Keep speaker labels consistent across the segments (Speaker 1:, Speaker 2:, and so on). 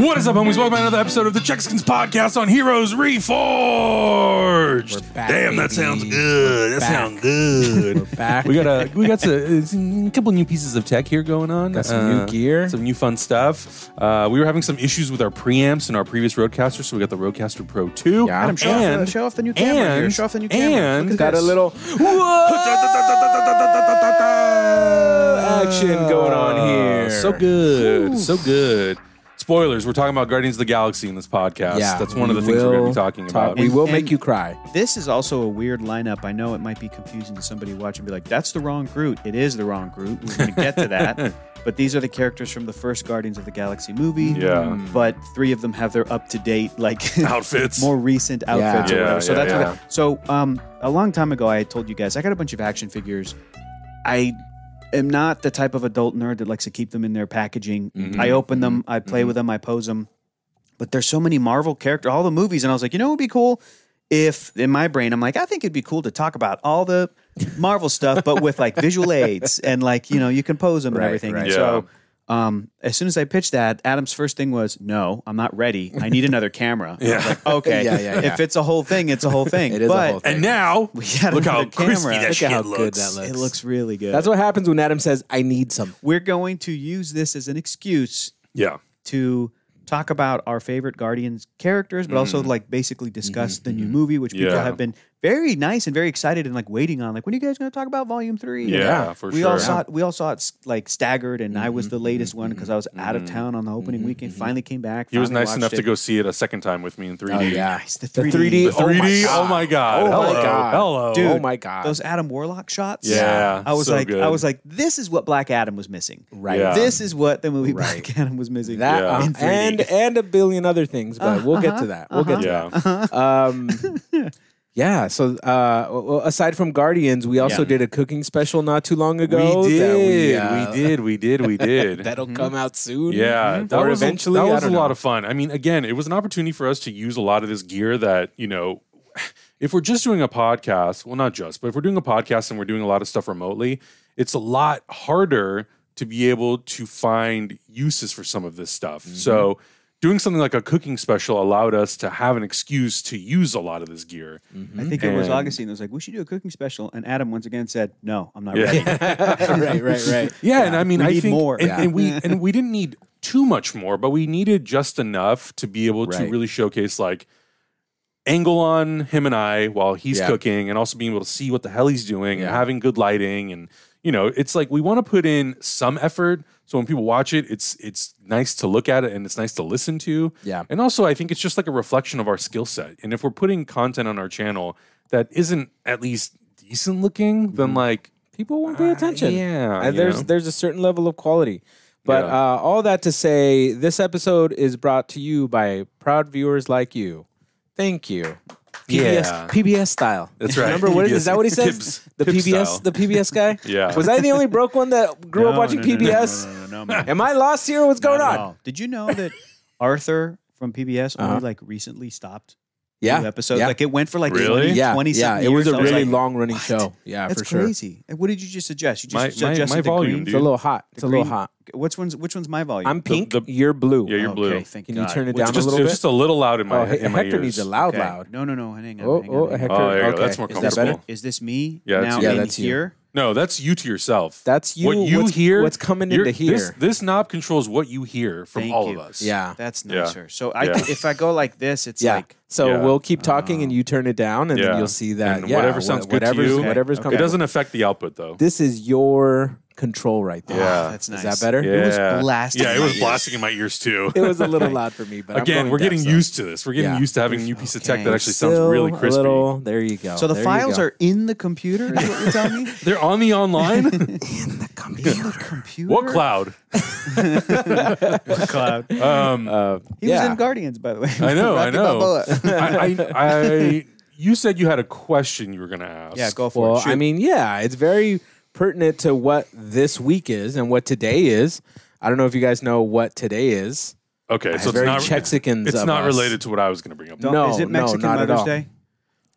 Speaker 1: What is up, homies? Welcome to another episode of the Chexkins Podcast on Heroes Reforged.
Speaker 2: We're back,
Speaker 1: Damn, that
Speaker 2: baby.
Speaker 1: sounds good. That
Speaker 2: back.
Speaker 1: sounds good.
Speaker 2: back.
Speaker 1: we got a we got uh, a, a couple new pieces of tech here going on. Uh,
Speaker 2: Got some new gear.
Speaker 1: some new fun stuff. Uh, we were having some issues with our preamps in our previous Roadcaster, so we got the Roadcaster Pro Two.
Speaker 2: Yeah. Adam,
Speaker 3: show off the- show off the new camera
Speaker 1: and,
Speaker 3: here. Show off the new camera.
Speaker 1: And
Speaker 3: Look
Speaker 2: got
Speaker 3: at
Speaker 2: a
Speaker 3: this.
Speaker 2: little
Speaker 1: action
Speaker 2: going on here.
Speaker 1: So good, so good. Spoilers. We're talking about Guardians of the Galaxy in this podcast. that's one of the
Speaker 2: we
Speaker 1: things we're going to
Speaker 2: will
Speaker 1: be talking
Speaker 2: talk-
Speaker 1: about.
Speaker 2: We will
Speaker 3: And-
Speaker 2: make you cry.
Speaker 3: This is also a weird lineup. I know it might be confusing to somebody watching, be like, that's the wrong Groot. It is the wrong Groot. We're going to get to that. But these are the characters from the first Guardians of the Galaxy movie.
Speaker 1: Yeah.
Speaker 3: But three of them have their up to date, like
Speaker 1: outfits.
Speaker 3: more recent outfits
Speaker 2: Yeah.
Speaker 3: or
Speaker 1: Yeah,
Speaker 3: whatever. So
Speaker 1: yeah,
Speaker 3: that's
Speaker 1: yeah.
Speaker 3: what I- so um a long time ago I had told you guys I got a bunch of action figures. I am not the type of adult nerd that likes to keep them in their packaging.
Speaker 1: Mm-hmm.
Speaker 3: I open them, I play with them, I pose them. But there's so many Marvel character, all the movies, and I was like, you know, what would be cool if in my brain I'm like, I think it'd be cool to talk about all the Marvel stuff, but with like visual aids and like you know you can pose them
Speaker 2: Right,
Speaker 3: and everything.
Speaker 2: right.
Speaker 3: And so um, as soon as I pitched that, Adam's first thing was, "No, I'm not ready. I need another camera." yeah. like, okay.
Speaker 2: Yeah, yeah, yeah.
Speaker 3: If it's a whole thing, it's a whole thing.
Speaker 2: It is a
Speaker 3: but
Speaker 2: whole thing.
Speaker 1: and now,
Speaker 3: had
Speaker 1: look how
Speaker 3: another camera.
Speaker 1: crispy that
Speaker 3: Look at
Speaker 1: shit
Speaker 2: how
Speaker 1: looks.
Speaker 2: good that looks.
Speaker 3: it looks really good.
Speaker 2: That's what happens when Adam says, "I need some."
Speaker 3: we're going to use this as an excuse
Speaker 1: Yeah.
Speaker 3: to talk about our favorite Guardians characters, but also like basically discuss
Speaker 2: Mm-hmm.
Speaker 3: the new movie, which people
Speaker 1: Mm. Mm-hmm. Yeah.
Speaker 3: have been very nice and very excited and like waiting on. Like, when are you guys going to talk about Volume Three?
Speaker 1: Yeah,
Speaker 3: And
Speaker 1: for
Speaker 3: we
Speaker 1: sure. Mm-hmm.
Speaker 3: all saw it. We all saw it like staggered, and I was
Speaker 2: Mm-hmm.
Speaker 3: the latest one because I was out of town on the opening weekend. Finally came back.
Speaker 1: He was
Speaker 3: finally
Speaker 1: nice enough
Speaker 3: watched
Speaker 1: to
Speaker 3: it.
Speaker 1: go see it a second time with me in 3D.
Speaker 2: Oh yeah,
Speaker 3: Nice, the
Speaker 2: The
Speaker 3: 3D.
Speaker 2: 3D.
Speaker 1: The 3D. Oh
Speaker 2: Oh
Speaker 1: my
Speaker 2: my
Speaker 1: god.
Speaker 2: Oh my
Speaker 1: Hello.
Speaker 2: God.
Speaker 1: Hello.
Speaker 2: oh
Speaker 3: Dude.
Speaker 2: my god.
Speaker 3: those Adam Warlock shots.
Speaker 1: Yeah,
Speaker 3: I was
Speaker 1: so
Speaker 3: like,
Speaker 1: good.
Speaker 3: I was like, this is what Black Adam was missing.
Speaker 2: right.
Speaker 1: Yeah.
Speaker 3: This is what the movie
Speaker 2: Right.
Speaker 3: Black Adam was missing.
Speaker 2: That
Speaker 1: Yeah.
Speaker 2: uh,
Speaker 1: In
Speaker 3: 3D.
Speaker 2: and and a billion other things, but we'll get
Speaker 3: Uh-huh.
Speaker 2: to that. We'll get to
Speaker 1: Yeah.
Speaker 2: that. Um, yeah. So uh, well, aside from Guardians, we also
Speaker 3: Yeah.
Speaker 2: did a cooking special not too long ago.
Speaker 1: We
Speaker 2: that
Speaker 1: did.
Speaker 2: uh,
Speaker 1: we did. We did. We did.
Speaker 2: That'll
Speaker 3: Mm-hmm.
Speaker 2: come out soon.
Speaker 1: Yeah,
Speaker 2: Or
Speaker 1: was a-
Speaker 2: eventually.
Speaker 1: Mm-hmm. that
Speaker 2: I
Speaker 1: was a
Speaker 2: don't
Speaker 1: lot
Speaker 2: know.
Speaker 1: of fun. I mean, again, it was an opportunity for us to use a lot of this gear that you know. If we're just doing a podcast, well, not just, but if we're doing a podcast and we're doing a lot of stuff remotely, it's a lot harder to be able to find uses for some of this stuff.
Speaker 2: Mm-hmm.
Speaker 1: So, doing something like a cooking special allowed us to have an excuse to use a lot of this gear.
Speaker 2: Mm-hmm.
Speaker 3: I think it was
Speaker 1: And-
Speaker 3: Augustine that was like, we should do a cooking special. And Adam once again said, no, I'm not
Speaker 1: Yeah.
Speaker 3: ready.
Speaker 2: right, right, right.
Speaker 1: Yeah, and I mean,
Speaker 3: we
Speaker 1: I
Speaker 3: need
Speaker 1: think,
Speaker 3: more.
Speaker 1: And,
Speaker 3: Yeah.
Speaker 1: and we and we didn't need too much more, but we needed just enough to be able to
Speaker 2: Right.
Speaker 1: really showcase like angle on him and I while he's
Speaker 2: Yeah.
Speaker 1: cooking, and also being able to see what the hell he's doing, and
Speaker 2: Yeah.
Speaker 1: having good lighting, and you know, it's like we want to put in some effort. So when people watch it, it's it's nice to look at it and it's nice to listen to.
Speaker 2: Yeah.
Speaker 1: And also, I think it's just like a reflection of our skill set. And if we're putting content on our channel that isn't at least decent looking, then like people won't
Speaker 2: pay attention.
Speaker 1: yeah. Uh,
Speaker 2: and
Speaker 1: you
Speaker 2: Uh, there's
Speaker 1: know?
Speaker 2: there's a certain level of quality. But
Speaker 1: Yeah.
Speaker 2: uh, all that to say, this episode is brought to you by proud viewers like you. Thank you. PBS,
Speaker 1: Yeah.
Speaker 2: PBS style.
Speaker 1: That's right.
Speaker 2: Remember what is,
Speaker 1: PBS
Speaker 2: is that? What he says?
Speaker 1: Tibbs-
Speaker 2: the
Speaker 1: Tibbs
Speaker 2: PBS,
Speaker 1: style.
Speaker 2: the PBS guy.
Speaker 1: Yeah.
Speaker 2: Was I the only broke one that grew up watching PBS?
Speaker 3: No, no, no, no, man.
Speaker 2: Am I lost here? What's going
Speaker 3: Not at
Speaker 2: on?
Speaker 3: all. Did you know that Arthur from PBS
Speaker 2: Uh-huh.
Speaker 3: only like recently stopped
Speaker 2: Yeah.
Speaker 3: two episodes?
Speaker 2: Yeah.
Speaker 3: Like it went for like
Speaker 1: Really?
Speaker 3: 20,
Speaker 2: yeah.
Speaker 3: 20
Speaker 2: yeah.
Speaker 3: something
Speaker 2: It was
Speaker 3: years.
Speaker 2: a
Speaker 3: I was
Speaker 2: really
Speaker 3: like,
Speaker 2: long running show. Yeah,
Speaker 3: That's
Speaker 2: for sure.
Speaker 3: crazy. And What did you just suggest? You just
Speaker 1: My- my-
Speaker 3: suggested
Speaker 1: my
Speaker 3: the
Speaker 1: volume,
Speaker 3: green-
Speaker 1: dude.
Speaker 2: It's a little hot. It's
Speaker 3: the
Speaker 2: a little
Speaker 3: green-
Speaker 2: hot.
Speaker 3: Which one's which one's my volume?
Speaker 2: I'm pink.
Speaker 1: the-
Speaker 2: you're blue.
Speaker 1: Yeah, you're blue.
Speaker 3: Okay, thank
Speaker 2: Can you
Speaker 3: God.
Speaker 2: turn it
Speaker 3: Which-
Speaker 2: down
Speaker 1: just,
Speaker 2: a little bit?
Speaker 1: just a little loud in my
Speaker 2: oh, He-
Speaker 1: in my
Speaker 2: Hector
Speaker 1: ears.
Speaker 2: needs a loud,
Speaker 3: Okay.
Speaker 2: loud.
Speaker 3: No, no, no. Hang on.
Speaker 2: Oh,
Speaker 3: hang on,
Speaker 2: oh,
Speaker 3: hang on.
Speaker 2: Hector.
Speaker 1: Oh, there you go.
Speaker 2: okay.
Speaker 1: That's more
Speaker 2: Is that better?
Speaker 1: comfortable.
Speaker 3: Is this me?
Speaker 1: Yeah, it's
Speaker 3: now
Speaker 1: you.
Speaker 2: Yeah,
Speaker 3: in
Speaker 2: that's you.
Speaker 3: here.
Speaker 1: No, that's you to yourself.
Speaker 2: That's you.
Speaker 1: What you
Speaker 2: what's,
Speaker 1: hear?
Speaker 2: What's coming
Speaker 1: you're-
Speaker 2: into here?
Speaker 1: This, this knob controls what you hear from
Speaker 3: Thank
Speaker 1: all
Speaker 3: you.
Speaker 1: of us.
Speaker 2: yeah.
Speaker 3: That's
Speaker 1: Yeah.
Speaker 3: nicer. So I,
Speaker 1: Yeah.
Speaker 3: if I go like this, it's
Speaker 2: yeah.
Speaker 3: like
Speaker 2: so
Speaker 1: Yeah.
Speaker 2: we'll keep
Speaker 3: Ah.
Speaker 2: talking, and you turn it down, and
Speaker 1: Yeah.
Speaker 2: then you'll see that.
Speaker 1: And
Speaker 2: yeah,
Speaker 1: whatever
Speaker 2: wha-
Speaker 1: sounds good to
Speaker 2: whatever's,
Speaker 1: you.
Speaker 2: Whatever's
Speaker 3: Okay.
Speaker 2: coming.
Speaker 1: It doesn't affect the output though.
Speaker 2: This is your control right there.
Speaker 1: Yeah.
Speaker 3: that's
Speaker 2: Is that
Speaker 3: nice.
Speaker 2: better?
Speaker 1: yeah.
Speaker 3: It was blasting
Speaker 1: Yeah, it
Speaker 3: in my
Speaker 1: was
Speaker 3: ears.
Speaker 1: blasting in my ears too.
Speaker 2: It was a little loud for me, but I'm
Speaker 1: Again,
Speaker 2: going
Speaker 1: we're
Speaker 2: deaf,
Speaker 1: getting
Speaker 2: so.
Speaker 1: used to this. We're getting
Speaker 2: Yeah.
Speaker 1: used to having a new piece of tech
Speaker 3: Okay.
Speaker 1: that actually sounds
Speaker 2: Still
Speaker 1: really
Speaker 2: a
Speaker 1: crispy.
Speaker 2: little- there you go.
Speaker 3: So the
Speaker 2: Oh, There you
Speaker 3: files
Speaker 2: go.
Speaker 3: are in the computer. Is what you're telling me?
Speaker 1: They're on the online.
Speaker 2: in the computer.
Speaker 3: computer.
Speaker 1: what cloud?
Speaker 3: cloud?
Speaker 1: Um,
Speaker 2: Uh,
Speaker 3: He was
Speaker 2: Yeah.
Speaker 3: in Guardians, by the way.
Speaker 1: I know, I
Speaker 3: Rocky
Speaker 1: know.
Speaker 3: Balboa.
Speaker 1: I, I, I, you said you had a question you were going to ask.
Speaker 3: yeah, go for
Speaker 2: Well,
Speaker 3: it.
Speaker 2: I mean, yeah, it's very pertinent to what this week is and what today is. I don't know if you guys know what today is.
Speaker 1: Okay, so it's
Speaker 2: very
Speaker 1: not
Speaker 2: Chexicans
Speaker 1: It's
Speaker 2: of
Speaker 1: not
Speaker 2: us.
Speaker 1: related to what I was going to bring up.
Speaker 2: no,
Speaker 3: is it
Speaker 2: no,
Speaker 3: Mexican
Speaker 2: not at
Speaker 3: Mother's
Speaker 2: all.
Speaker 3: Day?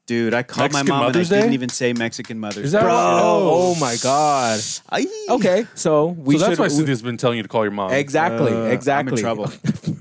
Speaker 3: Dude, I called
Speaker 1: Mexican
Speaker 3: my mom
Speaker 1: Mother's
Speaker 3: and I
Speaker 1: Day?
Speaker 3: didn't even say Mexican Mother's
Speaker 1: Is that
Speaker 3: Day.
Speaker 1: right?
Speaker 2: Oh, oh my god.
Speaker 3: I-
Speaker 2: Okay, so we
Speaker 1: so that's
Speaker 2: should.
Speaker 1: why Cynthia's been telling you to call your mom.
Speaker 2: exactly.
Speaker 3: Uh, I'm in
Speaker 2: exactly.
Speaker 3: trouble.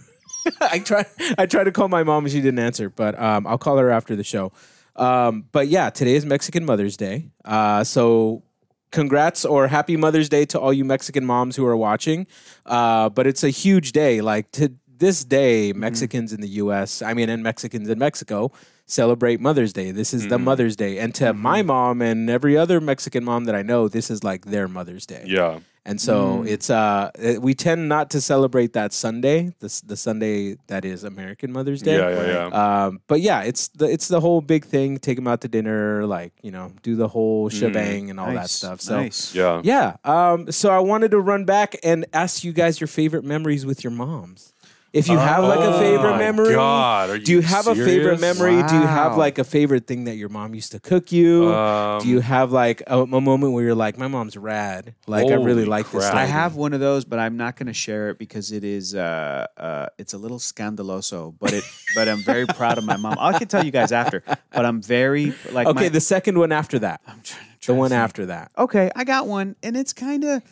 Speaker 2: I tried. I tried to call my mom and she didn't answer, but um, I'll call her after the show. Um, but yeah, today is Mexican Mother's Day. Uh, so congrats or happy Mother's Day to all you Mexican moms who are watching. Uh, but it's a huge day. Like to this day, Mexicans in the U.S. I mean, and Mexicans in Mexico celebrate Mother's Day. This is the Mother's Day, and to my mom and every other Mexican mom that I know, this is like their Mother's Day.
Speaker 1: Yeah.
Speaker 2: And
Speaker 1: Mm.
Speaker 2: so it's uh it- we tend not to celebrate that Sunday, the s- the Sunday that is American Mother's Day.
Speaker 1: Yeah, yeah, yeah.
Speaker 2: Um, but yeah, it's the it's the whole big thing. Take them out to dinner, like you know, do the whole
Speaker 1: Mm.
Speaker 2: shebang and all that
Speaker 3: Nice,
Speaker 2: stuff. So
Speaker 3: nice.
Speaker 1: yeah.
Speaker 2: yeah. Um, so I wanted to run back and ask you guys your favorite memories with your moms. If you have like a
Speaker 1: Oh
Speaker 2: favorite
Speaker 1: my
Speaker 2: memory,
Speaker 1: God, are
Speaker 2: do you
Speaker 1: you
Speaker 2: have a favorite
Speaker 1: serious?
Speaker 2: memory? Do you have
Speaker 3: Wow.
Speaker 2: like a favorite thing that your mom used to cook you?
Speaker 1: Um,
Speaker 2: do you have like a, a moment where you're like, my mom's rad? Like I really
Speaker 1: Holy
Speaker 2: like this.
Speaker 1: crap.
Speaker 2: lady."
Speaker 3: I have one of those, but I'm not going to share it because it is uh, uh, it's a little scandaloso. But it, but I'm very proud of my mom. I can tell you guys after, but I'm very like
Speaker 2: Okay,
Speaker 3: my-
Speaker 2: the second one after that. The
Speaker 3: trying to
Speaker 2: one
Speaker 3: think.
Speaker 2: after that.
Speaker 3: okay, I got one, and it's kind of.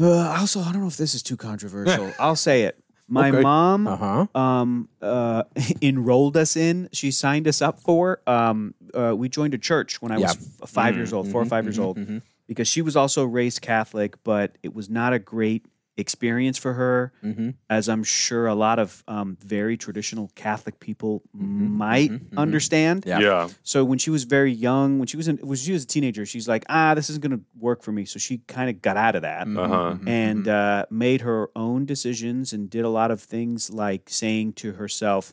Speaker 3: Uh, I also, I don't know if this is too controversial. I'll say it. My
Speaker 2: Okay.
Speaker 3: mom
Speaker 2: Uh huh.
Speaker 3: um, uh, enrolled us in. She signed us up for. Um, uh, we joined a church when I was
Speaker 2: Yeah. Mm-hmm,
Speaker 3: f- 5 years old, four or 5 years old, because she was also raised Catholic, but it was not a great experience for her,
Speaker 2: mm-hmm,
Speaker 3: as I'm sure a lot of um, very traditional Catholic people might understand.
Speaker 2: Yeah.
Speaker 1: Yeah.
Speaker 3: So when she was very young, when she was in, when she was a teenager, she's like, ah, this isn't going to work for me. So she kind of got out of that
Speaker 2: mm-hmm.
Speaker 1: Uh huh.
Speaker 3: and uh, made her own decisions and did a lot of things like saying to herself,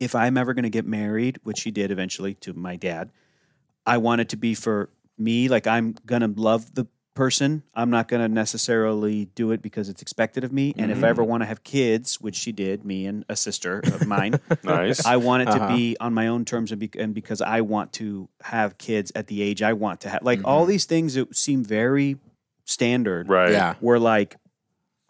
Speaker 3: if I'm ever going to get married, which she did eventually to my dad, I want it to be for me. Like I'm going to love the person. I'm not going to necessarily do it because it's expected of me. And if I ever want to have kids, which she did, me and a sister of mine,
Speaker 1: Nice.
Speaker 3: I want it to be on my own terms and, be, and because I want to have kids at the age I want to have. Like all these things that seem very standard
Speaker 1: right.
Speaker 2: Yeah.
Speaker 3: were like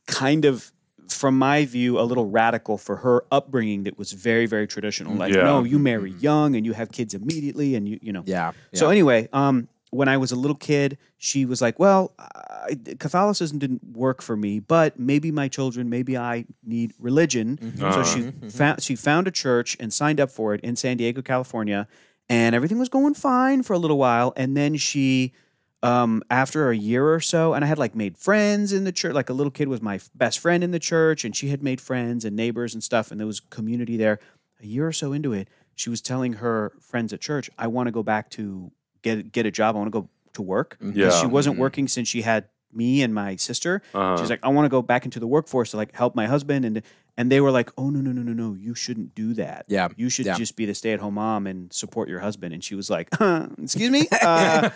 Speaker 3: kind of from my view a little radical for her upbringing that was very very traditional like
Speaker 1: Yeah.
Speaker 3: no you marry young and you have kids immediately and you you know
Speaker 2: Yeah. yeah.
Speaker 3: so anyway, um, when I was a little kid, she was like, "Well, I, Catholicism didn't work for me, but maybe my children, maybe I need religion." So she found she found a church and signed up for it in San Diego, California, and everything was going fine for a little while, and then she. Um, after a year or so, and I had like made friends in the church. Like a little kid was my f- best friend in the church, and she had made friends and neighbors and stuff, and there was community there a year or so into it, she was telling her friends at church, "I want to go back to get get a job. I want to go to work." 'Cause
Speaker 1: Yeah.
Speaker 3: she wasn't working since she had me and my sister.
Speaker 1: Uh-huh.
Speaker 3: She's like, "I want to go back into the workforce to like help my husband." And and they were like, "Oh no no no no no! You shouldn't do that.
Speaker 2: Yeah.
Speaker 3: you should
Speaker 2: Yeah.
Speaker 3: just be the stay at home mom and support your husband." And she was like, huh, "Excuse me." Uh,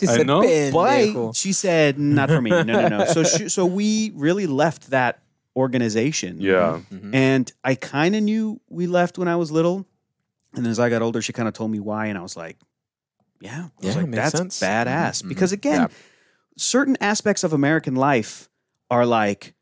Speaker 2: She's
Speaker 1: I
Speaker 2: a
Speaker 1: know.
Speaker 2: pendejo.
Speaker 3: but she said, "Not for me. No, no, no." So, she, so we really left that organization.
Speaker 1: Yeah.
Speaker 2: Mm-hmm.
Speaker 3: and I kind of knew we left when I was little, and as I got older, she kind of told me why, and I was like, "Yeah, I
Speaker 2: Yeah,
Speaker 3: was like,
Speaker 2: makes
Speaker 3: that's
Speaker 2: sense.
Speaker 3: badass."
Speaker 2: Mhm,
Speaker 3: Because again,
Speaker 2: Yeah.
Speaker 3: certain aspects of American life are like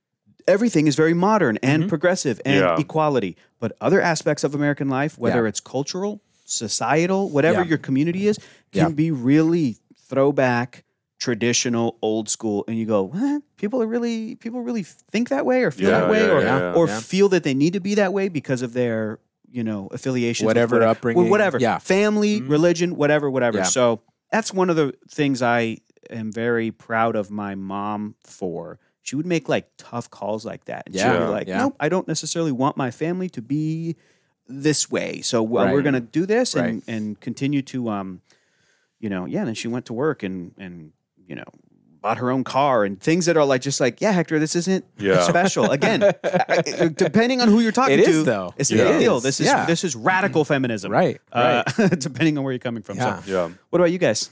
Speaker 3: everything is very modern and
Speaker 2: Mm-hmm.
Speaker 3: progressive and
Speaker 1: Yeah.
Speaker 3: equality, but other aspects of American life, whether
Speaker 2: Yeah.
Speaker 3: it's cultural, societal, whatever
Speaker 2: Yeah.
Speaker 3: your community is, can
Speaker 2: Yeah.
Speaker 3: be really throwback, traditional, old school, and you go, "What? People are really people really think that way or feel
Speaker 1: Yeah,
Speaker 3: that way
Speaker 1: yeah,
Speaker 3: or
Speaker 1: yeah,
Speaker 3: or
Speaker 2: yeah.
Speaker 3: feel that they need to be that way because of their you know affiliation,
Speaker 2: Whatever upbringing,
Speaker 3: whatever,
Speaker 2: yeah.
Speaker 3: family, religion, whatever, whatever.
Speaker 2: Yeah.
Speaker 3: So that's one of the things I am very proud of my mom for. She would make like tough calls like that. And she'd be
Speaker 2: Yeah,
Speaker 3: like,
Speaker 2: yeah.
Speaker 3: nope, I don't necessarily want my family to be this way. So uh,
Speaker 2: Right.
Speaker 3: we're going to do this
Speaker 2: Right.
Speaker 3: and, and continue to, um, you know, yeah. And then she went to work and, and, you know, bought her own car and things that are like, just like, yeah, Hector, this isn't
Speaker 1: Yeah.
Speaker 3: special. Again, I- I- depending on who you're talking
Speaker 2: It
Speaker 3: to,
Speaker 2: is, though.
Speaker 3: it's
Speaker 1: Yeah.
Speaker 3: the big deal.
Speaker 2: It is.
Speaker 3: This is,
Speaker 2: Yeah.
Speaker 3: this is radical feminism.
Speaker 2: Right,
Speaker 3: Uh, depending on where you're coming from.
Speaker 2: Yeah.
Speaker 3: So
Speaker 1: Yeah.
Speaker 3: what about you guys?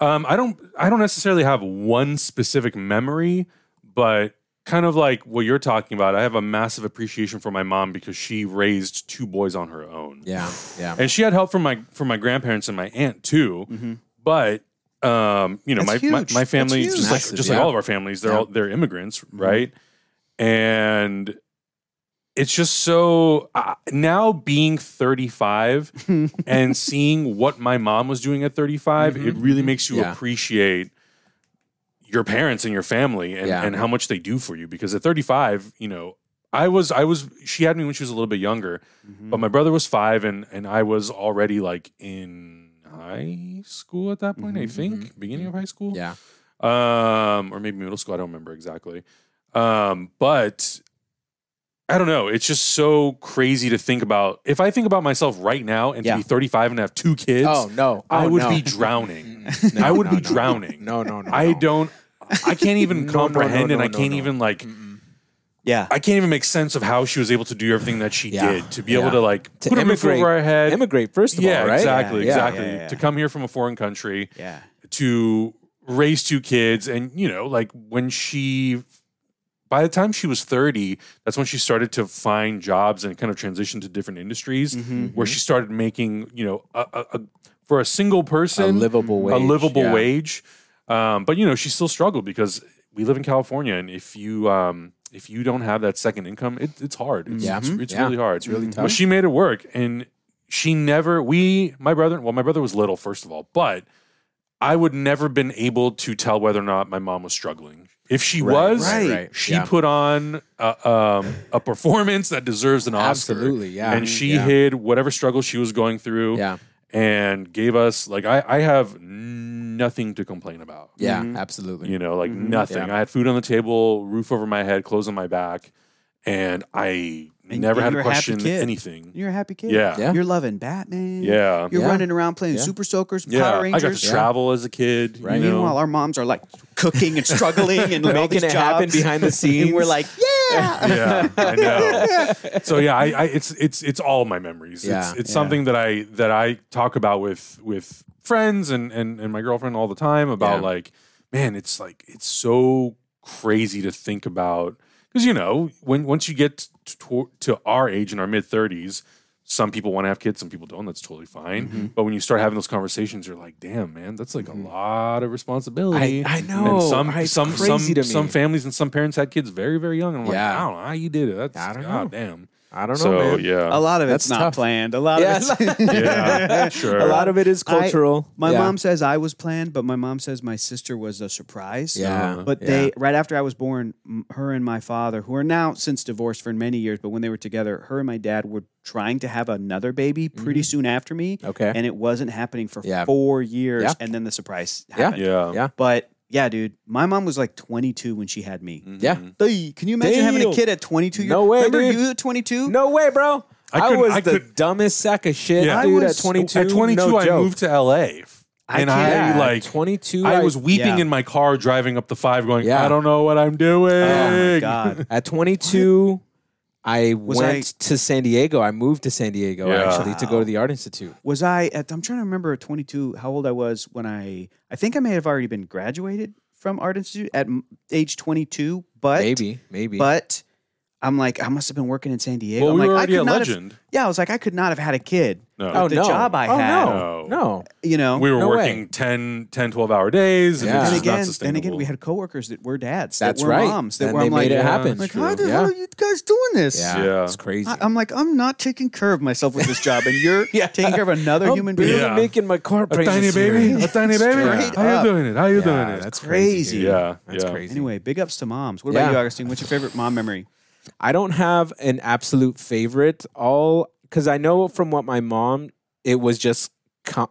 Speaker 1: Um, I don't I don't necessarily have one specific memory, but kind of like what you're talking about, I have a massive appreciation for my mom because she raised two boys on her own.
Speaker 2: yeah. Yeah.
Speaker 1: And she had help from my from my grandparents and my aunt too.
Speaker 2: Mm-hmm.
Speaker 1: But um, you know, my,
Speaker 3: That's
Speaker 1: my
Speaker 3: huge.
Speaker 1: my
Speaker 3: That's
Speaker 1: family
Speaker 3: huge.
Speaker 1: just like
Speaker 2: Massive,
Speaker 1: just
Speaker 2: yeah. Mm-hmm.
Speaker 1: like all of our families, they're all they're immigrants, right? And it's just so uh, now being 35 and seeing what my mom was doing at 35 it really makes you
Speaker 2: Mm-hmm. Yeah.
Speaker 1: appreciate your parents and your family and,
Speaker 2: Yeah.
Speaker 1: and how much they do for you because at 35 you know i was i was she had me when she was a little bit younger but
Speaker 3: Mm-hmm.
Speaker 1: my brother was five and and i was already like in high school at that point i think beginning of high school
Speaker 2: Mm-hmm, Yeah.
Speaker 1: um, or maybe middle school. I don't remember exactly. Um, but I don't know. It's just so crazy to think about. If I think about myself right now and
Speaker 2: Yeah.
Speaker 1: to be 35 and have two kids,
Speaker 2: Oh no.
Speaker 1: I
Speaker 2: Oh,
Speaker 1: would
Speaker 2: no.
Speaker 1: be drowning.
Speaker 2: No,
Speaker 1: I would
Speaker 2: no,
Speaker 1: be
Speaker 2: no.
Speaker 1: drowning.
Speaker 2: No, no, no.
Speaker 1: I
Speaker 2: no.
Speaker 1: don't. I can't even
Speaker 2: No, no, no,
Speaker 1: comprehend,
Speaker 2: no,
Speaker 1: and I
Speaker 2: no,
Speaker 1: can't
Speaker 2: no.
Speaker 1: even like.
Speaker 3: Yeah.
Speaker 1: I can't even make sense of how she was able to do everything that she
Speaker 2: Yeah.
Speaker 1: did to be
Speaker 2: Yeah.
Speaker 1: able to like
Speaker 2: To
Speaker 1: put a roof
Speaker 2: immigrate-
Speaker 1: over our head.
Speaker 2: Immigrate first of
Speaker 1: yeah,
Speaker 2: all, right?
Speaker 1: exactly,
Speaker 2: Yeah, yeah.
Speaker 1: exactly.
Speaker 3: yeah, yeah.
Speaker 1: To come here from a foreign country,
Speaker 3: Yeah.
Speaker 1: to raise two kids and you know like when she by the time she was 30 that's when she started to find jobs and kind of transition to different industries
Speaker 2: Mm-hmm.
Speaker 1: where she started making you know a, a, a, for a single person
Speaker 2: A livable wage.
Speaker 1: a livable
Speaker 2: yeah.
Speaker 1: wage. Um, but you know, she still struggled because we live in California, and if you um, if you don't have that second income, it, it's hard. It's,
Speaker 2: Yeah. Mm-hmm.
Speaker 1: it's, it's
Speaker 2: Yeah.
Speaker 1: really hard. It's
Speaker 2: really tough.
Speaker 1: But she made it work, and she never. We, my brother. Well, my brother was little, first of all, but I would never been able to tell whether or not my mom was struggling. If she was,
Speaker 3: right,
Speaker 2: right.
Speaker 1: she
Speaker 2: Yeah.
Speaker 1: put on a, um, a performance that deserves an Oscar.
Speaker 2: Absolutely, yeah.
Speaker 1: And she
Speaker 2: Yeah.
Speaker 1: hid whatever struggle she was going through
Speaker 2: Yeah.
Speaker 1: and gave us like I, I have nothing to complain about.
Speaker 2: Yeah, absolutely.
Speaker 1: You know, like
Speaker 3: Mm-hmm.
Speaker 1: nothing.
Speaker 2: Yeah.
Speaker 1: I had food on the table, roof over my head, clothes on my back, and I
Speaker 3: And-
Speaker 1: never
Speaker 3: and
Speaker 1: had
Speaker 3: you're
Speaker 1: to
Speaker 3: a happy
Speaker 1: question
Speaker 3: kid.
Speaker 1: anything.
Speaker 3: You're a happy kid.
Speaker 1: Yeah.
Speaker 2: Yeah.
Speaker 3: You're loving Batman.
Speaker 1: Yeah.
Speaker 3: You're
Speaker 2: Yeah.
Speaker 3: running around playing
Speaker 2: Yeah.
Speaker 3: Super Soakers,
Speaker 1: Yeah.
Speaker 3: Power
Speaker 1: I got to
Speaker 3: Rangers.
Speaker 1: travel as a kid.
Speaker 2: Right.
Speaker 1: You know?
Speaker 3: Meanwhile, our moms are like cooking and struggling and all
Speaker 2: Making
Speaker 3: these
Speaker 2: it happen
Speaker 3: jobs.
Speaker 2: behind the scenes.
Speaker 3: And we're like, yeah.
Speaker 1: yeah, I know. So yeah, I, I it's it's it's all my memories.
Speaker 2: Yeah,
Speaker 1: it's it's something that I that I talk about with with friends and and and my girlfriend all the time about
Speaker 2: Yeah.
Speaker 1: like, man, it's like it's so crazy to think about because you know when once you get to, to, to our age in our mid thirties. Some people want to have kids, some people don't. That's totally fine.
Speaker 2: Mm-hmm.
Speaker 1: But when you start having those conversations, you're like, "Damn, man, that's like a lot of responsibility."
Speaker 2: I- I know.
Speaker 1: And some
Speaker 2: It's
Speaker 1: some
Speaker 2: crazy
Speaker 1: some
Speaker 2: to me.
Speaker 1: some families and some parents had kids very very young. And I'm like,
Speaker 2: Yeah.
Speaker 1: I don't know how you did it. That's
Speaker 2: I don't know.
Speaker 1: goddamn.
Speaker 2: I don't know,
Speaker 1: So
Speaker 2: man.
Speaker 1: yeah,
Speaker 3: A lot of it's
Speaker 2: That's
Speaker 3: not
Speaker 2: tough.
Speaker 3: planned. A lot
Speaker 2: Yeah,
Speaker 3: of it's.
Speaker 1: yeah, sure.
Speaker 2: A lot of it is
Speaker 3: I-
Speaker 2: cultural.
Speaker 3: my
Speaker 2: Yeah.
Speaker 3: mom says I was planned, but my mom says my sister was a surprise.
Speaker 2: Yeah.
Speaker 3: But
Speaker 2: Yeah.
Speaker 3: they right after I was born, m- her and my father, who are now since divorced for many years, but when they were together, her and my dad were trying to have another baby
Speaker 2: Mm-hmm.
Speaker 3: pretty soon after me.
Speaker 2: Okay.
Speaker 3: And it wasn't happening for
Speaker 2: Yeah.
Speaker 3: four years,
Speaker 2: Yeah.
Speaker 3: and then the surprise
Speaker 2: Yeah.
Speaker 3: happened.
Speaker 1: yeah,
Speaker 2: Yeah.
Speaker 3: But yeah, dude, my mom was like 22 when she had me.
Speaker 2: Yeah.
Speaker 1: Mm-hmm.
Speaker 3: Hey, Can you imagine having
Speaker 2: Mm-hmm. Damn.
Speaker 3: a kid at 22?
Speaker 2: No way,
Speaker 3: Remember
Speaker 2: dude.
Speaker 3: you at 22?
Speaker 2: No way, bro.
Speaker 1: I
Speaker 2: I,
Speaker 1: couldn't-
Speaker 2: was
Speaker 1: I
Speaker 2: the
Speaker 1: could-
Speaker 2: dumbest sack of shit,
Speaker 1: Yeah. I
Speaker 2: dude.
Speaker 3: was-
Speaker 2: at 22,
Speaker 1: At 22,
Speaker 2: no
Speaker 1: I
Speaker 2: joke.
Speaker 1: moved to LA,
Speaker 3: I
Speaker 1: and
Speaker 3: can't-
Speaker 1: I
Speaker 2: yeah,
Speaker 1: like
Speaker 2: 22.
Speaker 1: I was weeping
Speaker 3: Yeah.
Speaker 1: in my car driving up the five, going,
Speaker 2: Yeah.
Speaker 1: I don't know what I'm doing.
Speaker 3: Oh my god.
Speaker 2: At 22, I went
Speaker 3: I-
Speaker 2: to San Diego. I moved to San Diego
Speaker 1: Yeah.
Speaker 2: actually to go to the art institute.
Speaker 3: was I at I'm trying to remember at 22 how old I was when I I think I may have already been graduated from art institute at m- age 22 but
Speaker 2: Maybe, maybe.
Speaker 3: but I'm like I must have been working in San Diego
Speaker 1: Well,
Speaker 3: I'm
Speaker 1: we
Speaker 3: like
Speaker 1: were
Speaker 3: I
Speaker 1: already
Speaker 3: could
Speaker 1: a
Speaker 3: not have-
Speaker 1: legend.
Speaker 3: yeah I was like I could not have had a kid
Speaker 1: No.
Speaker 2: oh
Speaker 3: the
Speaker 2: no,
Speaker 3: job I
Speaker 2: oh,
Speaker 3: had-
Speaker 2: No,
Speaker 1: No.
Speaker 2: no.
Speaker 3: you know
Speaker 1: We were
Speaker 2: No
Speaker 1: working
Speaker 2: way.
Speaker 1: 10, 10, 12 hour days, and
Speaker 2: Yeah.
Speaker 1: it's
Speaker 3: and
Speaker 1: just
Speaker 3: again
Speaker 1: not
Speaker 3: and
Speaker 1: sustainable.
Speaker 3: again we had coworkers that were dads
Speaker 2: That's
Speaker 3: that were
Speaker 2: right.
Speaker 3: moms that
Speaker 2: And
Speaker 3: were
Speaker 2: they
Speaker 3: I'm like
Speaker 2: made it happen.
Speaker 3: like
Speaker 2: It's
Speaker 3: how
Speaker 2: true.
Speaker 3: the
Speaker 2: Yeah.
Speaker 3: hell are you guys doing this
Speaker 2: Yeah,
Speaker 1: Yeah.
Speaker 2: it's crazy.
Speaker 3: I, am like I'm not taking care of myself with this job and you're taking care of another
Speaker 2: I'm Oh,
Speaker 3: human
Speaker 2: barely
Speaker 3: being
Speaker 1: Yeah.
Speaker 2: making my car
Speaker 1: a tiny baby, a tiny baby.
Speaker 2: Straight
Speaker 1: How
Speaker 3: up.
Speaker 1: you doing it? How you doing it?
Speaker 2: that's
Speaker 3: crazy.
Speaker 2: crazy. dude.
Speaker 1: Yeah,
Speaker 2: that's
Speaker 1: yeah.
Speaker 2: crazy.
Speaker 3: anyway big ups to moms what
Speaker 2: Yeah.
Speaker 3: about you Augustine what's your favorite mom memory
Speaker 2: I don't have an absolute favorite. All because I know from what my mom, it was just con-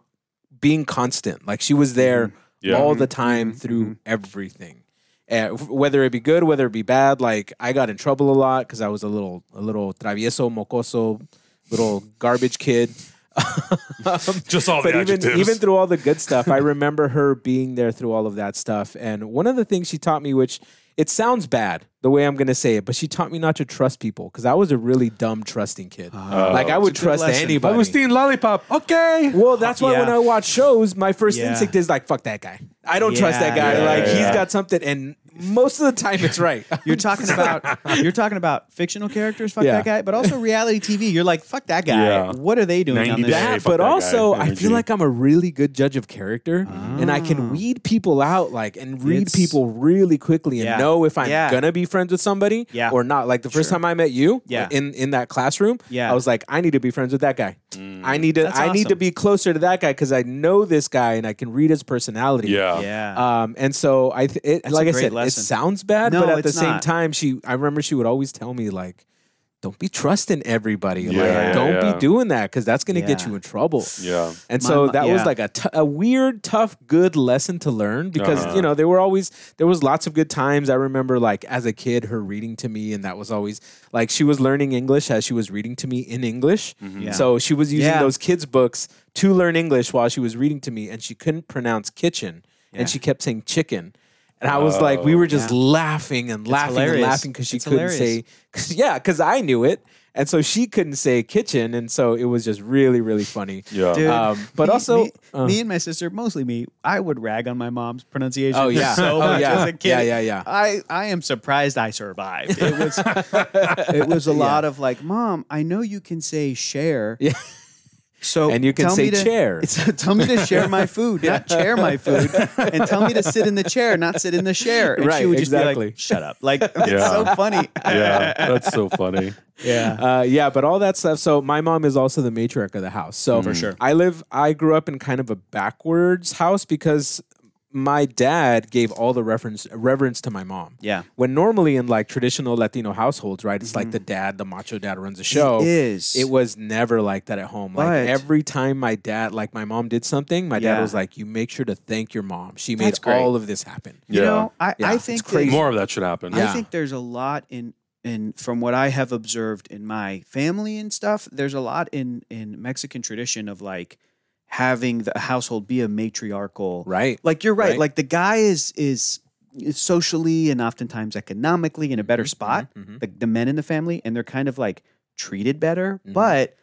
Speaker 2: being constant. Like she was there
Speaker 1: Mm-hmm. Yeah.
Speaker 2: all the time through everything, Uh, w- whether it be good, whether it be bad. Like I got in trouble a lot because I was a little, a little travieso, mocoso, little garbage kid.
Speaker 1: just all
Speaker 2: but
Speaker 1: the
Speaker 2: even
Speaker 1: adjectives.
Speaker 2: even through all the good stuff, I remember her being there through all of that stuff. And one of the things she taught me, which it sounds bad the way I'm going to say it, but she taught me not to trust people because I was a really dumb trusting kid. like I would
Speaker 3: Oh, good
Speaker 2: trust
Speaker 3: lesson.
Speaker 2: anybody.
Speaker 1: Lollipop. Okay.
Speaker 2: well, that's why when
Speaker 3: Yeah.
Speaker 2: I watch shows, my first
Speaker 3: Yeah.
Speaker 2: instinct is like, "Fuck that guy. I don't trust
Speaker 3: Yeah,
Speaker 2: that guy.
Speaker 3: yeah,
Speaker 2: like
Speaker 1: yeah.
Speaker 2: he's got something." And most of the time it's right.
Speaker 3: You're talking about you're talking about fictional characters, fuck
Speaker 2: Yeah.
Speaker 3: that guy, but also reality TV. You're like, fuck that guy.
Speaker 1: Yeah.
Speaker 3: What are they doing
Speaker 1: 90
Speaker 3: on this?
Speaker 1: Day.
Speaker 3: show?
Speaker 1: Hey,
Speaker 2: that,
Speaker 1: fuck
Speaker 2: but
Speaker 1: that guy
Speaker 2: also I
Speaker 1: energy.
Speaker 2: feel like I'm a really good judge of character, and I can weed people out, like and read
Speaker 3: Ah. It's-
Speaker 2: people really quickly, and
Speaker 3: Yeah.
Speaker 2: know if I'm
Speaker 3: Yeah.
Speaker 2: gonna be friends with somebody
Speaker 3: Yeah.
Speaker 2: or not. Like the first time I met you, uh,
Speaker 3: Yeah.
Speaker 2: in in that classroom,
Speaker 3: Yeah. Mm.
Speaker 2: I was like, I need to be friends with that guy. I need to
Speaker 3: That's
Speaker 2: I need to
Speaker 3: awesome.
Speaker 2: be closer to that guy because I know this guy and I can read his personality.
Speaker 1: Yeah.
Speaker 3: Yeah.
Speaker 2: Um, and so I, th- it, like
Speaker 3: a
Speaker 2: I
Speaker 3: great
Speaker 2: said,
Speaker 3: lesson.
Speaker 2: it sounds bad,
Speaker 3: No,
Speaker 2: but at the
Speaker 3: it's
Speaker 2: same
Speaker 3: not.
Speaker 2: time, she, I remember she would always tell me like, don't be trusting everybody.
Speaker 1: Yeah,
Speaker 3: yeah,
Speaker 2: like, don't
Speaker 1: yeah.
Speaker 2: be doing that because that's going to get
Speaker 3: Yeah.
Speaker 2: you in trouble.
Speaker 1: Yeah.
Speaker 2: And
Speaker 3: My
Speaker 2: so
Speaker 3: mo-
Speaker 2: that was
Speaker 3: yeah.
Speaker 2: like a, t- a weird, tough, good lesson to learn because
Speaker 1: Uh-huh.
Speaker 2: you know there were always there was lots of good times. I remember like as a kid her reading to me, and that was always like she was learning English as she was reading to me in English.
Speaker 1: Mm-hmm.
Speaker 3: Yeah.
Speaker 2: So she was using
Speaker 3: Yeah.
Speaker 2: those kids' books to learn English while she was reading to me, and she couldn't pronounce kitchen,
Speaker 3: Yeah.
Speaker 2: and she kept saying chicken. And I was like,
Speaker 1: Oh.
Speaker 2: we were just laughing and laughing and
Speaker 3: hilarious.
Speaker 2: laughing because she
Speaker 3: It's
Speaker 2: couldn't say,
Speaker 3: hilarious.
Speaker 2: cause, yeah, because I knew it. And so she couldn't say kitchen. And so it was just really, really funny.
Speaker 1: Yeah.
Speaker 3: Dude,
Speaker 2: Um, but
Speaker 3: me-
Speaker 2: also,
Speaker 3: me,
Speaker 2: uh,
Speaker 3: me and my sister, mostly me, I would rag on my mom's pronunciation.
Speaker 2: Oh, yeah.
Speaker 3: so
Speaker 2: Oh,
Speaker 3: much
Speaker 2: yeah.
Speaker 3: as a kid.
Speaker 2: Yeah, yeah, yeah.
Speaker 3: I, I am surprised I survived. It was it was a lot of like, mom, I know you can say share.
Speaker 2: Yeah.
Speaker 3: So
Speaker 2: And you can
Speaker 3: tell
Speaker 2: say
Speaker 3: me to-
Speaker 2: chair.
Speaker 3: So tell me to share my food, not share my food, and tell me to sit in the chair, not sit in the share. And
Speaker 2: Right,
Speaker 3: she would just be
Speaker 2: exactly.
Speaker 3: like, "Shut up!" Like it's
Speaker 1: Yeah.
Speaker 3: so funny.
Speaker 1: yeah. That's so funny.
Speaker 3: yeah.
Speaker 2: uh, yeah, but all that stuff. So my mom is also the matriarch of the house. So for
Speaker 3: Mm-hmm. sure.
Speaker 2: I live. I grew up in kind of a backwards house because my dad gave all the reference reverence to my mom.
Speaker 3: Yeah. Mm-hmm.
Speaker 2: When normally in like traditional Latino households, right, it's like the dad, the macho dad, runs the show.
Speaker 3: is.
Speaker 2: It was never like that at home. Like
Speaker 3: But-
Speaker 2: every time my dad, like my mom did something, my dad
Speaker 3: Yeah.
Speaker 2: was like, "You make sure to thank your mom. She
Speaker 3: That's
Speaker 2: made
Speaker 3: great.
Speaker 2: all of this happen."
Speaker 3: You
Speaker 1: Yeah.
Speaker 3: know, I,
Speaker 2: Yeah,
Speaker 3: I
Speaker 2: it's
Speaker 3: think that-
Speaker 2: crazy.
Speaker 1: More of that should happen.
Speaker 2: Yeah.
Speaker 3: I think there's a lot in in from what I have observed in my family and stuff. There's a lot in in Mexican tradition of like having the household be a matriarchal.
Speaker 2: Right.
Speaker 3: Like you're right.
Speaker 2: Right.
Speaker 3: Like the guy is is is socially and oftentimes economically in a better spot.
Speaker 2: Mm-hmm.
Speaker 3: The, the men in the family, and they're kind of like treated better. But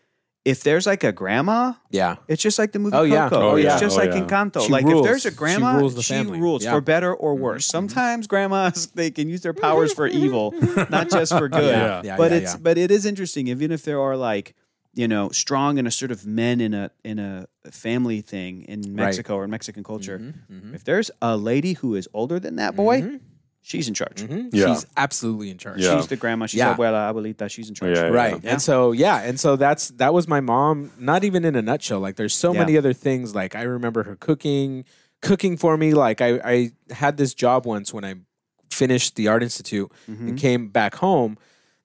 Speaker 3: if there's like a grandma,
Speaker 2: Yeah.
Speaker 3: it's just like the movie
Speaker 2: Oh,
Speaker 3: Coco.
Speaker 2: yeah.
Speaker 1: Oh,
Speaker 3: it's
Speaker 1: yeah.
Speaker 3: just
Speaker 1: Oh,
Speaker 3: like
Speaker 1: yeah.
Speaker 3: Encanto.
Speaker 2: She
Speaker 3: like
Speaker 2: rules.
Speaker 3: if there's a
Speaker 2: She
Speaker 3: grandma, she
Speaker 2: rules
Speaker 3: rules,
Speaker 2: the family. Yeah. Mm-hmm.
Speaker 3: for better or worse. Sometimes grandmas they can use their powers for evil, not just for good.
Speaker 1: Yeah.
Speaker 2: Yeah,
Speaker 3: but
Speaker 2: yeah,
Speaker 3: it's
Speaker 2: yeah. Mm-hmm.
Speaker 3: but it is interesting, even if there are like you know strong and assertive men in a in a family thing in Mexico or in Mexican culture.
Speaker 2: Mm-hmm.
Speaker 3: If there's a lady who is older than that boy, she's in charge.
Speaker 1: Yeah.
Speaker 2: She's absolutely in charge.
Speaker 1: Yeah.
Speaker 3: She's the grandma. She's
Speaker 2: Mm-hmm. Yeah.
Speaker 3: abuela, abuelita. She's in charge.
Speaker 1: Yeah, yeah,
Speaker 2: right
Speaker 3: Yeah.
Speaker 2: and so yeah and so that's that was my mom not even in a nutshell like there's so
Speaker 3: Yeah.
Speaker 2: many other things like i remember her cooking cooking for me like i i had this job once when i finished the art institute
Speaker 3: Mm-hmm.
Speaker 2: and came back home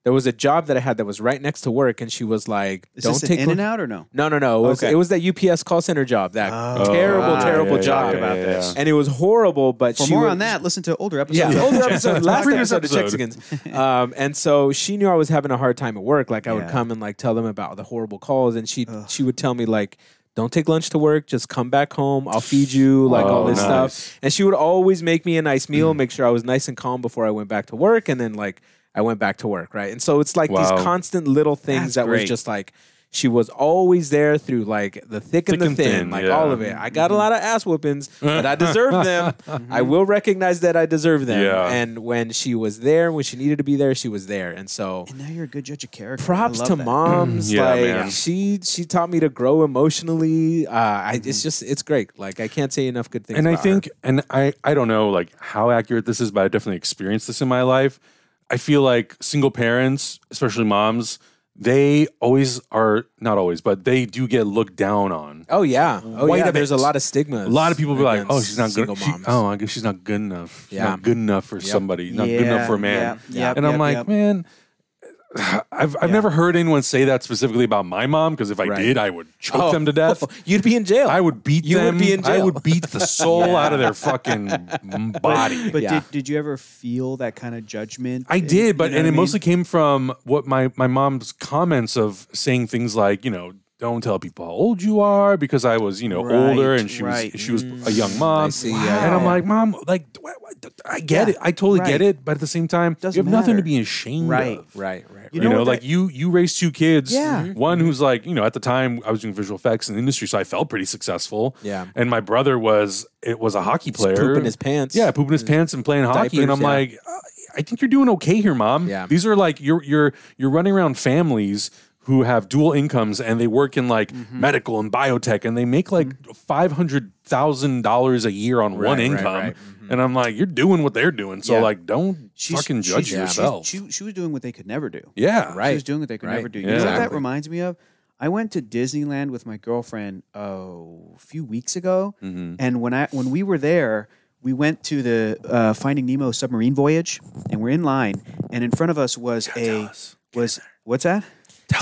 Speaker 2: there was a job that i had that was right next to work and she was like
Speaker 3: Is
Speaker 2: don't
Speaker 3: this
Speaker 2: take
Speaker 3: an in and
Speaker 2: lunch-
Speaker 3: out or no?
Speaker 2: no no no it was,
Speaker 3: Okay. Oh.
Speaker 2: it was that ups call center job that terrible
Speaker 1: Ah,
Speaker 2: terrible
Speaker 1: yeah,
Speaker 2: job
Speaker 1: yeah, yeah, yeah.
Speaker 2: and it was horrible but
Speaker 3: For
Speaker 2: she
Speaker 3: more
Speaker 2: would-
Speaker 3: on that, listen to older episodes.
Speaker 2: yeah,
Speaker 3: of
Speaker 2: older episode, last
Speaker 1: Previous
Speaker 2: episode, of
Speaker 1: episode.
Speaker 2: Chexicans. Um, and so she knew I was having a hard time at work. Like I would
Speaker 3: Yeah.
Speaker 2: come and like tell them about the horrible calls, and she she would tell me like, "Don't take lunch to work. Just come back home. I'll feed you. Like all
Speaker 1: Oh,
Speaker 2: this
Speaker 1: nice.
Speaker 2: stuff." And she would always make me a nice meal, make sure I was nice and calm before I went back to work, and then like I went back to work. Right, and so it's like
Speaker 1: Wow.
Speaker 2: these constant little things
Speaker 3: That's
Speaker 2: that was
Speaker 3: great.
Speaker 2: just like. She was always there through like the thick,
Speaker 1: Thick
Speaker 2: and the
Speaker 1: and
Speaker 2: thin,
Speaker 1: thin,
Speaker 2: like
Speaker 1: yeah.
Speaker 2: all of it. I got a lot of ass whoopings, but I deserve them. I will recognize that I deserve them.
Speaker 1: Yeah.
Speaker 2: And when she was there, when she needed to be there, she was there. And so
Speaker 3: And now you're a good judge of character.
Speaker 2: props to
Speaker 3: mom.
Speaker 2: moms.
Speaker 1: Yeah,
Speaker 2: like
Speaker 1: man.
Speaker 2: she she taught me to grow emotionally. Uh I it's just it's great. Like I can't say enough good things.
Speaker 1: and I
Speaker 2: about her.
Speaker 1: think, and I, I don't know like how accurate this is, but I definitely experienced this in my life. I feel like single parents, especially moms, they always are not always, but they do get looked down on.
Speaker 2: Oh yeah. Oh
Speaker 1: Quite
Speaker 2: yeah,
Speaker 1: a
Speaker 2: there's a
Speaker 1: bit.
Speaker 2: lot of
Speaker 1: A
Speaker 2: stigma.
Speaker 1: lot of people be like, "Oh, she's not good.
Speaker 2: single
Speaker 1: she-
Speaker 2: moms.
Speaker 1: oh, I guess she's not good enough. She's
Speaker 2: Yeah.
Speaker 1: not good enough for somebody. Not good enough for a man."
Speaker 3: Yeah, yep,
Speaker 1: and I'm
Speaker 3: yep,
Speaker 1: like,
Speaker 3: yep.
Speaker 1: man, I've, I've never heard anyone say that specifically about my mom because if I
Speaker 2: Right.
Speaker 1: did, I would choke
Speaker 2: Oh,
Speaker 1: them to death.
Speaker 2: You'd be in jail.
Speaker 1: I would beat
Speaker 2: You would
Speaker 1: them.
Speaker 2: be in
Speaker 1: I
Speaker 2: jail.
Speaker 1: would beat the soul out of their fucking body.
Speaker 3: But
Speaker 2: Yeah.
Speaker 3: did, did you ever feel that kind of judgment?
Speaker 1: I did, but
Speaker 3: You know
Speaker 1: and
Speaker 3: what
Speaker 1: it
Speaker 3: I mean?
Speaker 1: mostly came from what my my mom's comments of saying things like, you know, don't tell people how old you are because I was, you know,
Speaker 3: Right,
Speaker 1: older and she
Speaker 3: right.
Speaker 1: was she was a young mom.
Speaker 2: I see,
Speaker 1: Wow.
Speaker 2: yeah,
Speaker 1: And I'm
Speaker 2: yeah.
Speaker 1: like, mom, like wh- wh- I get
Speaker 3: Yeah,
Speaker 1: it. I totally
Speaker 3: right.
Speaker 1: get it, but at the same time,
Speaker 3: Doesn't
Speaker 1: you have nothing to
Speaker 3: matter.
Speaker 1: be ashamed
Speaker 3: Right.
Speaker 1: of.
Speaker 2: Right, right.
Speaker 1: You,
Speaker 3: You know
Speaker 1: know,
Speaker 3: what
Speaker 1: like
Speaker 3: that-
Speaker 1: you you raised two kids.
Speaker 3: Yeah.
Speaker 2: Mm-hmm.
Speaker 1: One who's like, you know, at the time I was doing visual effects in the industry, so I felt pretty successful.
Speaker 2: Yeah.
Speaker 1: And my brother was it was a hockey player.
Speaker 2: pooping his pants. Mm.
Speaker 1: Yeah, pooping his pants and playing hockey. and I'm
Speaker 2: diapers, yeah.
Speaker 1: like, uh, I think you're doing okay here, mom.
Speaker 2: Yeah.
Speaker 1: These are like you're you're you're running around families who have dual incomes and they work in like
Speaker 2: Mm-hmm.
Speaker 1: medical and biotech and they make like hundred thousand dollars a year on one
Speaker 2: right, Mm-hmm.
Speaker 1: income.
Speaker 2: right.
Speaker 1: And I'm like, you're doing what they're doing. So
Speaker 3: Yeah.
Speaker 1: like don't fucking judge
Speaker 3: she's- she's-
Speaker 1: yourself.
Speaker 3: She, she was doing what they could never do.
Speaker 1: yeah.
Speaker 2: Right.
Speaker 3: She was doing what they could
Speaker 2: Right.
Speaker 3: never do. You
Speaker 1: Yeah.
Speaker 3: know what that
Speaker 2: Exactly.
Speaker 3: reminds me of? I went to Disneyland with my girlfriend oh, a few weeks ago, and when I when we were there, we went to the uh, Finding Nemo submarine voyage, and we're in line, and in front of us was a was what's that?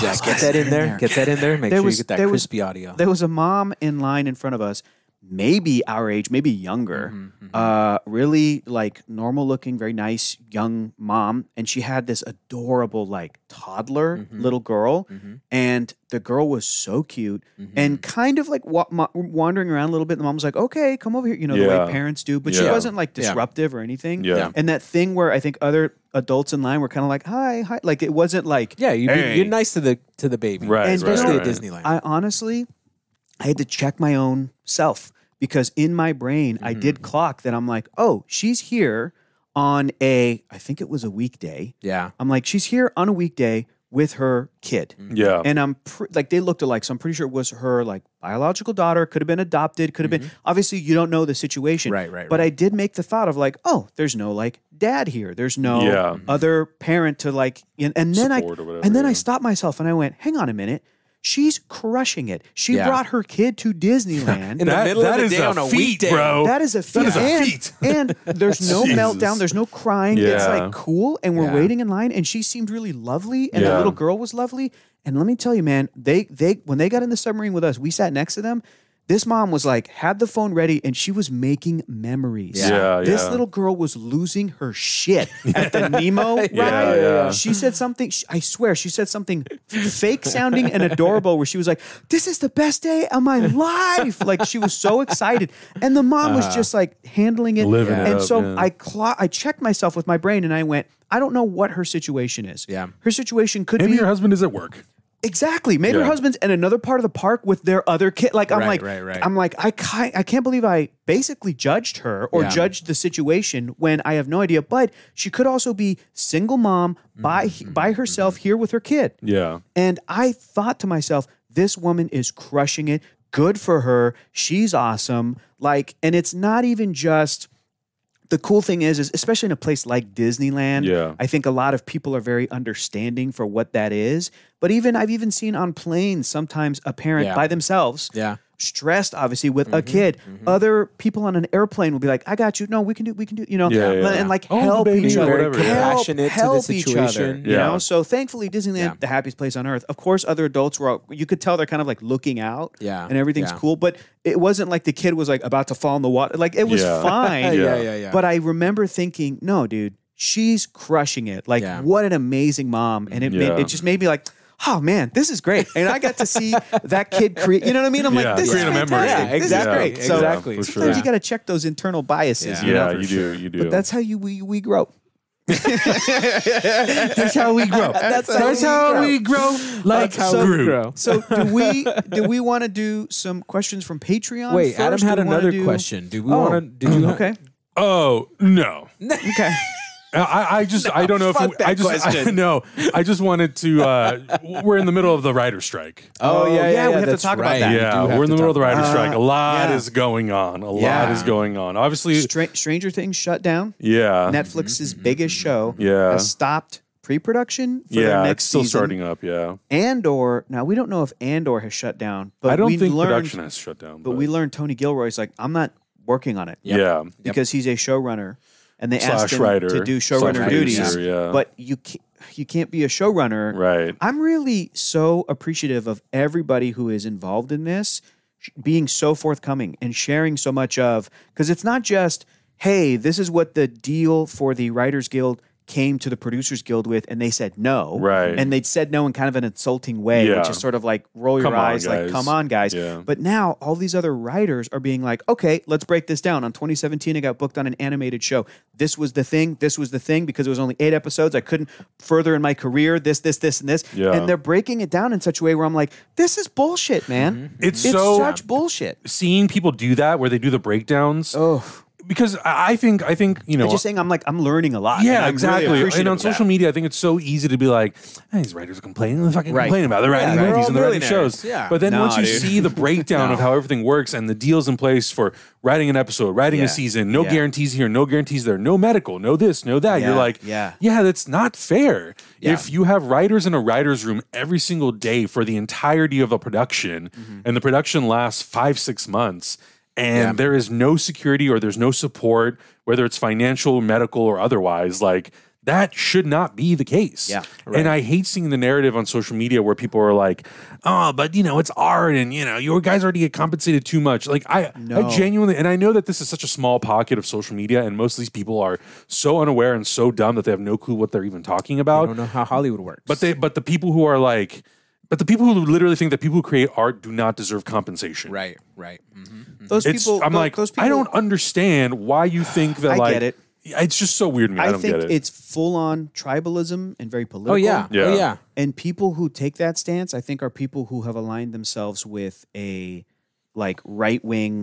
Speaker 2: Yeah, get that in there. Get that in there. Make
Speaker 3: There
Speaker 2: sure
Speaker 3: was-
Speaker 2: you get that
Speaker 3: there was-
Speaker 2: crispy audio.
Speaker 3: There was a mom in line in front of us, maybe our age, maybe younger,
Speaker 2: Mm-hmm.
Speaker 1: Mm-hmm.
Speaker 3: uh, really like normal looking, very nice young mom. And she had this adorable, like toddler
Speaker 1: Mm-hmm.
Speaker 3: little girl.
Speaker 2: Mm-hmm.
Speaker 3: And the girl was so cute
Speaker 1: Mm-hmm.
Speaker 3: and kind of like wa- ma- wandering around a little bit. The mom was like, okay, come over here, you know, the
Speaker 1: Yeah.
Speaker 3: way parents do. But she
Speaker 1: Yeah.
Speaker 3: wasn't like
Speaker 2: Yeah.
Speaker 3: disruptive or anything.
Speaker 1: Yeah. Yeah.
Speaker 3: And that thing where I think other adults in line were kind of like, hi, hi. Like it wasn't like,
Speaker 2: Yeah, you,
Speaker 3: Hey.
Speaker 2: you're nice to the to the baby,
Speaker 1: Right,
Speaker 3: And
Speaker 1: right,
Speaker 2: Especially
Speaker 1: right.
Speaker 2: at Disneyland.
Speaker 3: I honestly, I had to check my own self because in my brain, I
Speaker 2: Mm.
Speaker 3: did clock that I'm like, oh, she's here on a, I think it was a weekday.
Speaker 2: yeah,
Speaker 3: I'm like, she's here on a weekday with her kid.
Speaker 1: Yeah.
Speaker 3: And I'm pr- like, they looked alike. So I'm pretty sure it was her like biological daughter, could have been adopted, could have been, obviously, you don't know the situation.
Speaker 2: Mm-hmm. Right, right,
Speaker 3: But I did make the thought of like, oh, there's no like dad here. There's no
Speaker 1: Yeah.
Speaker 3: other parent to like, and, and then I,
Speaker 1: Support or whatever,
Speaker 3: and then I
Speaker 1: yeah.
Speaker 3: stopped myself and I went, hang on a minute. She's crushing it. She
Speaker 2: Yeah.
Speaker 3: brought her kid to
Speaker 2: In
Speaker 3: Disneyland.
Speaker 2: the
Speaker 1: That-
Speaker 2: middle of
Speaker 1: that
Speaker 2: the
Speaker 1: is
Speaker 2: day
Speaker 1: a
Speaker 2: on a
Speaker 1: feat,
Speaker 2: weekday,
Speaker 1: bro.
Speaker 3: That is a feat.
Speaker 1: is a
Speaker 3: and,
Speaker 1: feat.
Speaker 3: and there's no
Speaker 1: Jesus.
Speaker 3: meltdown. There's no crying. It's
Speaker 1: Yeah.
Speaker 3: like cool. And we're
Speaker 2: Yeah.
Speaker 3: waiting in line. And she seemed really lovely. And the
Speaker 1: Yeah.
Speaker 3: little girl was lovely. And let me tell you, man, they they when they got in the submarine with us, we sat next to them. This mom was like, had the phone ready, and she was making memories.
Speaker 1: Yeah. Yeah,
Speaker 3: this
Speaker 1: yeah.
Speaker 3: little girl was losing her shit at the Nemo ride.
Speaker 1: Yeah, yeah.
Speaker 3: She said something. sh- I swear, she said something fake sounding and adorable. Where she was like, "This is the best day of my life!" Like she was so excited, and the mom was just like handling it.
Speaker 1: Uh-huh. Living it
Speaker 3: and
Speaker 1: up,
Speaker 3: so
Speaker 1: yeah.
Speaker 3: I clo- I checked myself with my brain, and I went, "I don't know what her situation is.
Speaker 2: Yeah.
Speaker 3: her situation could
Speaker 1: Maybe
Speaker 3: be
Speaker 1: your husband is at work.
Speaker 3: Exactly. Maybe her
Speaker 1: Yeah.
Speaker 3: husband's in another part of the park with their other kid. Like I'm
Speaker 2: Right,
Speaker 3: like,
Speaker 2: right, right.
Speaker 3: I'm like, I can't, I can't believe I basically judged her or
Speaker 2: Yeah.
Speaker 3: judged the situation when I have no idea. But she could also be single mom by
Speaker 2: Mm-hmm,
Speaker 3: by herself here with her kid.
Speaker 1: Yeah.
Speaker 3: And I thought to myself, this woman is crushing it. Good for her. She's awesome. Like, and it's not even just the cool thing is, is especially in a place like Disneyland,
Speaker 1: Yeah.
Speaker 3: I think a lot of people are very understanding for what that is. But even I've even seen on planes sometimes a parent
Speaker 2: Yeah. Mm-hmm,
Speaker 3: by themselves,
Speaker 2: Yeah.
Speaker 3: stressed obviously with a kid. Other people on an airplane will be like, "I got you. No, we can do. We can do. You know,
Speaker 1: Yeah, yeah, yeah.
Speaker 3: and like
Speaker 1: Oh, the
Speaker 3: help
Speaker 1: baby,
Speaker 3: each
Speaker 1: or
Speaker 3: other,
Speaker 1: whatever, yeah.
Speaker 3: help,
Speaker 2: Compassionate to the
Speaker 3: help each other.
Speaker 2: situation.
Speaker 3: You
Speaker 1: Yeah.
Speaker 3: know, so thankfully, Disneyland,
Speaker 2: Yeah.
Speaker 3: the happiest place on earth. Of course, other adults were. All, you could tell they're kind of like looking out,
Speaker 2: Yeah,
Speaker 3: and everything's
Speaker 2: yeah.
Speaker 3: cool. But it wasn't like the kid was like about to fall in the water. Like it was
Speaker 1: Yeah.
Speaker 3: fine.
Speaker 1: Yeah.
Speaker 2: yeah, yeah, yeah.
Speaker 3: But I remember thinking, no, dude, she's crushing it. Like,
Speaker 2: Yeah.
Speaker 3: what an amazing mom. And it
Speaker 1: Yeah.
Speaker 3: made, it just made me like, oh man, this is great. And I got to see that kid create. You know what I mean? I'm
Speaker 1: Yeah,
Speaker 3: like, this
Speaker 1: create
Speaker 3: is
Speaker 1: a memory.
Speaker 3: fantastic.
Speaker 1: Yeah,
Speaker 3: This is
Speaker 2: exactly,
Speaker 3: great. So
Speaker 2: exactly.
Speaker 1: Yeah, for
Speaker 3: sometimes
Speaker 1: sure.
Speaker 3: you got to check those internal biases.
Speaker 2: Yeah.
Speaker 3: You know?
Speaker 1: Yeah, you do. You do.
Speaker 3: But that's how you we, we grow. that's how we grow. That's,
Speaker 1: grow
Speaker 2: That's how we
Speaker 1: Groot.
Speaker 2: grow.
Speaker 3: So do we do we want to do some questions from Patreon?
Speaker 2: Wait, Adam
Speaker 3: first? Do
Speaker 2: had
Speaker 3: we wanna
Speaker 2: another
Speaker 3: do-
Speaker 2: question. Do we
Speaker 3: Oh,
Speaker 2: want to? Did you?
Speaker 3: Okay.
Speaker 1: Oh no.
Speaker 3: Okay.
Speaker 1: I, I just I don't know if
Speaker 2: fuck
Speaker 1: we-
Speaker 2: that
Speaker 1: I just I,
Speaker 2: question.
Speaker 1: no I just wanted to uh, we're in the middle of the writer strike
Speaker 2: Oh yeah, yeah.
Speaker 3: yeah, we have to
Speaker 2: that's
Speaker 3: talk about
Speaker 2: right.
Speaker 3: that.
Speaker 2: We
Speaker 1: yeah
Speaker 2: do have
Speaker 1: we're in the
Speaker 2: to
Speaker 1: middle of the
Speaker 2: talk
Speaker 1: writer strike a lot
Speaker 3: yeah.
Speaker 1: is going on a lot
Speaker 2: Yeah.
Speaker 1: is going on obviously
Speaker 3: Stra- Stranger Things shut down.
Speaker 1: yeah
Speaker 3: Netflix's biggest show
Speaker 1: Yeah.
Speaker 3: has stopped pre-production for their
Speaker 1: yeah
Speaker 3: next
Speaker 1: it's still
Speaker 3: season.
Speaker 1: starting up yeah
Speaker 3: Andor now we don't know if Andor has shut down, but
Speaker 1: I don't
Speaker 3: we
Speaker 1: think
Speaker 3: learned,
Speaker 1: production has shut down
Speaker 3: But we learned Tony Gilroy's like I'm not working on it
Speaker 1: yeah
Speaker 3: because he's a showrunner, and they asked
Speaker 1: Slash
Speaker 3: him
Speaker 1: writer,
Speaker 3: to do
Speaker 1: slash
Speaker 3: showrunner duties.
Speaker 1: producer, yeah.
Speaker 3: But you can't, you can't be a showrunner.
Speaker 1: right
Speaker 3: I'm really so appreciative of everybody who is involved in this sh- being so forthcoming and sharing so much of because it's not just hey, this is what the deal for the Writers Guild came to the Producers Guild with, and they said no.
Speaker 1: Right.
Speaker 3: And they'd said no in kind of an insulting way,
Speaker 1: Yeah.
Speaker 3: which is sort of like roll your
Speaker 1: Come on,
Speaker 3: eyes,
Speaker 1: guys.
Speaker 3: like come on, guys.
Speaker 1: Yeah.
Speaker 3: But now all these other writers are being like, okay, let's break this down. On 2017, I got booked on an animated show. This was the thing. This was the thing because it was only eight episodes. I couldn't further in my career. This, this, this, and this.
Speaker 1: Yeah.
Speaker 3: And they're breaking it down in such a way where I'm like, this is bullshit, man.
Speaker 1: Mm-hmm. It's so-
Speaker 3: such bullshit.
Speaker 1: Seeing people do that where they do the breakdowns.
Speaker 3: Oh,
Speaker 1: Because I I think I think, you know,
Speaker 3: I'm just saying. I'm like, I'm learning a lot. and
Speaker 1: Yeah,
Speaker 3: I'm
Speaker 1: exactly.
Speaker 3: Really
Speaker 1: and on social
Speaker 3: media,
Speaker 1: media, I think it's so easy to be like, "Hey, these writers are complaining. They're fucking
Speaker 3: Right.
Speaker 1: complaining about it. they're writing
Speaker 2: they're
Speaker 1: movies
Speaker 2: all
Speaker 1: and they're writing
Speaker 2: millionaires.
Speaker 1: shows."
Speaker 2: Yeah.
Speaker 1: But then
Speaker 3: Nah,
Speaker 1: once you
Speaker 3: dude.
Speaker 1: see the breakdown of how everything works and the deals in place for writing an episode, writing
Speaker 3: Yeah.
Speaker 1: a season, no
Speaker 3: Yeah.
Speaker 1: guarantees here, no guarantees there, no medical, no this, no that, you're
Speaker 3: Yeah.
Speaker 1: like,
Speaker 3: Yeah.
Speaker 1: yeah, that's not fair.
Speaker 3: Yeah.
Speaker 1: If you have writers in a writer's room every single day for the entirety of a production
Speaker 3: Mm-hmm.
Speaker 1: and the production lasts five, six months, and there is no security or there's no support, whether it's financial, medical, or otherwise, like that should not be the case.
Speaker 3: Yeah.
Speaker 1: And I hate seeing the narrative on social media where people are like, oh, but you know, it's art and you know, your guys already get compensated too much. Like I I genuinely and I know that this is such a small pocket of social media and most of these people are so unaware and so dumb that they have no clue what they're even talking
Speaker 2: I
Speaker 1: about.
Speaker 2: don't know how Hollywood works.
Speaker 1: But they but the people who are like but the people who literally think that people who create art do not deserve compensation.
Speaker 2: right, right. Mm-hmm.
Speaker 3: those
Speaker 1: It's
Speaker 3: people.
Speaker 1: I'm
Speaker 3: tho-
Speaker 1: like
Speaker 3: those people,
Speaker 1: I don't understand why you think that
Speaker 3: I
Speaker 1: like
Speaker 3: get it.
Speaker 1: it's just so weird to me. I,
Speaker 3: I,
Speaker 1: don't
Speaker 3: think
Speaker 1: get it.
Speaker 3: it's full on tribalism and very political.
Speaker 2: Oh yeah,
Speaker 1: Yeah.
Speaker 2: oh yeah.
Speaker 3: And people who take that stance, I think, are people who have aligned themselves with a like right wing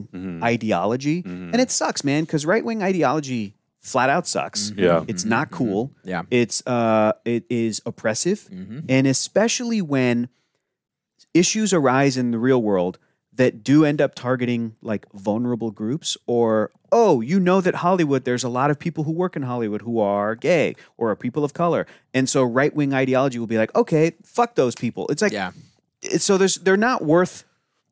Speaker 3: ideology, and it sucks, man, because right wing ideology flat out sucks.
Speaker 1: Yeah.
Speaker 3: it's not cool.
Speaker 2: Yeah.
Speaker 3: it's uh, it is oppressive, and especially when issues arise in the real world that do end up targeting like vulnerable groups or oh you know that hollywood there's a lot of people who work in hollywood who are gay or are people of color and so right-wing ideology will be like okay fuck those people it's like
Speaker 2: Yeah.
Speaker 3: it's- so there's they're not worth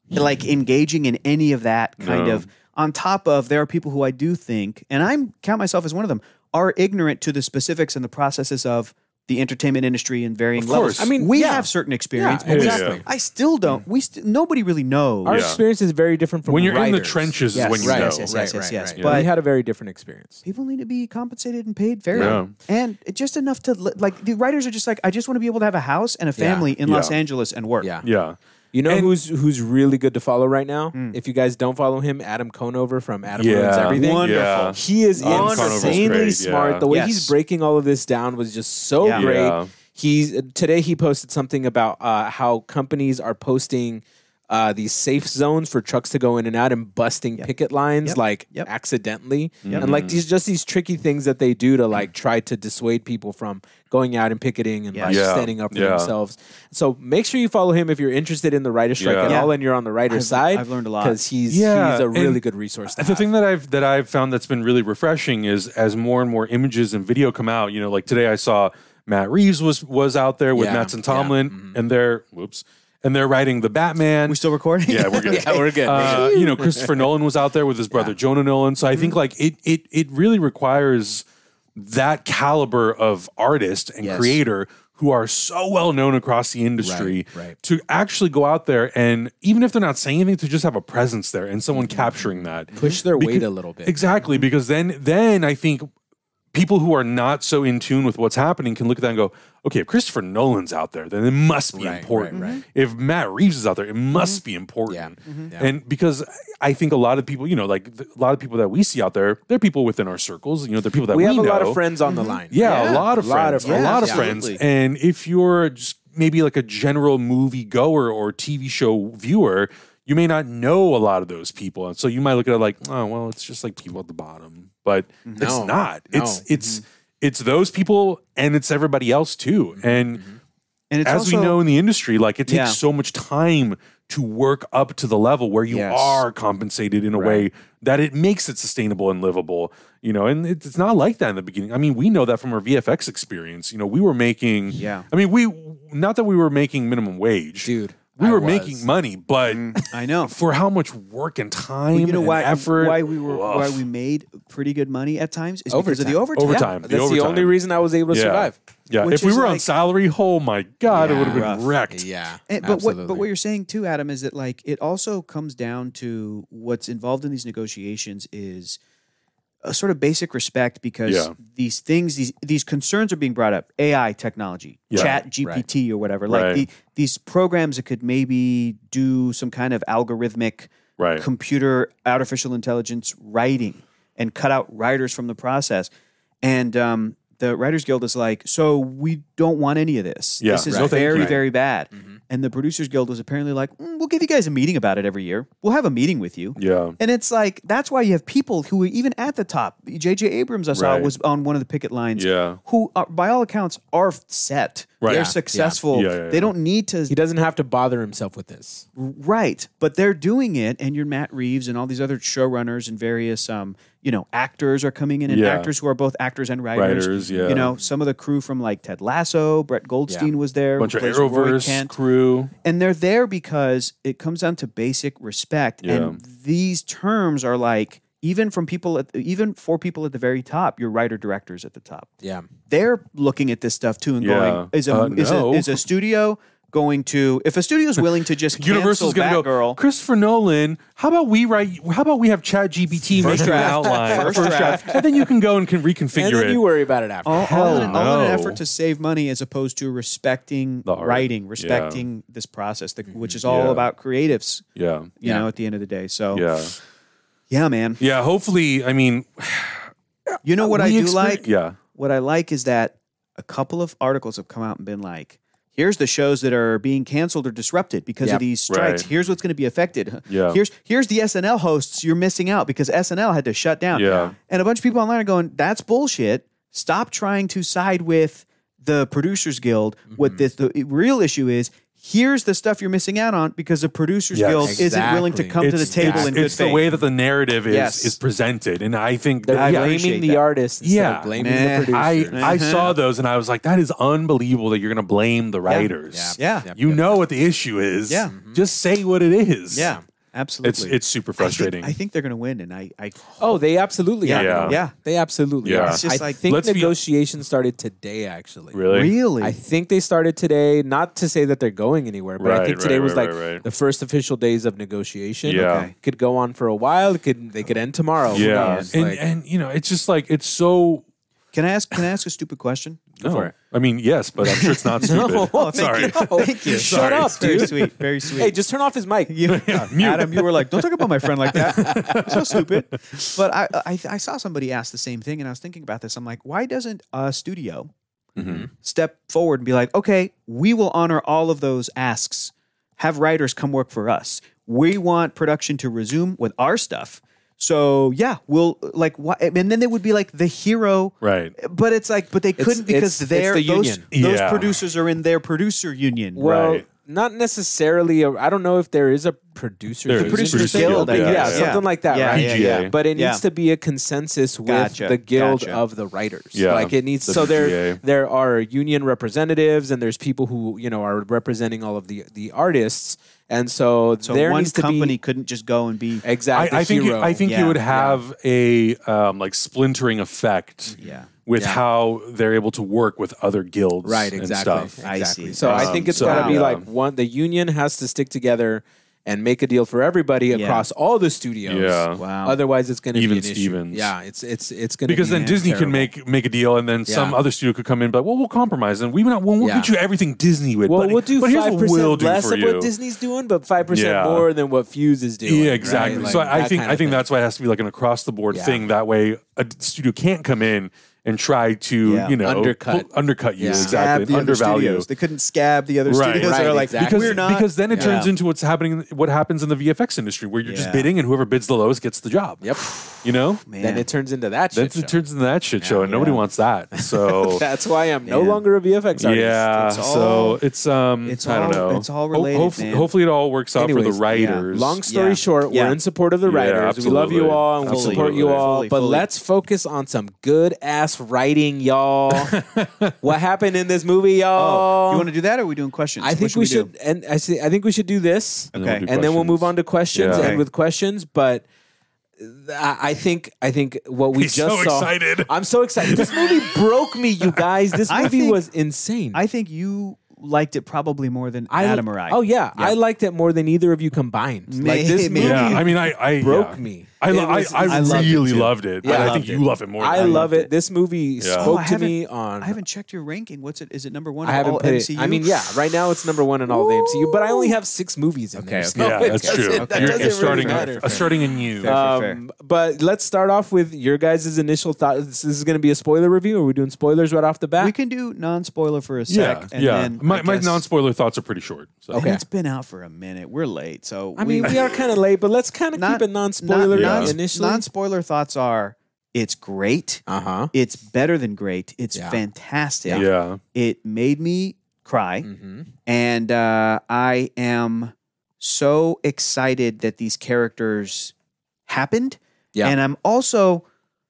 Speaker 3: like engaging in any of that kind
Speaker 1: No.
Speaker 3: of on top of there are people who i do think and i'm count myself as one of them are ignorant to the specifics and the processes of the entertainment industry in varying
Speaker 1: Of
Speaker 3: levels.
Speaker 1: course.
Speaker 2: I mean,
Speaker 3: we
Speaker 2: yeah.
Speaker 3: have certain experience,
Speaker 2: Yeah,
Speaker 3: but we
Speaker 1: exactly.
Speaker 3: I still don't. We st- nobody really knows.
Speaker 2: Our
Speaker 1: Yeah.
Speaker 2: experience is very different from
Speaker 1: when you're in the
Speaker 2: writers.
Speaker 1: trenches
Speaker 3: Yes.
Speaker 1: is when you
Speaker 2: Right,
Speaker 1: know.
Speaker 3: yes, yes, yes, yes,
Speaker 2: right,
Speaker 3: yes.
Speaker 2: right.
Speaker 3: But
Speaker 2: we had a very different experience.
Speaker 3: people need to be compensated and paid fairly,
Speaker 1: Yeah.
Speaker 3: and it- just enough to li- like the writers are just like I just want to be able to have a house and a family in
Speaker 1: Yeah.
Speaker 3: Los Angeles and work.
Speaker 2: Yeah.
Speaker 1: Yeah.
Speaker 2: You know
Speaker 1: And-
Speaker 2: who's who's really good to follow right now? If you guys don't follow him, Adam Conover from Adam Ruins
Speaker 1: Yeah.
Speaker 2: Everything.
Speaker 3: Wonderful.
Speaker 1: Yeah.
Speaker 2: He is
Speaker 1: Adam Conover's
Speaker 2: insanely
Speaker 1: great,
Speaker 2: smart.
Speaker 1: yeah.
Speaker 2: The way
Speaker 3: Yes.
Speaker 2: he's breaking all of this down was just so
Speaker 3: Yeah.
Speaker 2: great.
Speaker 1: Yeah.
Speaker 2: He's today he posted something about uh, how companies are posting uh, these safe zones for trucks to go in and out and busting picket lines
Speaker 3: Yep.
Speaker 2: like
Speaker 3: Yep.
Speaker 2: accidentally
Speaker 1: Mm-hmm.
Speaker 2: and like these just these tricky things that they do to like try to dissuade people from going out and picketing and like
Speaker 1: Yeah.
Speaker 2: standing up for
Speaker 1: Yeah.
Speaker 2: themselves. So make sure you follow him if you're interested in the writer's strike
Speaker 1: Yeah.
Speaker 2: at
Speaker 1: Yeah.
Speaker 2: all and you're on the writer's
Speaker 3: I've-
Speaker 2: side.
Speaker 3: I've learned a lot.
Speaker 2: because he's
Speaker 1: Yeah,
Speaker 2: he's a really
Speaker 1: and
Speaker 2: good resource. To
Speaker 1: The thing that I've that I've found that's been really refreshing is as more and more images and video come out. You know, like today I saw Matt Reeves was was out there with
Speaker 2: Yeah,
Speaker 1: Matt and
Speaker 2: yeah, Mm-hmm.
Speaker 1: Tomlin, and they're whoops, and they're writing the Batman.
Speaker 3: we still recording.
Speaker 1: yeah, we're good.
Speaker 2: we're good.
Speaker 1: Uh, you know, Christopher Nolan was out there with his brother Jonah Nolan. So I think
Speaker 2: Mm-hmm.
Speaker 1: like it it it really requires that caliber of artist and
Speaker 2: Yes.
Speaker 1: creator who are so well known across the industry
Speaker 2: Right, right.
Speaker 1: to actually go out there and even if they're not saying anything to just have a presence there and someone
Speaker 2: Mm-hmm,
Speaker 1: capturing that
Speaker 2: push their weight
Speaker 1: Because-
Speaker 2: a little bit.
Speaker 1: Exactly, because then then I think people who are not so in tune with what's happening can look at that and go, okay, if Christopher Nolan's out there, then it must be
Speaker 2: Right, right,
Speaker 1: important. Mm-hmm.
Speaker 2: right. Mm-hmm.
Speaker 1: If Matt Reeves is out there, it must be important.
Speaker 2: Yeah, mhm. Yeah.
Speaker 1: And because I think a lot of people, you know, like th- a lot of people that we see out there, they're people within our circles. You know, they're people that
Speaker 2: we
Speaker 1: we,
Speaker 2: have a
Speaker 1: know.
Speaker 2: lot of friends on the line.
Speaker 1: Yeah, a lot of
Speaker 2: lot
Speaker 1: friends.
Speaker 2: of
Speaker 1: a
Speaker 2: friends,
Speaker 1: lot of
Speaker 2: Mm-hmm. yeah.
Speaker 1: friends.
Speaker 3: Absolutely.
Speaker 1: And if you're just maybe like a general movie goer or TV show viewer, you may not know a lot of those people. And so you might look at it like, oh, well, it's just like people at the bottom. But
Speaker 2: No,
Speaker 1: it's not.
Speaker 2: no. Mm-hmm.
Speaker 1: It's it's it's those people and it's everybody else too. And
Speaker 2: Mm-hmm.
Speaker 3: and it's
Speaker 1: as
Speaker 3: also,
Speaker 1: we know in the industry, like it takes
Speaker 3: Yeah.
Speaker 1: so much time to work up to the level where you
Speaker 3: Yes.
Speaker 1: are compensated in a way that it makes it sustainable and livable. You know, and it's it's not like that in the beginning. I mean, we know that from our VFX experience. You know, we were making.
Speaker 3: Yeah.
Speaker 1: I mean, we not that we were making minimum wage,
Speaker 2: Dude,
Speaker 1: We
Speaker 2: I
Speaker 1: were
Speaker 2: was.
Speaker 1: making money, but
Speaker 3: I know.
Speaker 1: for how much work and time,
Speaker 3: Mm-hmm. Well, you know
Speaker 1: and
Speaker 3: why
Speaker 1: effort,
Speaker 3: why we were
Speaker 1: Woof.
Speaker 3: why we made pretty good money at times is because of
Speaker 2: Overtime.
Speaker 3: the overtime.
Speaker 1: Overtime.
Speaker 2: That's
Speaker 1: the
Speaker 2: the
Speaker 1: overtime.
Speaker 2: only reason I was able to
Speaker 1: yeah.
Speaker 2: survive.
Speaker 1: Yeah,
Speaker 3: Which
Speaker 1: if we
Speaker 3: is
Speaker 1: were on
Speaker 3: like-
Speaker 1: salary, oh my god, it would have been
Speaker 3: Rough.
Speaker 1: wrecked.
Speaker 2: Yeah,
Speaker 3: And, but what but what you're saying too, Adam, is that like it also comes down to what's involved in these negotiations is a sort of basic respect because
Speaker 1: Yeah.
Speaker 3: these things, these these concerns are being brought up. AI technology,
Speaker 1: Yeah.
Speaker 3: Chat GPT or whatever, like
Speaker 1: Right.
Speaker 3: the, these programs that could maybe do some kind of algorithmic
Speaker 1: Right.
Speaker 3: computer artificial intelligence writing and cut out writers from the process. And um, the Writers Guild is like, so we don't want any of this.
Speaker 1: Yeah,
Speaker 3: this is
Speaker 1: right. No, thank
Speaker 3: very,
Speaker 1: you.
Speaker 3: very bad.
Speaker 1: Mm-hmm.
Speaker 3: And the Producers Guild was apparently like, "Mm, we'll give you guys a meeting about it every year. We'll have a meeting with you.
Speaker 1: Yeah.
Speaker 3: And it's like, that's why you have people who are even at the top. J.J. Abrams, I saw,
Speaker 1: Right.
Speaker 3: was on one of the picket lines.
Speaker 1: Yeah.
Speaker 3: Who, are, by all accounts, are set.
Speaker 1: Right.
Speaker 3: They're
Speaker 1: Yeah, yeah.
Speaker 3: successful.
Speaker 1: Yeah, yeah,
Speaker 3: They
Speaker 1: yeah.
Speaker 3: don't need to
Speaker 2: He doesn't have to bother himself with this.
Speaker 3: Right, but they're doing it, and your Matt Reeves and all these other showrunners and various, um, you know, actors are coming in, and
Speaker 1: Yeah.
Speaker 3: actors who are both actors and writers.
Speaker 1: Writers, yeah.
Speaker 3: You know, some of the crew from like Ted Lasso, Brett Goldstein was there,
Speaker 1: bunch
Speaker 3: who
Speaker 1: of
Speaker 3: plays Roy
Speaker 1: Arrowverse
Speaker 3: Kent.
Speaker 1: crew.
Speaker 3: and they're there because it comes down to basic respect, and these terms are like even from people, at, even for people at the very top, your writer directors at the top
Speaker 2: Yeah.
Speaker 3: they're looking at this stuff too and
Speaker 1: Yeah.
Speaker 3: going, is a,
Speaker 1: Uh,
Speaker 3: is, a
Speaker 1: no.
Speaker 3: is a studio going to if a studio is willing to just cancel
Speaker 1: Universal's going to go,
Speaker 3: Batgirl,
Speaker 1: Christopher Nolan, how about we write, how about we have Chat GBT make you an
Speaker 3: draft.
Speaker 1: outline,
Speaker 3: First
Speaker 1: and then you can go and can
Speaker 2: And
Speaker 1: reconfigure
Speaker 2: then
Speaker 1: it.
Speaker 2: you worry about it after.
Speaker 3: all, all in, all in an
Speaker 1: no.
Speaker 3: effort to save money as opposed to respecting
Speaker 1: The art.
Speaker 3: writing,
Speaker 1: Yeah.
Speaker 3: respecting this process, the, which is all
Speaker 1: Yeah.
Speaker 3: about creatives.
Speaker 1: yeah.
Speaker 3: You
Speaker 2: Yeah.
Speaker 3: know, at the end of the day. So
Speaker 1: Yeah.
Speaker 3: yeah, man.
Speaker 1: Yeah. Hopefully, I mean,
Speaker 3: You know what I
Speaker 1: Uh, we
Speaker 3: do
Speaker 1: exper-
Speaker 3: like?
Speaker 1: Yeah.
Speaker 3: What I like is that a couple of articles have come out and been like, here's the shows that are being canceled or disrupted because
Speaker 2: Yep.
Speaker 3: of these strikes.
Speaker 1: Right.
Speaker 3: Here's what's going to be affected.
Speaker 1: Yeah.
Speaker 3: Here's here's the SNL hosts you're missing out because SNL had to shut down.
Speaker 1: Yeah.
Speaker 3: And a bunch of people online are going, that's bullshit. Stop trying to side with the producers guild.
Speaker 1: Mm-hmm.
Speaker 3: What this the real issue is Here's the stuff you're missing out on because the producers
Speaker 1: Yes.
Speaker 3: guild isn't willing to
Speaker 2: Exactly.
Speaker 3: come to the table
Speaker 1: it's,
Speaker 3: in good
Speaker 1: it's the
Speaker 3: faith.
Speaker 1: way that the narrative is
Speaker 3: Yes.
Speaker 1: is presented, and I think
Speaker 2: They're
Speaker 1: that- yeah,
Speaker 3: appreciate
Speaker 2: blaming the
Speaker 3: that.
Speaker 2: artist instead
Speaker 1: Yeah.
Speaker 2: of blaming
Speaker 3: Man,
Speaker 2: the producer.
Speaker 1: I, I saw those and I was like, that is unbelievable that you're going to blame the writers.
Speaker 3: Uh-huh. Yeah.
Speaker 2: Yep,
Speaker 1: You
Speaker 2: yep,
Speaker 1: know what the issue is.
Speaker 3: Yeah.
Speaker 1: Just say what it is.
Speaker 3: yeah, absolutely.
Speaker 1: It's it's super
Speaker 3: I think-
Speaker 1: frustrating.
Speaker 3: I think, they're going to win, and I, I
Speaker 2: Oh, they absolutely
Speaker 3: Yeah.
Speaker 2: are.
Speaker 1: Yeah.
Speaker 3: Yeah.
Speaker 2: They absolutely
Speaker 1: Yeah.
Speaker 2: are.
Speaker 1: It's
Speaker 3: just
Speaker 2: I
Speaker 3: like-
Speaker 2: think
Speaker 1: Let's be-
Speaker 2: negotiations started today, actually.
Speaker 1: really?
Speaker 3: really
Speaker 2: I think they started today, not to say that they're going anywhere, but I
Speaker 1: Right,
Speaker 2: think today
Speaker 1: right,
Speaker 2: was
Speaker 1: right,
Speaker 2: like
Speaker 1: right, right.
Speaker 2: the first official days of negotiation.
Speaker 1: Yeah.
Speaker 3: Okay.
Speaker 2: Could go on for a while. It could they could end tomorrow. Who
Speaker 1: Yeah.
Speaker 2: knows?
Speaker 1: And
Speaker 2: Like-
Speaker 1: and you know, it's just like it's so
Speaker 3: Can I ask? Can I ask a stupid question?
Speaker 1: no.
Speaker 2: for it.
Speaker 1: I mean, yes, but I'm sure it's not stupid. Sorry.
Speaker 2: Oh, Shut
Speaker 1: Sorry.
Speaker 2: up,
Speaker 3: Very
Speaker 2: dude.
Speaker 3: sweet. Very sweet.
Speaker 2: Hey, just turn off his mic.
Speaker 3: you,
Speaker 1: Yeah, mute.
Speaker 3: Adam, you were like, "Don't talk about my friend like that." so stupid. But I, I, I saw somebody ask the same thing, and I was thinking about this. I'm like, why doesn't a studio Mm-hmm.
Speaker 1: Mhm.
Speaker 3: step forward and be like, "Okay, we will honor all of those asks. Have writers come work for us. We want production to resume with our stuff." So yeah, we'll like why, and then they would be like the hero
Speaker 1: Right.
Speaker 3: But it's like, but they couldn't because
Speaker 2: it's- it's
Speaker 3: they're
Speaker 2: the
Speaker 3: those,
Speaker 2: union.
Speaker 3: those
Speaker 1: Yeah.
Speaker 3: producers are in their producer union.
Speaker 2: Well,
Speaker 1: Right.
Speaker 2: not necessarily. I I don't know if there is a producer.
Speaker 1: There
Speaker 2: union.
Speaker 1: is.
Speaker 3: Producer
Speaker 1: Producer
Speaker 3: guild,
Speaker 1: guild,
Speaker 3: I
Speaker 1: yeah,
Speaker 2: yeah,
Speaker 3: guess.
Speaker 1: yeah.
Speaker 2: something like that,
Speaker 3: Yeah,
Speaker 2: right?
Speaker 3: yeah,
Speaker 1: PGA.
Speaker 3: yeah.
Speaker 2: But it
Speaker 3: Yeah.
Speaker 2: needs to be a consensus with
Speaker 3: Gotcha,
Speaker 2: the guild
Speaker 3: gotcha.
Speaker 2: of the writers.
Speaker 1: Yeah,
Speaker 2: like it needs.
Speaker 1: the
Speaker 2: So there,
Speaker 1: PGA.
Speaker 2: there are union representatives, and there's people who you know are representing all of the the artists, and so,
Speaker 3: So
Speaker 2: there
Speaker 3: one
Speaker 2: needs to
Speaker 3: company
Speaker 2: be
Speaker 3: couldn't just go and be.
Speaker 2: exactly.
Speaker 1: I, I think it,
Speaker 2: hero.
Speaker 1: I think
Speaker 3: Yeah,
Speaker 1: it would
Speaker 3: yeah.
Speaker 1: have a um, like splintering effect.
Speaker 3: Yeah.
Speaker 1: With
Speaker 2: Yeah.
Speaker 1: how they're able to work with other guilds,
Speaker 2: Right,
Speaker 1: and
Speaker 2: exactly.
Speaker 1: stuff.
Speaker 3: I
Speaker 2: exactly.
Speaker 3: see.
Speaker 2: So I
Speaker 1: Um,
Speaker 2: think it's
Speaker 1: so,
Speaker 2: got to be
Speaker 1: yeah.
Speaker 2: like one. The union has to stick together and make a deal for everybody across all the studios.
Speaker 1: Yeah.
Speaker 3: Wow.
Speaker 2: Otherwise, it's going to be
Speaker 1: Even
Speaker 2: an issue.
Speaker 1: Stevens.
Speaker 2: Yeah, it's it's it's going to
Speaker 1: because then Disney can make make a deal, and then some
Speaker 2: Yeah.
Speaker 1: other studio could come in, but well, we'll compromise, and we won't we'll,
Speaker 2: Yeah.
Speaker 1: get you everything Disney would.
Speaker 2: Well,
Speaker 1: but,
Speaker 2: we'll do
Speaker 1: but here's
Speaker 2: five
Speaker 1: what we'll
Speaker 2: percent
Speaker 1: do
Speaker 2: less
Speaker 1: for
Speaker 2: of
Speaker 1: you.
Speaker 2: what Disney's doing, but five percent
Speaker 1: Yeah.
Speaker 2: more than what Fuse is doing.
Speaker 1: yeah, exactly.
Speaker 2: right?
Speaker 1: so
Speaker 2: Like
Speaker 1: I
Speaker 2: that
Speaker 1: think
Speaker 2: kind
Speaker 1: I
Speaker 2: of
Speaker 1: think
Speaker 2: thing.
Speaker 1: that's why it has to be like an across the board
Speaker 2: Yeah.
Speaker 1: thing. That way, a d- studio can't come in and try to
Speaker 3: Yeah.
Speaker 1: you know
Speaker 2: Undercut.
Speaker 1: bu- undercut you
Speaker 2: Yeah.
Speaker 1: exactly, and undervalue.
Speaker 3: They couldn't scab the other
Speaker 1: Right.
Speaker 3: studios.
Speaker 2: Right,
Speaker 3: They're like,
Speaker 2: exactly.
Speaker 1: Because,
Speaker 3: we're not.
Speaker 1: because then it
Speaker 3: Yeah.
Speaker 1: turns into what's happening, what happens in the VFX industry, where you're
Speaker 3: Yeah.
Speaker 1: just bidding, and whoever bids the lowest gets the job.
Speaker 2: Yep.
Speaker 1: You know,
Speaker 3: man,
Speaker 2: Then it turns into that.
Speaker 1: then
Speaker 2: Shit
Speaker 1: it
Speaker 2: show.
Speaker 1: turns into that shit show, and nobody wants that. So
Speaker 2: That's why I'm no
Speaker 3: Man.
Speaker 2: longer a VFX artist.
Speaker 1: Yeah,
Speaker 3: It's all-
Speaker 1: so it's um,
Speaker 3: it's
Speaker 1: I don't
Speaker 3: all-
Speaker 1: know.
Speaker 3: it's all
Speaker 1: Ho-
Speaker 3: related,
Speaker 1: hopefully,
Speaker 3: man.
Speaker 1: hopefully it all works out for
Speaker 2: Anyways,
Speaker 1: the
Speaker 2: yeah.
Speaker 1: writers.
Speaker 2: Long story
Speaker 3: Yeah.
Speaker 2: short,
Speaker 3: Yeah.
Speaker 2: we're in support of the
Speaker 1: Yeah,
Speaker 2: writers. we love you
Speaker 1: absolutely.
Speaker 2: all and we'll support you
Speaker 1: Absolutely.
Speaker 2: all.
Speaker 3: Fully,
Speaker 2: but
Speaker 3: fully.
Speaker 2: let's focus on some good ass writing, y'all. what happened in this movie,
Speaker 3: Oh,
Speaker 2: y'all?
Speaker 3: you want to do that, or are we doing questions?
Speaker 2: I
Speaker 3: What
Speaker 2: think we
Speaker 3: do?
Speaker 2: should, and I see, I think we should do this.
Speaker 1: And then
Speaker 3: Okay.
Speaker 1: we'll do
Speaker 2: and then we'll move
Speaker 1: questions.
Speaker 2: on to questions
Speaker 1: Yeah.
Speaker 2: and
Speaker 1: Okay.
Speaker 2: with questions but th- I I think I think what we
Speaker 1: He's
Speaker 2: just
Speaker 1: so
Speaker 2: saw.
Speaker 1: excited.
Speaker 2: I'm so excited. This movie broke me, you guys. This
Speaker 3: I
Speaker 2: movie
Speaker 3: think-
Speaker 2: was insane.
Speaker 3: I think you liked it probably more than Adam or I.
Speaker 2: Oh yeah, I liked it more than either of you combined. Like this
Speaker 3: Maybe.
Speaker 2: movie
Speaker 1: Yeah, I mean, I, I
Speaker 2: broke
Speaker 1: yeah.
Speaker 2: me.
Speaker 1: I, lo-
Speaker 2: It was-
Speaker 1: I, I,
Speaker 3: I loved it
Speaker 1: really
Speaker 3: too.
Speaker 1: loved it.
Speaker 2: Yeah,
Speaker 1: but
Speaker 2: I
Speaker 1: I, think
Speaker 2: loved
Speaker 1: you love it more.
Speaker 2: I
Speaker 1: than
Speaker 2: love
Speaker 1: do.
Speaker 2: it. This movie
Speaker 3: Oh,
Speaker 2: spoke
Speaker 3: I
Speaker 2: to
Speaker 3: haven't-
Speaker 2: me on.
Speaker 3: I haven't checked your ranking. What's it? Is it number one?
Speaker 2: I
Speaker 3: on
Speaker 2: haven't
Speaker 3: all
Speaker 2: put
Speaker 3: MCU?
Speaker 2: it. I mean, yeah, right now it's number one in all the MCU, but I only have six movies in there.
Speaker 4: okay.
Speaker 2: so
Speaker 1: Yeah,
Speaker 2: it
Speaker 1: that's
Speaker 2: doesn't-
Speaker 1: true.
Speaker 2: that
Speaker 1: You're,
Speaker 2: doesn't
Speaker 1: you're
Speaker 2: really
Speaker 1: starting
Speaker 2: matter.
Speaker 1: a, starting a new.
Speaker 3: Fair.
Speaker 2: Um, but let's start off with your guys' initial thoughts. This is going to be a spoiler review. Are we doing spoilers right off the bat?
Speaker 3: We can do non-spoiler for a
Speaker 1: yeah,
Speaker 3: sec. and
Speaker 1: yeah.
Speaker 3: Then
Speaker 1: my
Speaker 3: I
Speaker 1: my
Speaker 3: guess-
Speaker 1: non spoiler thoughts are pretty short. So.
Speaker 3: And
Speaker 2: Okay.
Speaker 3: it's been out for a minute. We're late, so
Speaker 2: I mean, we are kind of late, but let's kind of
Speaker 3: Not-
Speaker 2: keep it non-spoiler
Speaker 1: not- Yeah.
Speaker 2: initially.
Speaker 3: Non-spoiler thoughts are: it's great.
Speaker 2: uh
Speaker 1: Uh-huh.
Speaker 2: huh.
Speaker 3: It's better than great. It's
Speaker 2: Yeah.
Speaker 3: fantastic.
Speaker 1: Yeah.
Speaker 3: It made me cry,
Speaker 2: Mm-hmm.
Speaker 3: and uh, I am so excited that these characters happened.
Speaker 2: Yeah.
Speaker 3: and I'm also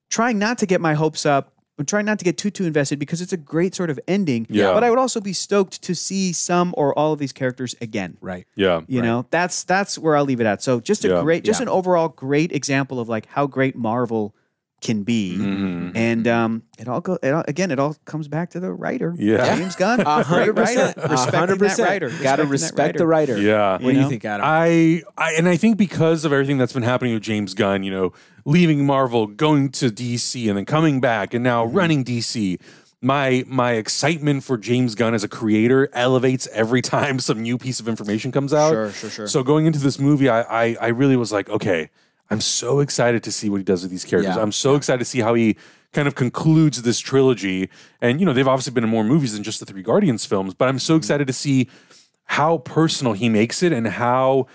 Speaker 3: trying not to get my hopes up. I'm trying not to get too too invested because it's a great sort of ending.
Speaker 1: Yeah.
Speaker 3: But I would also be stoked to see some or all of these characters again.
Speaker 2: Right.
Speaker 1: Yeah.
Speaker 3: You know, that's that's where I'll leave it at. So just a
Speaker 1: Yeah.
Speaker 3: great, just
Speaker 2: Yeah.
Speaker 3: an overall great example of like how great Marvel can be.
Speaker 1: Mhm.
Speaker 3: And um, it all go it all, again. It all comes back to the writer,
Speaker 1: Yeah.
Speaker 3: James Gunn,
Speaker 2: A
Speaker 3: great
Speaker 2: hundred
Speaker 3: writer,
Speaker 2: percent. A
Speaker 3: respecting
Speaker 2: hundred
Speaker 3: that
Speaker 2: percent.
Speaker 3: writer.
Speaker 2: Gotta
Speaker 3: respecting that
Speaker 2: respect the writer.
Speaker 1: Yeah.
Speaker 2: What
Speaker 3: You
Speaker 2: do
Speaker 3: know?
Speaker 2: you think, Adam?
Speaker 1: I, I and I think because of everything that's been happening with James Gunn, you know, leaving Marvel, going to DC, and then coming back, and
Speaker 3: Mm-hmm.
Speaker 1: now running DC. My my excitement for James Gunn as a creator elevates every time some new piece of information comes out.
Speaker 3: Sure, sure, sure.
Speaker 1: So going into this movie, I I, I really was like, okay, I'm so excited to see what he does with these characters.
Speaker 2: Yeah.
Speaker 1: I'm so excited to see how he kind of concludes this trilogy. And you know, they've obviously been in more movies than just the three Guardians films, but I'm so
Speaker 2: Mm-hmm.
Speaker 1: excited to see how personal he makes it and how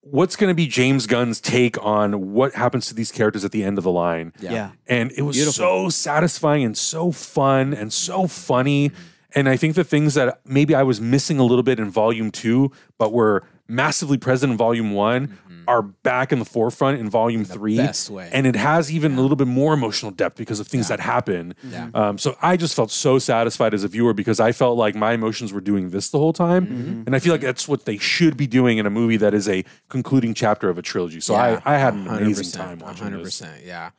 Speaker 1: what's going to be James Gunn's take on what happens to these characters at the end of the line.
Speaker 3: Yeah. yeah,
Speaker 1: And it was
Speaker 3: Beautiful.
Speaker 1: so satisfying and so fun and so funny. And I think the things that maybe I was missing a little bit in volume two, but were massively present in volume one, are back in the forefront in volume three.
Speaker 2: Mm-hmm. best way.
Speaker 1: And it has even a little bit more emotional depth because of things that happen.
Speaker 2: Yeah.
Speaker 1: Um, so I just felt so satisfied as a viewer because I felt like my emotions were doing this the whole time.
Speaker 2: Mm-hmm.
Speaker 1: And I feel like that's what they should be doing in a movie that is a concluding chapter of a trilogy. So
Speaker 2: Yeah.
Speaker 1: I, I had an
Speaker 2: 100%,
Speaker 1: amazing time watching this.
Speaker 2: 100%, yeah.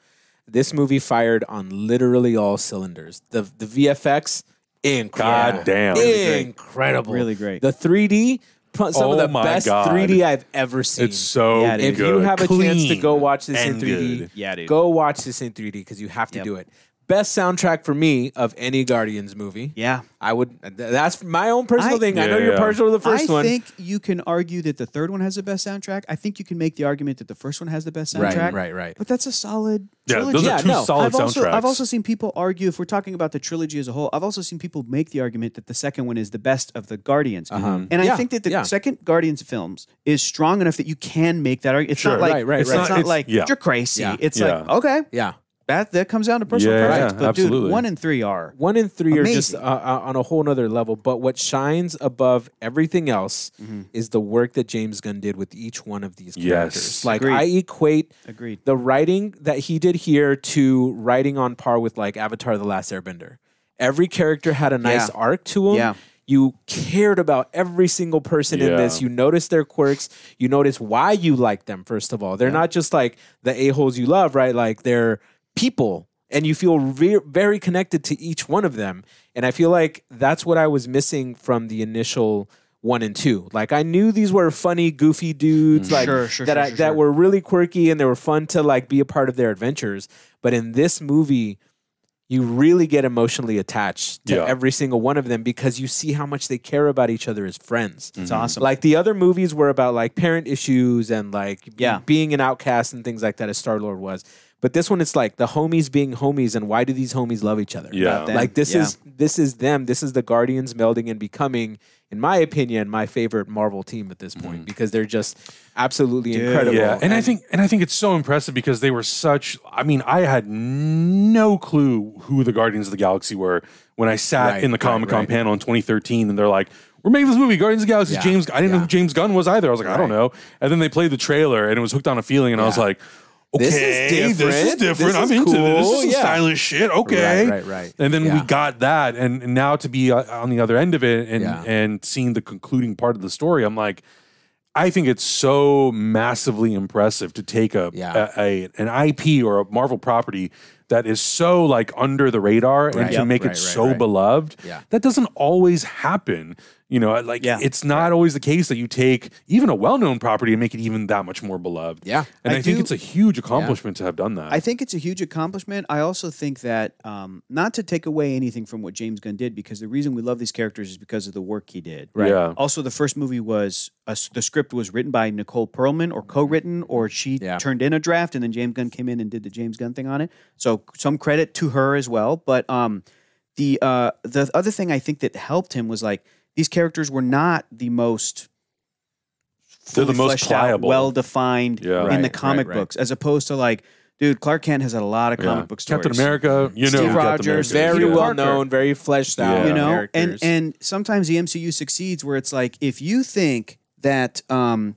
Speaker 2: This movie fired on literally all cylinders. The the VFX incredible.
Speaker 1: God damn.
Speaker 2: Incredible.
Speaker 3: Really great.
Speaker 2: The 3D pro- some
Speaker 1: Oh
Speaker 2: of the
Speaker 1: my
Speaker 2: best
Speaker 1: God.
Speaker 2: 3D I've ever seen.
Speaker 1: It's so
Speaker 3: Yeah,
Speaker 2: if
Speaker 1: good.
Speaker 2: you have a chance to
Speaker 1: Clean
Speaker 2: go watch this in
Speaker 1: and
Speaker 2: 3D,
Speaker 1: good.
Speaker 3: Yeah, dude.
Speaker 2: go watch this in 3D because you have to
Speaker 3: Yep.
Speaker 2: do it. Best soundtrack for me of any Guardians movie.
Speaker 3: yeah.
Speaker 2: I would. th- That's my own personal
Speaker 3: I-
Speaker 2: thing. I know
Speaker 1: Yeah,
Speaker 2: you're
Speaker 1: yeah.
Speaker 2: partial to the first
Speaker 3: I
Speaker 2: one.
Speaker 3: think you can argue that the third one has the best soundtrack. I think you can make the argument that the first one has the best
Speaker 2: Right,
Speaker 3: soundtrack.
Speaker 2: right, right.
Speaker 3: But that's a solid.
Speaker 1: Yeah,
Speaker 3: trilogy.
Speaker 1: those
Speaker 2: Yeah,
Speaker 1: are two
Speaker 2: no,
Speaker 1: solid
Speaker 3: I've also,
Speaker 1: soundtracks.
Speaker 3: I've also seen people argue, if we're talking about the trilogy as a whole, I've also seen people make the argument that the second one is the best of the Guardians.
Speaker 1: Uh-huh.
Speaker 3: And
Speaker 2: Yeah,
Speaker 3: I think that the
Speaker 2: yeah.
Speaker 3: second Guardians films is strong enough that you can make that argument. It's
Speaker 1: Sure.
Speaker 3: not like,
Speaker 2: Right, right,
Speaker 3: it's
Speaker 2: right.
Speaker 3: not,
Speaker 1: It's-
Speaker 3: like
Speaker 1: yeah.
Speaker 3: you're crazy.
Speaker 2: Yeah.
Speaker 3: It's like,
Speaker 1: Yeah.
Speaker 3: okay,
Speaker 2: yeah.
Speaker 3: that, that comes down to personal
Speaker 1: Yeah,
Speaker 3: preference. But
Speaker 1: absolutely.
Speaker 3: dude, one and three are.
Speaker 2: one and three are just uh,
Speaker 3: Amazing.
Speaker 2: uh, on a whole nother level. But what shines above everything else
Speaker 3: Mm-hmm.
Speaker 2: is the work that James Gunn did with each one of these characters.
Speaker 1: Yes.
Speaker 2: Like
Speaker 3: Agreed.
Speaker 2: I equate
Speaker 3: Agreed.
Speaker 2: the writing that he did here to writing on par with like Avatar: The Last Airbender. Every character had a nice
Speaker 3: Yeah.
Speaker 2: arc to him.
Speaker 3: Yeah.
Speaker 2: You cared about every single person in
Speaker 1: Yeah.
Speaker 2: this. You noticed their quirks. You noticed why you like them. First of all, they're not just like the a holes you love, right? Like they're people, and you feel re- very connected to each one of them. And I feel like that's what I was missing from the initial one and two. Like I knew these were funny, goofy dudes, like
Speaker 3: Sure, sure,
Speaker 2: that
Speaker 3: sure,
Speaker 2: I,
Speaker 3: sure,
Speaker 2: that
Speaker 3: sure.
Speaker 2: were really quirky and they were fun to like be a part of their adventures. But in this movie, you really get emotionally attached to
Speaker 1: Yeah.
Speaker 2: every single one of them because you see how much they care about each other as friends.
Speaker 1: Mm.
Speaker 3: It's
Speaker 1: Mm-hmm.
Speaker 3: awesome.
Speaker 2: Like the other movies were about like parent issues and like be-
Speaker 3: Yeah.
Speaker 2: being an outcast and things like that, as Star Lord was. But this one, it's like the homies being homies, and why do these homies love each other?
Speaker 1: Yeah.
Speaker 3: About them.
Speaker 2: like this
Speaker 3: Yeah.
Speaker 2: is this is them. This is the Guardians melding and becoming, in my opinion, my favorite Marvel team at this point because they're just absolutely incredible.
Speaker 1: Yeah, and, I think and I think it's so impressive because they were such. I mean, I had no clue who the Guardians of the Galaxy were when I sat
Speaker 2: Right,
Speaker 1: in the
Speaker 2: right,
Speaker 1: Comic Con
Speaker 2: right.
Speaker 1: panel in 2013, and they're like, "We're making this movie, Guardians of the Galaxy."
Speaker 2: Yeah,
Speaker 1: James, I didn't know
Speaker 2: yeah.
Speaker 1: who James Gunn was either. I was like, "I don't know," and then they played the trailer, and it was hooked on a feeling, and I was
Speaker 2: Yeah.
Speaker 1: like. Okay,
Speaker 2: This is
Speaker 1: This is
Speaker 2: different.
Speaker 1: different.
Speaker 2: This
Speaker 1: I'm
Speaker 2: is
Speaker 1: into this.
Speaker 2: cool,
Speaker 1: This is
Speaker 2: yeah.
Speaker 1: some stylish shit. Okay,
Speaker 2: right, right.
Speaker 1: And then we
Speaker 2: Yeah.
Speaker 1: got that, and, and now to be uh, on the other end of it, and
Speaker 2: Yeah.
Speaker 1: and seeing the concluding part of the story, I'm like, I think it's so massively impressive to take a,
Speaker 2: Yeah.
Speaker 1: a, a- an IP or a Marvel property that is so like under the radar and
Speaker 2: Right,
Speaker 1: to make it
Speaker 2: right, right,
Speaker 1: so
Speaker 2: right.
Speaker 1: beloved.
Speaker 2: Yeah.
Speaker 1: That doesn't always happen. You know, like
Speaker 3: Yeah.
Speaker 1: it's not always the case that you take even a well-known property and make it even that much more beloved.
Speaker 2: Yeah.
Speaker 1: And I,
Speaker 3: I
Speaker 1: think
Speaker 3: do-
Speaker 1: it's a huge accomplishment to have done that.
Speaker 3: I think it's a huge accomplishment. I also think that um, not to take away anything from what James Gunn did, because the reason we love these characters is because of the work he did.
Speaker 1: Right. Yeah.
Speaker 3: Also, the first movie was uh, the script was written by Nicole Perlman, or co-written, or she
Speaker 2: Yeah.
Speaker 3: turned in a draft, and then James Gunn came in and did the James Gunn thing on it. So some credit to her as well. But um, the uh, the other thing I think that helped him was like these characters were not the most
Speaker 1: They're the
Speaker 3: fully
Speaker 1: most
Speaker 3: fleshed out,
Speaker 1: pliable.
Speaker 3: well-defined
Speaker 1: Yeah.
Speaker 3: in
Speaker 1: Right,
Speaker 3: the
Speaker 2: right,
Speaker 3: comic
Speaker 2: right.
Speaker 3: books, as opposed to like, dude, Clark Kent has had a lot of
Speaker 1: Yeah.
Speaker 3: comic book stories.
Speaker 1: Captain America, you know,
Speaker 3: Steve
Speaker 1: Captain
Speaker 3: Rogers,
Speaker 1: America.
Speaker 2: Very
Speaker 3: Peter
Speaker 2: well
Speaker 3: Parker.
Speaker 2: known, very fleshed out.
Speaker 1: Yeah.
Speaker 3: you know,
Speaker 2: characters.
Speaker 3: and and sometimes the MCU succeeds where it's like if you think that um,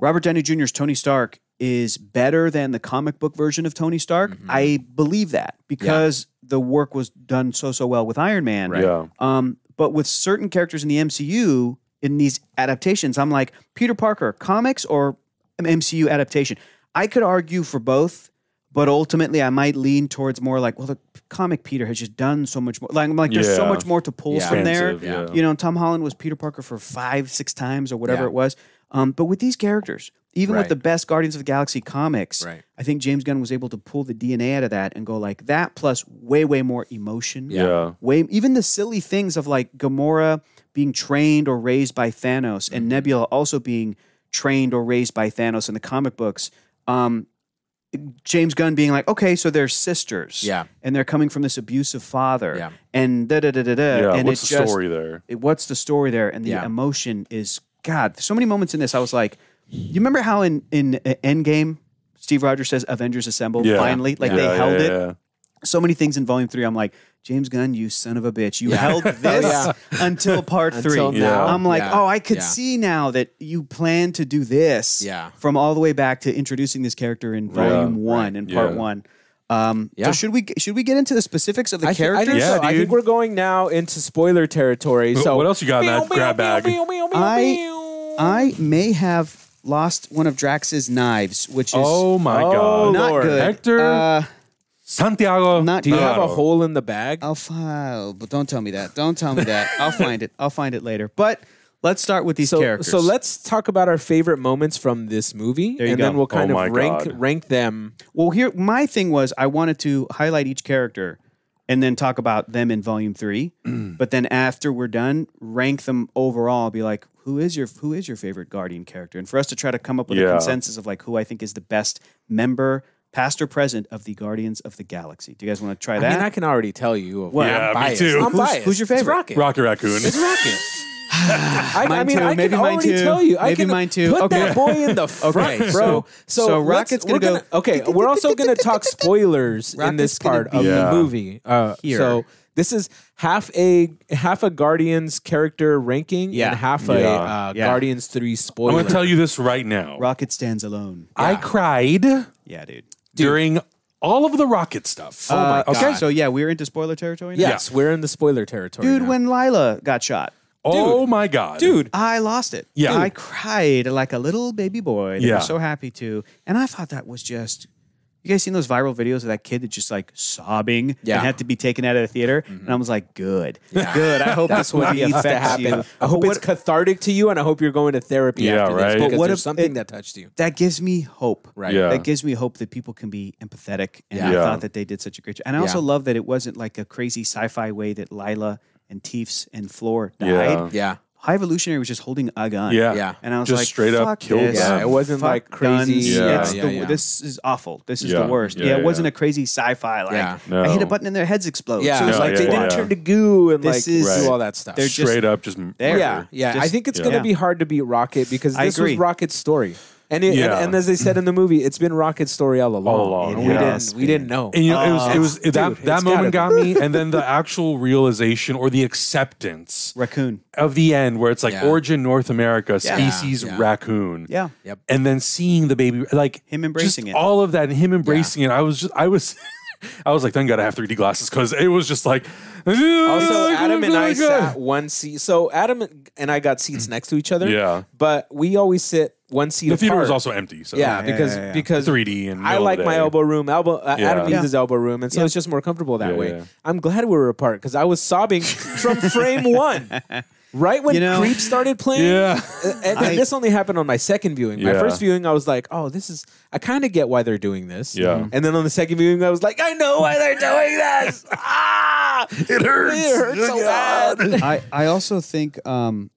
Speaker 3: Robert Downey Jr.'s Tony Stark is better than the comic book version of Tony Stark, I believe that because the work was done so so well with Iron Man.
Speaker 1: Yeah.
Speaker 3: Um, but with certain characters in the MCU in these adaptations, I'm like Peter Parker, comics or an MCU adaptation. I could argue for both, but ultimately I might lean towards more like, well, the comic Peter has just done so much more. Like, I'm like, there's so
Speaker 1: Yeah.
Speaker 3: much more to pull
Speaker 2: Yeah.
Speaker 3: from there.
Speaker 1: Expansive, yeah.
Speaker 3: You know, Tom Holland was Peter Parker for five, six times or whatever
Speaker 2: Yeah.
Speaker 3: it was. Um, but with these characters, even
Speaker 2: Right.
Speaker 3: with the best Guardians of the Galaxy comics,
Speaker 2: Right.
Speaker 3: I think James Gunn was able to pull the DNA out of that and go like that plus way, way more emotion
Speaker 1: Yeah. Yeah.
Speaker 3: way even the silly things of like Gamora being trained or raised by Thanos and Nebula also being trained or raised by Thanos in the comic books. Um, James Gunn being like, okay, so they're sisters,
Speaker 2: Yeah.
Speaker 3: and they're coming from this abusive father,
Speaker 2: Yeah.
Speaker 3: and da da da da da. and
Speaker 1: What's the
Speaker 3: it just,
Speaker 1: story there?
Speaker 3: it- what's the story there and the
Speaker 2: Yeah.
Speaker 3: emotion is god so many moments in this i was like you remember how in in uh, endgame steve rogers says avengers assemble
Speaker 1: Yeah.
Speaker 3: finally like
Speaker 1: Yeah,
Speaker 3: they held
Speaker 1: yeah,
Speaker 3: it
Speaker 1: yeah.
Speaker 3: so many things in volume three i'm like james gunn you son of a bitch you
Speaker 2: Yeah.
Speaker 3: held this
Speaker 2: Yeah.
Speaker 3: until part three
Speaker 2: Until now.
Speaker 3: i'm like
Speaker 2: Yeah.
Speaker 3: oh i could
Speaker 2: Yeah.
Speaker 3: see now that you plan to do this
Speaker 2: Yeah.
Speaker 3: from all the way back to introducing this character in volume one and part
Speaker 1: Yeah.
Speaker 3: one um,
Speaker 2: Yeah.
Speaker 3: so should we should we get into the specifics of the
Speaker 2: I, thi- I
Speaker 3: characters?
Speaker 2: think
Speaker 1: Yeah,
Speaker 2: so. I think
Speaker 1: dude.
Speaker 2: we're going now into spoiler territory. So
Speaker 1: what else you got in that grab bag?
Speaker 3: I- I may have lost one of Drax's knives, which is
Speaker 1: Oh my
Speaker 2: Oh,
Speaker 1: God.
Speaker 3: not
Speaker 2: Lord.
Speaker 3: good.
Speaker 1: Hector
Speaker 3: uh,
Speaker 1: Santiago.
Speaker 3: not-
Speaker 2: Do you have a
Speaker 1: Navarro.
Speaker 2: hole in the bag?
Speaker 3: I'll find, but don't tell me that. Don't tell me that. I'll find it. I'll find it later. But let's start with these
Speaker 2: so,
Speaker 3: characters.
Speaker 2: so let's talk about our favorite moments from this movie,
Speaker 3: you
Speaker 2: and
Speaker 3: go.
Speaker 2: then we'll kind
Speaker 1: Oh my
Speaker 2: of rank
Speaker 1: God.
Speaker 2: rank them.
Speaker 3: Well, here my thing was I wanted to highlight each character and then talk about them in volume three. but then after we're done, rank them overall. Be like, who is your who is your favorite guardian character? And for us to try to come up with
Speaker 1: Yeah.
Speaker 3: a consensus of like who I think is the best member, past or present, of the Guardians of the Galaxy. Do you guys want to try
Speaker 2: I
Speaker 3: that?
Speaker 2: mean, I can already tell you.
Speaker 3: Well,
Speaker 2: I'm
Speaker 1: Yeah, me
Speaker 2: biased.
Speaker 1: too.
Speaker 2: I'm
Speaker 1: Who's-
Speaker 2: biased.
Speaker 3: who's your
Speaker 2: It's
Speaker 3: favorite?
Speaker 2: Rocket.
Speaker 1: Rocket Raccoon.
Speaker 2: It's Rocket. I, I
Speaker 3: Mine
Speaker 2: mean,
Speaker 3: too.
Speaker 2: I
Speaker 3: Maybe
Speaker 2: can
Speaker 3: mine
Speaker 2: already
Speaker 3: too.
Speaker 2: tell you. I
Speaker 3: Maybe
Speaker 2: can
Speaker 3: mine too.
Speaker 2: Put
Speaker 3: Okay.
Speaker 2: that boy in the front, bro. So,
Speaker 3: so
Speaker 2: let's-
Speaker 3: Rocket's gonna
Speaker 2: we're
Speaker 3: go-
Speaker 2: Okay, we're also gonna talk spoilers in
Speaker 3: Rocket's
Speaker 2: this part
Speaker 3: gonna
Speaker 2: of
Speaker 1: be
Speaker 2: the
Speaker 1: Yeah.
Speaker 2: movie. Uh,
Speaker 3: here.
Speaker 2: So this is half a half a Guardians character ranking
Speaker 3: Yeah.
Speaker 2: and half a
Speaker 1: Yeah.
Speaker 2: uh,
Speaker 3: Yeah.
Speaker 2: Guardians three spoiler.
Speaker 1: I'm going to tell you this right now.
Speaker 3: Rocket stands alone.
Speaker 1: I cried
Speaker 3: Yeah, dude.
Speaker 1: during all of the Rocket stuff.
Speaker 3: Uh,
Speaker 2: God.
Speaker 3: okay, so yeah, we're into spoiler territory. Now?
Speaker 2: Yes, we're in the spoiler territory,
Speaker 3: dude.
Speaker 2: now.
Speaker 3: When Lila got shot,
Speaker 1: oh my God.
Speaker 2: dude.
Speaker 3: I lost it.
Speaker 1: Yeah.
Speaker 3: I cried like a little baby boy. That
Speaker 1: Yeah.
Speaker 3: was so happy to. And I thought that was just. You guys seen those viral videos of that kid that just like sobbing
Speaker 2: Yeah.
Speaker 3: and had to be taken out of the theater? And I was like, good, good. I hope that's what
Speaker 2: needs
Speaker 3: affects
Speaker 2: to happen. Oh.
Speaker 3: you.
Speaker 2: I hope
Speaker 3: But
Speaker 2: it's cathartic to you, and I hope you're going to therapy.
Speaker 1: Yeah,
Speaker 2: after
Speaker 1: right.
Speaker 2: This
Speaker 1: But
Speaker 2: because
Speaker 3: what
Speaker 2: there's
Speaker 3: if
Speaker 2: something
Speaker 3: it-
Speaker 2: that touched you?
Speaker 3: that gives me hope.
Speaker 2: Right.
Speaker 1: Yeah.
Speaker 3: That gives me hope that people can be empathetic. And I
Speaker 1: Yeah.
Speaker 3: thought that they did such a great job. And I also
Speaker 2: Yeah.
Speaker 3: love that it wasn't like a crazy sci-fi way that Lila and Teefs and Floor died.
Speaker 1: Yeah.
Speaker 2: Yeah.
Speaker 3: High Evolutionary was just holding a gun.
Speaker 1: Yeah.
Speaker 2: Yeah.
Speaker 3: And I was
Speaker 1: Just
Speaker 3: like,
Speaker 1: straight up
Speaker 3: "Fuck
Speaker 1: killed
Speaker 3: this.
Speaker 1: them.
Speaker 2: Yeah, it wasn't,
Speaker 3: Fuck
Speaker 2: like, crazy-
Speaker 3: guns.
Speaker 1: Yeah.
Speaker 3: It's
Speaker 2: Yeah,
Speaker 3: the-
Speaker 2: yeah.
Speaker 3: This is awful. This is
Speaker 1: Yeah.
Speaker 3: the worst.
Speaker 1: Yeah,
Speaker 3: Yeah,
Speaker 1: yeah,
Speaker 3: it wasn't
Speaker 1: yeah.
Speaker 3: a crazy sfi. Like
Speaker 2: Yeah.
Speaker 1: No.
Speaker 3: I hit a button and their heads explode.
Speaker 2: Yeah,
Speaker 3: So it was
Speaker 1: No,
Speaker 3: like
Speaker 1: yeah,
Speaker 2: they
Speaker 1: yeah,
Speaker 2: didn't
Speaker 1: yeah.
Speaker 2: turn to goo and
Speaker 3: This
Speaker 2: like
Speaker 3: is-
Speaker 2: do all that stuff.
Speaker 3: they're just-
Speaker 1: Straight up just
Speaker 3: There.
Speaker 2: yeah, yeah. I
Speaker 3: Just-
Speaker 2: think it's
Speaker 1: yeah.
Speaker 2: going to
Speaker 3: Yeah.
Speaker 2: be hard to beat Rocket because
Speaker 3: I
Speaker 2: this
Speaker 3: agree.
Speaker 2: was Rocket's story, and, it,
Speaker 1: Yeah.
Speaker 2: and and as they said in the movie, it's been Rocket's story all along.
Speaker 1: All along,
Speaker 2: And we
Speaker 1: yeah.
Speaker 2: didn't we didn't know.
Speaker 1: And you know, it was
Speaker 3: Oh.
Speaker 1: it was it, that
Speaker 2: dude,
Speaker 1: that
Speaker 2: it's gotta
Speaker 1: moment
Speaker 2: be.
Speaker 1: got me, and then the actual realization or the acceptance
Speaker 3: raccoon.
Speaker 1: of the end where it's like
Speaker 2: Yeah.
Speaker 1: origin North America, species
Speaker 2: Yeah.
Speaker 1: raccoon.
Speaker 3: Yeah.
Speaker 2: Yep.
Speaker 1: And then seeing the baby, like
Speaker 3: Him embracing
Speaker 1: just
Speaker 3: it.
Speaker 1: all of that, and him embracing it. I was just, I was, I was like, thank God I have 3D glasses because it was just like. Also,
Speaker 2: Also,
Speaker 1: oh
Speaker 2: Adam and I sat one seat. So Adam and I got seats next to each other.
Speaker 1: Yeah.
Speaker 2: But we always sit one seat
Speaker 1: The theater
Speaker 2: apart.
Speaker 1: was also empty, so
Speaker 2: yeah,
Speaker 3: yeah,
Speaker 2: because
Speaker 3: yeah, yeah.
Speaker 2: because
Speaker 1: 3D and
Speaker 2: I
Speaker 1: middle
Speaker 2: like
Speaker 1: of the
Speaker 2: my
Speaker 1: day.
Speaker 2: elbow room. Elbow uh,
Speaker 1: Yeah.
Speaker 2: Adam
Speaker 1: Yeah.
Speaker 2: uses elbow room, and so it's just more comfortable that
Speaker 1: Yeah,
Speaker 2: way.
Speaker 1: yeah.
Speaker 2: I'm glad we were apart because I was sobbing from frame one, right when
Speaker 3: You know-
Speaker 2: Creep started playing.
Speaker 1: Yeah.
Speaker 2: Uh, and then
Speaker 3: I-
Speaker 2: this only happened on my second viewing. My
Speaker 1: Yeah.
Speaker 2: first viewing, I was like, "Oh, this is." I kind of get why they're doing this.
Speaker 1: Yeah.
Speaker 2: And then on the second viewing, I was like, "I know why they're doing this." ah,
Speaker 1: It hurts.
Speaker 2: it hurts so bad.
Speaker 3: I, I also think um,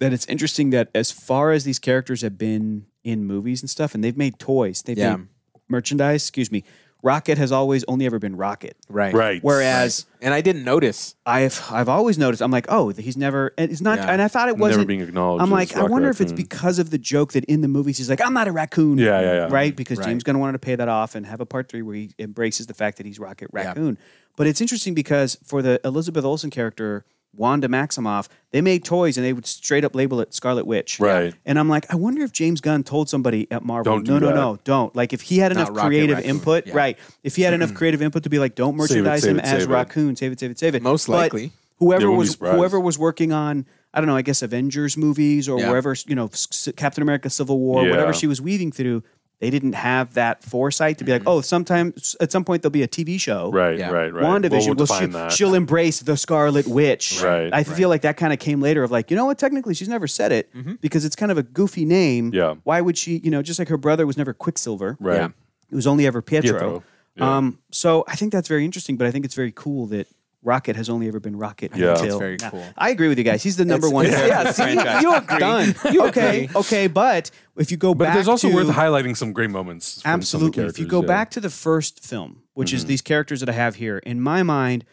Speaker 3: that it's interesting that as far as these characters have been in movies and stuff, and they've made toys, they've
Speaker 2: Yeah.
Speaker 3: made merchandise. Excuse me. Rocket has always only ever been Rocket.
Speaker 2: Right.
Speaker 1: Right.
Speaker 3: Whereas
Speaker 2: And I didn't notice.
Speaker 3: I've I've always noticed, I'm like, oh, he's never, and it's not,
Speaker 2: Yeah.
Speaker 3: and I thought it wasn't
Speaker 1: being acknowledged
Speaker 3: I'm
Speaker 1: as
Speaker 3: like, I
Speaker 1: Rocket
Speaker 3: wonder if it's
Speaker 1: Raccoon.
Speaker 3: because of the joke that in the movies he's like, I'm not a raccoon.
Speaker 1: Yeah, yeah, yeah.
Speaker 3: Right, because
Speaker 2: Right.
Speaker 3: James Gunn wanted to pay that off and have a part three where he embraces the fact that he's Rocket Raccoon. But it's interesting because for the Elizabeth Olsen character, Wanda Maximoff, they made toys and they would straight up label it Scarlet Witch.
Speaker 1: Right.
Speaker 3: And I'm like, I wonder if James Gunn told somebody at Marvel,
Speaker 1: Don't do
Speaker 3: no, no,
Speaker 1: that."
Speaker 3: no, don't. Like if he had enough
Speaker 2: Rocket
Speaker 3: creative
Speaker 2: Raccoon.
Speaker 3: input,
Speaker 2: Yeah.
Speaker 3: right? If he had enough creative input to be like, don't
Speaker 1: Save it,
Speaker 3: merchandise
Speaker 1: save
Speaker 3: him
Speaker 1: it,
Speaker 3: as
Speaker 1: save it.
Speaker 3: raccoon, save it, save it, save it.
Speaker 2: Most
Speaker 3: But
Speaker 2: likely.
Speaker 1: Yeah,
Speaker 3: Whoever
Speaker 1: wouldn't be
Speaker 3: was
Speaker 1: surprised.
Speaker 3: whoever was working on I don't know, I guess Avengers movies or
Speaker 2: Yeah.
Speaker 3: wherever, you know, s- s- Captain America Civil War,
Speaker 1: Yeah.
Speaker 3: whatever she was weaving through, they didn't have that foresight to be like, oh, sometimes at some point there'll be a TV show.
Speaker 1: Mm-hmm. Right,
Speaker 2: Yeah.
Speaker 1: right, right.
Speaker 3: WandaVision,
Speaker 1: Well,
Speaker 3: well,
Speaker 1: we'll
Speaker 3: she,
Speaker 1: define that.
Speaker 3: she'll embrace the Scarlet Witch.
Speaker 1: Right.
Speaker 3: I feel like that kind of came later of like, you know what, technically she's never said it
Speaker 2: Mm-hmm.
Speaker 3: because it's kind of a goofy name.
Speaker 1: Yeah.
Speaker 3: Why would she, you know, just like her brother was never Quicksilver.
Speaker 1: Right.
Speaker 2: Yeah.
Speaker 3: It was only ever Pietro.
Speaker 1: Pietro, yeah.
Speaker 3: Um, so I think that's very interesting, but I think it's very cool that Rocket has only ever been Rocket
Speaker 1: Yeah.
Speaker 3: until
Speaker 1: That's
Speaker 2: very
Speaker 3: now.
Speaker 2: cool.
Speaker 3: I agree with you guys. He's the number one.
Speaker 2: it's- yeah,
Speaker 3: character
Speaker 2: see,
Speaker 3: in the franchise.
Speaker 2: you agree.
Speaker 3: Done.
Speaker 2: You
Speaker 3: okay,
Speaker 2: agree.
Speaker 3: okay, but if you go
Speaker 1: But
Speaker 3: back,
Speaker 1: there's also
Speaker 3: to,
Speaker 1: worth highlighting some great moments. From
Speaker 3: Absolutely.
Speaker 1: Some
Speaker 3: If you
Speaker 1: yeah.
Speaker 3: go
Speaker 1: Mm-hmm.
Speaker 3: back to the first film, which is these characters that I have here, in my mind,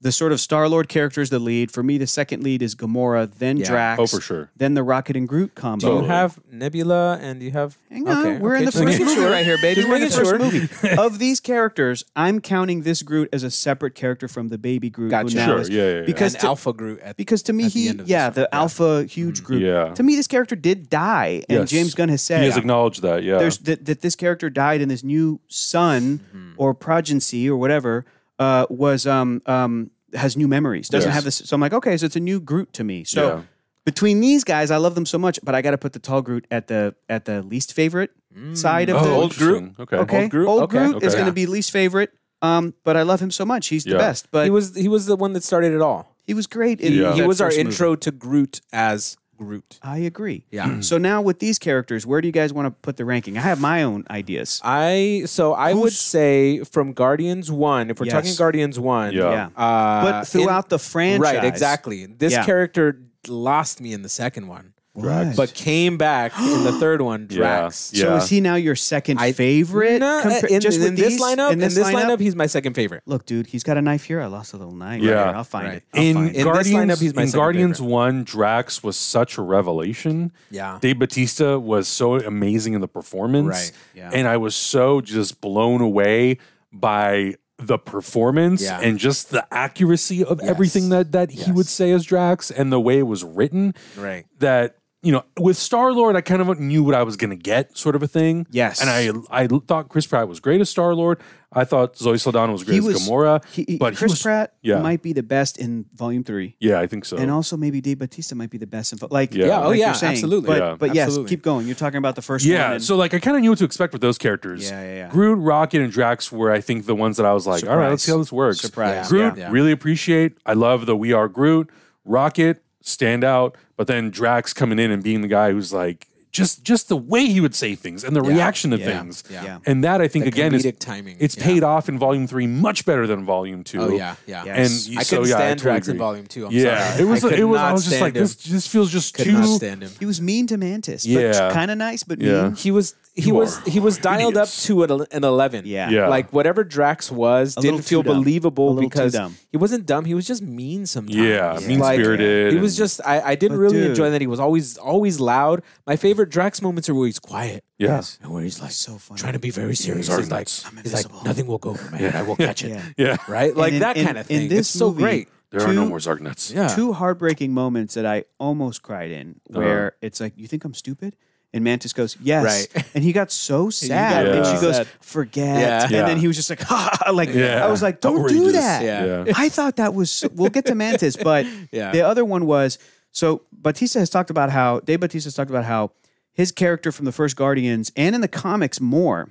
Speaker 3: the sort of Star Lord character is the lead. For me, the second lead is Gamora, then
Speaker 2: Yeah.
Speaker 3: Drax.
Speaker 1: Oh, for sure.
Speaker 3: Then the Rocket and Groot combo.
Speaker 2: Do you
Speaker 1: Totally.
Speaker 2: have Nebula and you have?
Speaker 3: Hang on,
Speaker 2: Okay,
Speaker 3: we're
Speaker 2: okay,
Speaker 3: in the
Speaker 2: just
Speaker 3: first
Speaker 2: making
Speaker 3: movie
Speaker 2: sure.
Speaker 3: right here, baby.
Speaker 2: Just
Speaker 3: we're in the
Speaker 2: making
Speaker 3: first
Speaker 2: sure.
Speaker 3: movie. of these characters, I'm counting this Groot as a separate character from the baby Groot. who
Speaker 2: Gotcha.
Speaker 3: now
Speaker 1: Sure,
Speaker 3: is-
Speaker 1: yeah, yeah, yeah.
Speaker 3: Because
Speaker 2: And
Speaker 3: to,
Speaker 2: Alpha Groot. At,
Speaker 3: because to me,
Speaker 2: at the
Speaker 3: he
Speaker 2: end of this
Speaker 3: yeah,
Speaker 2: one.
Speaker 3: the alpha huge Groot.
Speaker 1: Mm-hmm. Yeah.
Speaker 3: To me, this character did die, and
Speaker 1: Yes.
Speaker 3: James Gunn has said
Speaker 1: He has acknowledged that, yeah.
Speaker 3: there's that, that this character died and this new son
Speaker 1: Mm-hmm.
Speaker 3: or progeny or whatever uh, was um um has new memories doesn't
Speaker 1: Yes.
Speaker 3: have this so i'm like okay so it's a new groot to me so
Speaker 1: Yeah.
Speaker 3: between these guys i love them so much but i gotta put the tall groot at the at the least favorite side of
Speaker 1: oh,
Speaker 3: the
Speaker 1: old Groot. Okay.
Speaker 3: okay
Speaker 1: Old Groot.
Speaker 2: Okay.
Speaker 3: is
Speaker 1: Okay.
Speaker 3: gonna be least favorite um but i love him so much he's the
Speaker 1: Yeah.
Speaker 3: best but
Speaker 2: he was he was the one that started it all.
Speaker 3: he was great in
Speaker 1: Yeah.
Speaker 2: He
Speaker 3: that
Speaker 2: was our
Speaker 3: first movie.
Speaker 2: intro to Groot as Groot.
Speaker 3: i agree
Speaker 2: Yeah.
Speaker 3: so now with these characters where do you guys want to put the ranking i have my own ideas
Speaker 1: Uh,
Speaker 2: I so I would
Speaker 3: Who's-
Speaker 2: say from Guardians One, if we're
Speaker 3: Yes.
Speaker 2: talking Guardians One,
Speaker 1: Yeah.
Speaker 3: yeah
Speaker 2: uh,
Speaker 3: but throughout
Speaker 2: in-
Speaker 3: the franchise
Speaker 2: right, exactly. This
Speaker 3: Yeah.
Speaker 2: character lost me in the second one,
Speaker 3: What?
Speaker 2: but came back in the third one. Drax.
Speaker 1: Yeah.
Speaker 3: So is he now your second favorite?
Speaker 2: No,
Speaker 3: compa-
Speaker 2: in,
Speaker 3: just
Speaker 2: in
Speaker 3: with
Speaker 2: this
Speaker 3: these?
Speaker 2: lineup, in this, lineup, he's my second favorite.
Speaker 3: Look, dude, he's got a knife here. I lost a little knife. Yeah,
Speaker 1: Yeah.
Speaker 3: I'll find
Speaker 2: Right.
Speaker 3: it. I'll
Speaker 1: in
Speaker 3: find it.
Speaker 2: this
Speaker 1: Guardians,
Speaker 2: lineup, he's my
Speaker 1: in
Speaker 2: second
Speaker 1: Guardians
Speaker 2: favorite.
Speaker 1: 1, Drax was such a revelation.
Speaker 2: Yeah.
Speaker 1: Dave Batista was so amazing in the performance.
Speaker 2: Right, yeah.
Speaker 1: And I was so just blown away by the performance
Speaker 2: Yeah.
Speaker 1: and just the accuracy of everything that, that he would say as Drax and the way it was written.
Speaker 2: Right.
Speaker 1: That, you know, with Star Lord, I kind of knew what I was going to get, sort of a thing.
Speaker 3: Yes.
Speaker 1: And I I thought Chris Pratt was great as Star Lord. I thought Zoe Saldana was great
Speaker 3: He
Speaker 1: as
Speaker 3: was
Speaker 1: Gamora.
Speaker 3: He, he-
Speaker 1: but he
Speaker 3: Chris
Speaker 1: was-
Speaker 3: Pratt
Speaker 1: yeah.
Speaker 3: might be the best in Volume Three,
Speaker 1: Yeah, I think so.
Speaker 3: and also maybe Dave Batista might be the best in Vol- like
Speaker 1: Yeah. Yeah,
Speaker 2: oh
Speaker 3: like
Speaker 2: yeah,
Speaker 3: you're saying.
Speaker 2: absolutely.
Speaker 3: But,
Speaker 1: Yeah.
Speaker 3: but yes,
Speaker 2: Absolutely.
Speaker 3: keep going. You're talking about the first
Speaker 1: Yeah,
Speaker 3: one. and-
Speaker 1: so like I kind of knew what to expect with those characters.
Speaker 3: Yeah, yeah, yeah.
Speaker 1: Groot, Rocket, and Drax were I think the ones that I was like, all right, let's see how this works.
Speaker 3: Surprise,
Speaker 1: Groot,
Speaker 2: yeah.
Speaker 1: really appreciate. I love the We Are Groot. Rocket, stand out. But then Drax coming in and being the guy who's like, just just the way he would say things and the reaction to things.
Speaker 2: yeah.
Speaker 3: Yeah.
Speaker 1: And that I think
Speaker 2: The
Speaker 1: again is
Speaker 2: comedic timing,
Speaker 1: It's
Speaker 2: yeah.
Speaker 1: paid off in Volume Three much better than Volume Two.
Speaker 2: Oh yeah, yeah.
Speaker 1: And
Speaker 3: Yes.
Speaker 1: you-
Speaker 2: I
Speaker 1: so,
Speaker 2: couldn't
Speaker 1: yeah, I
Speaker 2: stand
Speaker 1: totally
Speaker 2: Drax in
Speaker 1: agree.
Speaker 2: Volume Two. I'm
Speaker 1: Yeah,
Speaker 2: sorry.
Speaker 1: it was
Speaker 2: I could
Speaker 1: it was I
Speaker 2: not
Speaker 1: was just
Speaker 2: stand
Speaker 1: like
Speaker 2: him.
Speaker 1: this this feels just
Speaker 2: Could
Speaker 1: too
Speaker 2: not stand him.
Speaker 3: he was mean to Mantis,
Speaker 1: Yeah.
Speaker 3: but kind of nice, but
Speaker 1: Yeah.
Speaker 3: mean.
Speaker 2: He was he
Speaker 1: You
Speaker 2: was
Speaker 1: are
Speaker 2: he was dialed up
Speaker 1: hideous.
Speaker 2: to an an eleven.
Speaker 3: Yeah.
Speaker 1: Yeah.
Speaker 2: Like whatever Drax was
Speaker 3: little
Speaker 2: didn't feel
Speaker 3: too dumb. A
Speaker 2: believable
Speaker 3: little too
Speaker 2: because
Speaker 3: dumb.
Speaker 2: he wasn't dumb. He was just mean sometimes.
Speaker 1: Yeah,
Speaker 2: Like,
Speaker 1: mean-spirited
Speaker 2: He was
Speaker 1: and-
Speaker 2: just I, I didn't
Speaker 3: But
Speaker 2: really
Speaker 3: dude-
Speaker 2: enjoy that he was always always loud. My favorite Drax moments are where he's quiet
Speaker 1: Yeah.
Speaker 2: and where he's like
Speaker 3: So funny.
Speaker 2: trying to be very serious.
Speaker 1: are
Speaker 2: He's like
Speaker 1: nuts.
Speaker 2: he's like
Speaker 3: invisible.
Speaker 2: nothing will go over my head. I will catch it.
Speaker 3: Yeah.
Speaker 1: Yeah.
Speaker 2: Right, like
Speaker 3: And in-
Speaker 2: that
Speaker 3: in-
Speaker 2: kind of thing.
Speaker 3: In this
Speaker 2: it's so
Speaker 3: movie,
Speaker 2: great.
Speaker 1: There are no
Speaker 3: two-
Speaker 1: more Zargnets.
Speaker 2: Yeah.
Speaker 3: two heartbreaking moments that I almost cried in where it's like, you think I'm stupid? And Mantis goes, yes.
Speaker 2: Right.
Speaker 3: And he got so sad.
Speaker 1: got
Speaker 3: And
Speaker 1: really
Speaker 3: she goes,
Speaker 2: sad.
Speaker 3: forget.
Speaker 2: Yeah.
Speaker 3: And
Speaker 1: Yeah.
Speaker 3: then he was just like, ha, ha," like,
Speaker 1: Yeah.
Speaker 3: I was like, don't do
Speaker 1: Outrageous.
Speaker 3: that.
Speaker 1: Yeah.
Speaker 3: I thought that was, so- we'll get to Mantis, but
Speaker 2: Yeah.
Speaker 3: the other one was, so Batista has talked about how, Dave Batista has talked about how his character from the first Guardians and in the comics more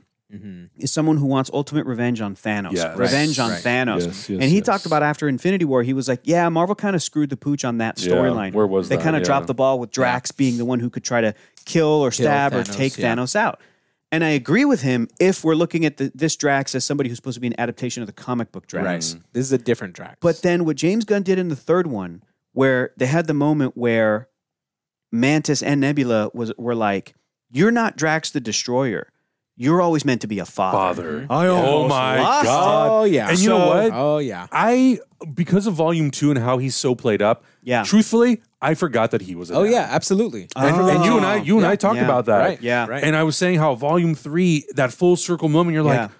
Speaker 3: is someone who wants ultimate revenge on Thanos.
Speaker 1: Yes.
Speaker 3: Revenge on
Speaker 2: Right.
Speaker 3: Thanos.
Speaker 1: Yes, yes,
Speaker 3: and he
Speaker 1: yes.
Speaker 3: talked about after Infinity War, he was like, yeah, Marvel kind of screwed the pooch on that
Speaker 1: Yeah,
Speaker 3: storyline.
Speaker 1: where was
Speaker 3: they
Speaker 1: that?
Speaker 3: kind of
Speaker 1: Yeah.
Speaker 3: dropped the ball with Drax being the one who could try to kill or stab or
Speaker 2: Thanos,
Speaker 3: take
Speaker 2: yeah.
Speaker 3: Thanos out. And I agree with him if we're looking at the, this Drax as somebody who's supposed to be an adaptation of the comic book Drax.
Speaker 2: Right. This is a different Drax.
Speaker 3: But then what James Gunn did in the third one, where they had the moment where Mantis and Nebula was were like, "You're not Drax the Destroyer. You're always meant to be a father."
Speaker 1: Father.
Speaker 3: I
Speaker 1: oh
Speaker 3: almost
Speaker 1: my
Speaker 3: lost
Speaker 1: god.
Speaker 2: oh yeah.
Speaker 1: And you know what?
Speaker 2: Oh yeah.
Speaker 1: I because of volume two and how he's so played up.
Speaker 3: Yeah.
Speaker 1: Truthfully, I forgot that he was. In
Speaker 2: Oh
Speaker 1: that.
Speaker 2: yeah. Absolutely.
Speaker 1: And, and you and I, you and I talked
Speaker 3: Yeah.
Speaker 1: about that.
Speaker 2: Right.
Speaker 3: Yeah.
Speaker 2: Right.
Speaker 1: And I was saying how volume three, that full circle moment, you're
Speaker 3: Yeah.
Speaker 1: like,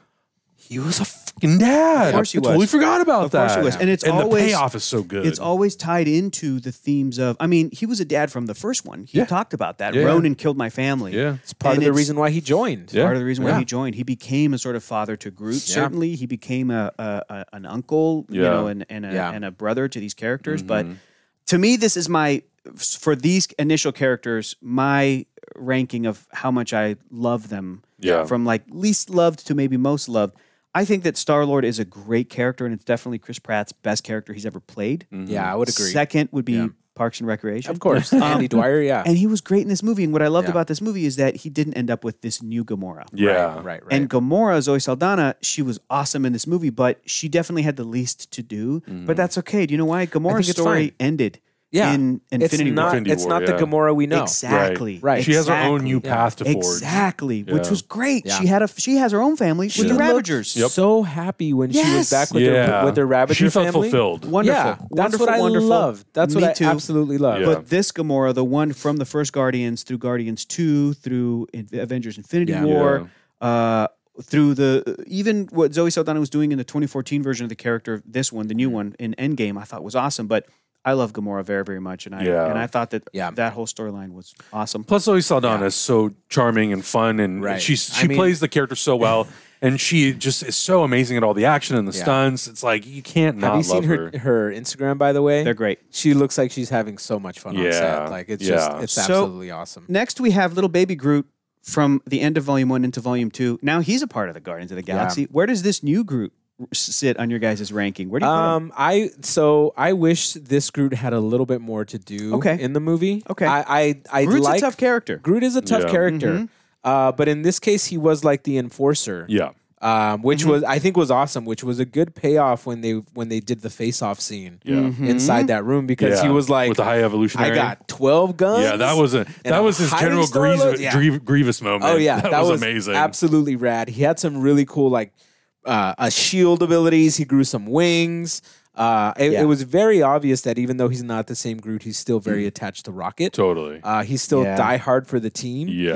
Speaker 1: he was a fucking dad.
Speaker 3: Of course he
Speaker 1: I totally
Speaker 3: was.
Speaker 1: forgot about
Speaker 3: Of
Speaker 1: that.
Speaker 3: course he was. And it's
Speaker 1: and
Speaker 3: always-
Speaker 1: the payoff is so good.
Speaker 3: It's always tied into the themes of. I mean, he was a dad from the first one. He
Speaker 1: Yeah.
Speaker 3: talked about that.
Speaker 1: Yeah.
Speaker 3: Ronan killed my family.
Speaker 1: Yeah.
Speaker 2: It's part
Speaker 3: And
Speaker 2: of the reason why he joined.
Speaker 1: Yeah.
Speaker 3: part of the reason why
Speaker 1: Yeah.
Speaker 3: he joined. He became a sort of father to Groot. Certainly, he became a, a, a an uncle, you
Speaker 1: Yeah. Mm-hmm.
Speaker 3: know, and and a,
Speaker 2: Yeah.
Speaker 3: and a brother to these characters. But to me, this is my for these initial characters my ranking of how much I love them.
Speaker 1: Yeah.
Speaker 3: from like least loved to maybe most loved. I think that Star Lord is a great character, and it's definitely Chris Pratt's best character he's ever played.
Speaker 1: Mm-hmm.
Speaker 2: Yeah, I would agree.
Speaker 3: Second would be Parks and Recreation.
Speaker 2: Of course. Andy Dwyer, yeah.
Speaker 3: Um, And he was great in this movie. And what I loved
Speaker 2: Yeah.
Speaker 3: about this movie is that he didn't end up with this new Gamora.
Speaker 1: yeah.
Speaker 2: right, right.
Speaker 3: And Gamora, Zoe Saldana, she was awesome in this movie, but she definitely had the least to do. But that's okay. Do you know why? Gamora's
Speaker 2: Mm. it's
Speaker 3: story
Speaker 2: fine.
Speaker 3: ended
Speaker 2: yeah.
Speaker 3: in Infinity
Speaker 2: it's not,
Speaker 3: War.
Speaker 1: Infinity
Speaker 2: it's
Speaker 1: War,
Speaker 2: not
Speaker 1: yeah.
Speaker 2: the Gamora we know.
Speaker 3: Exactly.
Speaker 2: Right.
Speaker 1: She has her own new
Speaker 3: Exactly.
Speaker 1: path to forge.
Speaker 3: Exactly, which
Speaker 1: Yeah.
Speaker 3: was great.
Speaker 2: Yeah.
Speaker 3: She had a she has her own family with the
Speaker 2: looked
Speaker 3: Ravagers.
Speaker 2: So happy when she was
Speaker 3: Yes.
Speaker 2: back with
Speaker 1: Yeah.
Speaker 2: her with her rabbit
Speaker 1: She felt
Speaker 2: family.
Speaker 1: fulfilled.
Speaker 3: Wonderful.
Speaker 2: Yeah,
Speaker 3: wonderful,
Speaker 2: that's what I
Speaker 3: wonderful.
Speaker 2: love. That's
Speaker 3: Me
Speaker 2: what I
Speaker 3: too.
Speaker 2: absolutely love.
Speaker 1: Yeah.
Speaker 3: But this Gamora, the one from the first Guardians through Guardians 2, through In- Avengers Infinity
Speaker 2: Yeah.
Speaker 3: War, uh, through the even what Zoe Saldana was doing in the 2014 version of the character, of this one, the new one in Endgame, I thought was awesome. But I love Gamora very, very much. And I
Speaker 1: Yeah.
Speaker 3: and I thought that
Speaker 2: Yeah.
Speaker 3: that whole storyline was awesome.
Speaker 1: Plus, Zoe Saldana is so charming and fun, and
Speaker 2: Right.
Speaker 1: she's
Speaker 2: I
Speaker 1: she
Speaker 2: mean-
Speaker 1: plays the character so well, and she just is so amazing at all the action and the stunts. It's like you can't not
Speaker 2: Have you seen
Speaker 1: love
Speaker 2: her, her Instagram by the way?
Speaker 3: They're great.
Speaker 2: She looks like she's having so much fun on
Speaker 1: Yeah.
Speaker 2: set. Like it's
Speaker 1: Yeah.
Speaker 2: just it's
Speaker 3: So-
Speaker 2: absolutely awesome.
Speaker 3: Next we have little baby Groot from the end of volume one into volume two. Now he's a part of the Guardians of the Galaxy. Where does this new Groot sit on your guys' ranking? Where do you put him?
Speaker 2: Um, I so I wish this Groot had a little bit more to do
Speaker 3: Okay.
Speaker 2: in the movie.
Speaker 3: Okay.
Speaker 2: I I, I
Speaker 3: Groot's
Speaker 2: like
Speaker 3: a tough Mm-hmm. character.
Speaker 2: Groot is a tough
Speaker 1: Yeah.
Speaker 2: character. Uh, but in this case he was like the enforcer.
Speaker 1: Yeah,
Speaker 2: um,
Speaker 3: Mm-hmm.
Speaker 2: which was I think was awesome, which was a good payoff when they when they did the face off scene
Speaker 3: Mm-hmm.
Speaker 2: inside that room because
Speaker 1: yeah.
Speaker 2: he was like,
Speaker 1: with the high evolutionary.
Speaker 2: I got twelve guns.
Speaker 1: yeah, that was a that
Speaker 2: I'm
Speaker 1: was his
Speaker 2: hiding
Speaker 1: General
Speaker 2: Star-Lord?
Speaker 1: Grievous,
Speaker 2: Yeah.
Speaker 1: Grievous- Grievous moment.
Speaker 2: Oh yeah,
Speaker 1: that, was, amazing.
Speaker 2: Absolutely rad. He had some really cool like uh, uh, shield abilities. He grew some wings. Uh, it,
Speaker 3: Yeah.
Speaker 2: it was very obvious that even though he's not the same Groot, he's still very attached to Rocket.
Speaker 1: Totally.
Speaker 2: Uh, he's still
Speaker 3: Mm. Yeah.
Speaker 2: die hard for the team.
Speaker 1: yeah.
Speaker 3: yeah.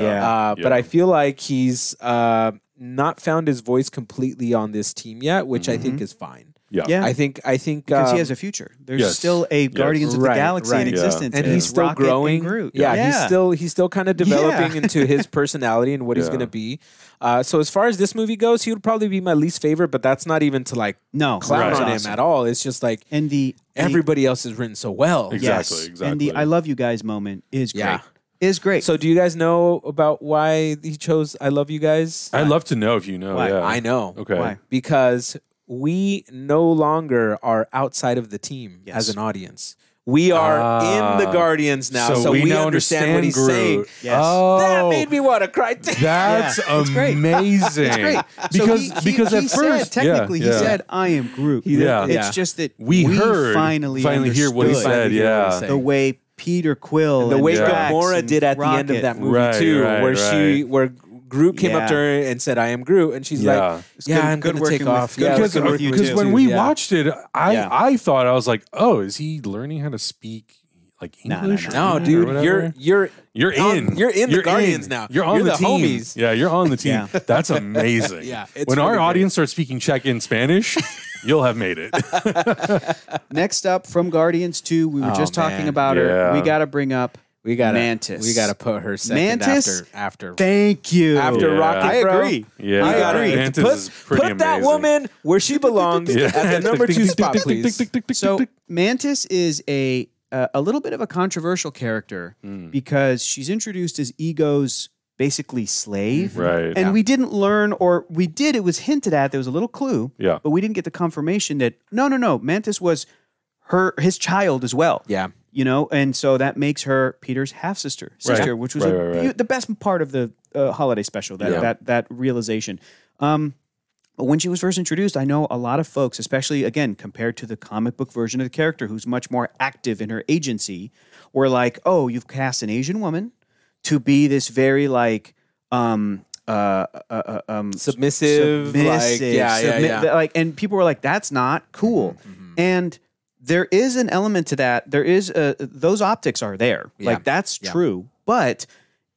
Speaker 2: Uh,
Speaker 1: Yeah.
Speaker 2: But I feel like he's uh, not found his voice completely on this team yet, which I think is fine.
Speaker 1: yeah,
Speaker 3: Mm-hmm. Yeah.
Speaker 2: I think I think
Speaker 3: because
Speaker 2: um,
Speaker 3: he has a future. There's
Speaker 1: yes.
Speaker 3: still a
Speaker 1: Yes.
Speaker 3: Guardians of the
Speaker 2: Right,
Speaker 3: Galaxy
Speaker 2: right.
Speaker 3: in
Speaker 2: Yeah.
Speaker 3: existence,
Speaker 2: and he's still
Speaker 3: Rocket
Speaker 2: growing.
Speaker 3: And Groot.
Speaker 2: Yeah, he's still he's still kind of developing
Speaker 3: Yeah.
Speaker 2: into his personality and what he's
Speaker 1: Yeah.
Speaker 2: going to be. Uh, so as far as this movie goes, he would probably be my least favorite, but that's not even to like
Speaker 3: no
Speaker 2: clown
Speaker 1: Right.
Speaker 2: on him
Speaker 3: Awesome.
Speaker 2: at all. It's just like
Speaker 3: And the
Speaker 2: everybody else is written so well.
Speaker 3: the- yes.
Speaker 1: Exactly,
Speaker 3: And the
Speaker 1: exactly.
Speaker 3: I love you guys moment is great.
Speaker 2: Yeah.
Speaker 3: Is great.
Speaker 2: So do you guys know about why he chose "I Love You Guys"?
Speaker 1: I'd love to know if you know.
Speaker 3: Why?
Speaker 1: Yeah,
Speaker 2: I know.
Speaker 1: Okay.
Speaker 3: Why?
Speaker 2: because we no longer are outside of the team as an audience. We are in the
Speaker 1: Ah.
Speaker 2: Guardians now, so, we,
Speaker 1: now
Speaker 2: understand, what he's
Speaker 1: Groot.
Speaker 2: saying.
Speaker 3: Yes.
Speaker 1: Oh,
Speaker 2: That made me want to cry. too.
Speaker 1: That's amazing.
Speaker 3: So
Speaker 1: Because
Speaker 3: he- he-
Speaker 1: because
Speaker 3: he
Speaker 1: at first,
Speaker 3: said,
Speaker 1: yeah,
Speaker 3: technically, he
Speaker 1: yeah.
Speaker 3: said, "I am Groot."
Speaker 1: Yeah.
Speaker 3: It's
Speaker 2: Yeah.
Speaker 3: just that
Speaker 1: we, heard
Speaker 3: finally
Speaker 1: finally hear what he
Speaker 3: understood
Speaker 1: said.
Speaker 2: Finally hear what he
Speaker 1: Yeah,
Speaker 2: said.
Speaker 3: The way Peter Quill,
Speaker 2: the
Speaker 3: and
Speaker 2: way
Speaker 3: Drax
Speaker 2: Gamora
Speaker 3: and
Speaker 2: did at the end of
Speaker 3: Rocket-
Speaker 2: that movie
Speaker 1: Right,
Speaker 2: too,
Speaker 1: right,
Speaker 2: where she
Speaker 1: right.
Speaker 2: where Groot came up to
Speaker 3: Yeah.
Speaker 2: her and said, "I am Groot," and she's
Speaker 1: Yeah.
Speaker 2: like, "Yeah,
Speaker 3: good-
Speaker 2: I'm
Speaker 3: good
Speaker 2: going to take
Speaker 3: working with-
Speaker 2: off."
Speaker 3: good
Speaker 2: yeah,
Speaker 1: because
Speaker 3: working
Speaker 2: good
Speaker 3: with you
Speaker 1: because
Speaker 3: too.
Speaker 1: when we
Speaker 2: Yeah.
Speaker 1: watched it, I
Speaker 2: Yeah.
Speaker 1: I thought I was like, oh, is he learning how to speak like
Speaker 3: No, no,
Speaker 1: English?
Speaker 3: no,
Speaker 1: or
Speaker 2: no, dude,
Speaker 1: whatever?
Speaker 2: you're you're
Speaker 1: you're
Speaker 2: on-
Speaker 1: in.
Speaker 2: you're in the Guardians now.
Speaker 1: You're on
Speaker 2: You're
Speaker 1: the,
Speaker 2: the
Speaker 1: team.
Speaker 2: homies.
Speaker 1: Yeah, you're on the team.
Speaker 3: Yeah.
Speaker 1: That's amazing.
Speaker 2: Yeah, it's
Speaker 1: when our
Speaker 2: really great.
Speaker 1: audience starts speaking Czech in Spanish, you'll have made it.
Speaker 3: Next up from Guardians Two, we were
Speaker 2: Oh,
Speaker 3: just talking
Speaker 2: man.
Speaker 3: about her.
Speaker 1: Yeah.
Speaker 3: We got to bring up
Speaker 2: We gotta
Speaker 3: Mantis.
Speaker 2: We gotta put her second
Speaker 3: Mantis?
Speaker 2: after after
Speaker 3: Thank you.
Speaker 2: after
Speaker 1: Yeah.
Speaker 2: Rocket.
Speaker 1: I
Speaker 2: bro.
Speaker 3: agree.
Speaker 1: Yeah,
Speaker 2: I
Speaker 3: I
Speaker 2: agree.
Speaker 3: agree.
Speaker 1: Mantis
Speaker 2: put
Speaker 1: is pretty
Speaker 2: put that
Speaker 1: amazing.
Speaker 2: woman where she belongs at the number two spot, please.
Speaker 3: So Mantis is a uh, a little bit of a controversial character
Speaker 1: Hmm.
Speaker 3: because she's introduced as Ego's basically slave,
Speaker 1: Mm-hmm. Right.
Speaker 3: And we didn't learn, or we did. It was hinted at. There was a little clue,
Speaker 1: Yeah.
Speaker 3: but we didn't get the confirmation that no, no, no. Mantis was her his child as well.
Speaker 2: Yeah.
Speaker 3: you know, and so that makes her Peter's half sister, sister, which was
Speaker 1: Right,
Speaker 3: a
Speaker 1: right,
Speaker 3: beau-
Speaker 1: right.
Speaker 3: the best part of the uh, holiday special. That
Speaker 2: Yeah.
Speaker 3: that that realization. Um, but when she was first introduced, I know a lot of folks, especially again compared to the comic book version of the character, who's much more active in her agency, were like, "Oh, you've cast an Asian woman to be this very like." Um, uh, uh, uh, um,
Speaker 2: Submissive, like, yeah, yeah,
Speaker 3: submit-
Speaker 2: yeah. Mm-hmm,
Speaker 3: that, like and people were like that's not cool and there is an element to that there is uh those optics are there like that's true but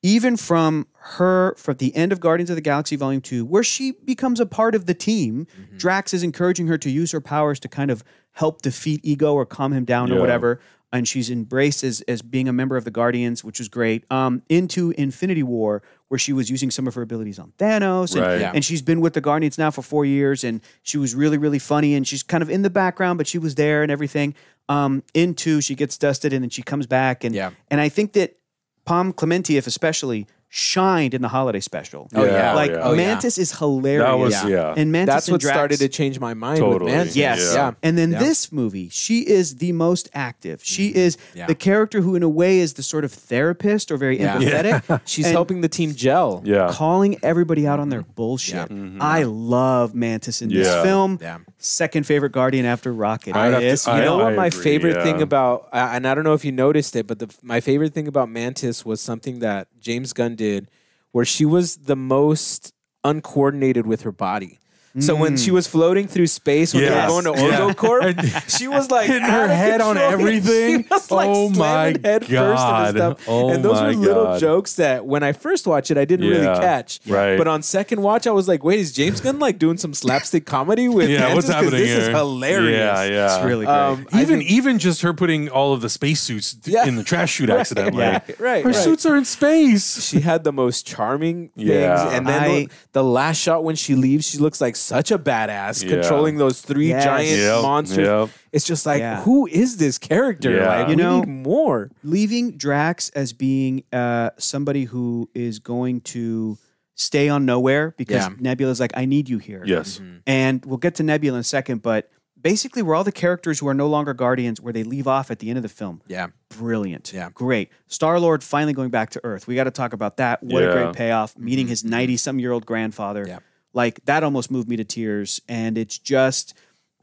Speaker 3: even from her from the end of guardians of the galaxy volume 2 where she becomes a part of the team
Speaker 2: Mm-hmm.
Speaker 3: drax is encouraging her to use her powers to kind of help defeat ego or calm him down or
Speaker 1: Yeah.
Speaker 3: whatever and she's embraced as, as being a member of the guardians which was great um, into infinity war where she was using some of her abilities on thanos and,
Speaker 1: Right. Yeah.
Speaker 3: and she's been with the Guardians now for four years, and she was really, really funny, and she's kind of in the background, but she was there and everything. Um, into she gets dusted, and then she comes back, and
Speaker 2: Yeah.
Speaker 3: and I think that Pom Clementiev especially shined in the holiday special.
Speaker 2: Oh, yeah.
Speaker 3: like
Speaker 1: yeah.
Speaker 2: Oh, yeah.
Speaker 3: Mantis is hilarious.
Speaker 1: That was-
Speaker 2: Yeah.
Speaker 1: yeah.
Speaker 3: and Mantis
Speaker 2: That's
Speaker 3: and
Speaker 2: what
Speaker 3: Drax-
Speaker 2: started to change my mind
Speaker 1: Totally.
Speaker 2: with Mantis.
Speaker 3: Yes.
Speaker 2: Yeah.
Speaker 3: And then
Speaker 2: Yeah. Mm-hmm.
Speaker 3: this movie, she is the most active. She is
Speaker 2: Yeah.
Speaker 3: the character who, in a way, is the sort of therapist or very
Speaker 2: Yeah.
Speaker 3: empathetic.
Speaker 2: She's
Speaker 3: And-
Speaker 2: helping the team gel.
Speaker 1: yeah.
Speaker 3: calling everybody out on their bullshit. I love Mantis in this
Speaker 1: Yeah.
Speaker 3: film.
Speaker 2: Mm-hmm. Yeah.
Speaker 3: Second favorite Guardian after Rocket.
Speaker 1: I'd have
Speaker 3: It
Speaker 1: to-
Speaker 3: is.
Speaker 1: I-
Speaker 2: You know what my
Speaker 1: agree,
Speaker 2: favorite
Speaker 1: yeah.
Speaker 2: thing about, uh, and I don't know if you noticed it, but the, my favorite thing about Mantis was something that James Gunn did, where she was the most uncoordinated with her body. So when she was floating through space when
Speaker 1: Mm. Yes.
Speaker 2: they were going to
Speaker 1: Yeah.
Speaker 2: Orgo
Speaker 1: And-
Speaker 2: Corp, she was like
Speaker 1: Hitting her
Speaker 2: out of
Speaker 1: head on
Speaker 2: control.
Speaker 1: everything?
Speaker 2: She was like
Speaker 1: Oh my
Speaker 2: slamming head first
Speaker 1: God.
Speaker 2: and stuff.
Speaker 1: Oh
Speaker 2: and those
Speaker 1: my
Speaker 2: were little
Speaker 1: God.
Speaker 2: jokes that when I first watched it, I didn't really
Speaker 1: Yeah.
Speaker 2: catch.
Speaker 1: Right.
Speaker 2: But on second watch, I was like, wait, is James Gunn like doing some slapstick comedy with
Speaker 1: yeah,
Speaker 2: Mantis?
Speaker 1: what's
Speaker 2: 'Cause
Speaker 1: happening
Speaker 2: This
Speaker 1: here?
Speaker 2: is hilarious.
Speaker 1: Yeah, yeah.
Speaker 3: It's really great.
Speaker 2: Um, I
Speaker 1: even
Speaker 2: think-
Speaker 1: even just her putting all of the spacesuits th-
Speaker 2: Yeah.
Speaker 1: in the trash chute accidentally.
Speaker 2: right, right,
Speaker 1: Her
Speaker 2: right.
Speaker 1: suits are in space.
Speaker 2: she had the most charming things,
Speaker 1: Yeah.
Speaker 2: and then
Speaker 3: I-
Speaker 2: the last shot when she leaves, she looks like such a badass,
Speaker 1: Yeah.
Speaker 2: controlling those three
Speaker 3: Yes.
Speaker 2: giant
Speaker 1: Yep,
Speaker 2: monsters.
Speaker 1: yep.
Speaker 2: It's just like,
Speaker 3: Yeah.
Speaker 2: who is this character?
Speaker 1: Yeah.
Speaker 2: Like,
Speaker 1: You
Speaker 2: we
Speaker 3: know-
Speaker 2: need more.
Speaker 3: Leaving Drax as being uh, somebody who is going to stay on nowhere because
Speaker 2: Yeah.
Speaker 3: Nebula's like, I need you here.
Speaker 2: Mm-hmm.
Speaker 1: Yes.
Speaker 2: Hmm.
Speaker 3: And we'll get to Nebula in a second, but basically, we're all the characters who are no longer Guardians, where they leave off at the end of the film.
Speaker 2: Yeah,
Speaker 3: brilliant.
Speaker 2: Yeah.
Speaker 3: Great. Star Lord finally going back to Earth. We got to talk about that. What a
Speaker 1: Yeah.
Speaker 3: great payoff. Meeting his 90 some year old grandfather.
Speaker 2: Mm-hmm. Yeah.
Speaker 3: Like that almost moved me to tears. And it's just,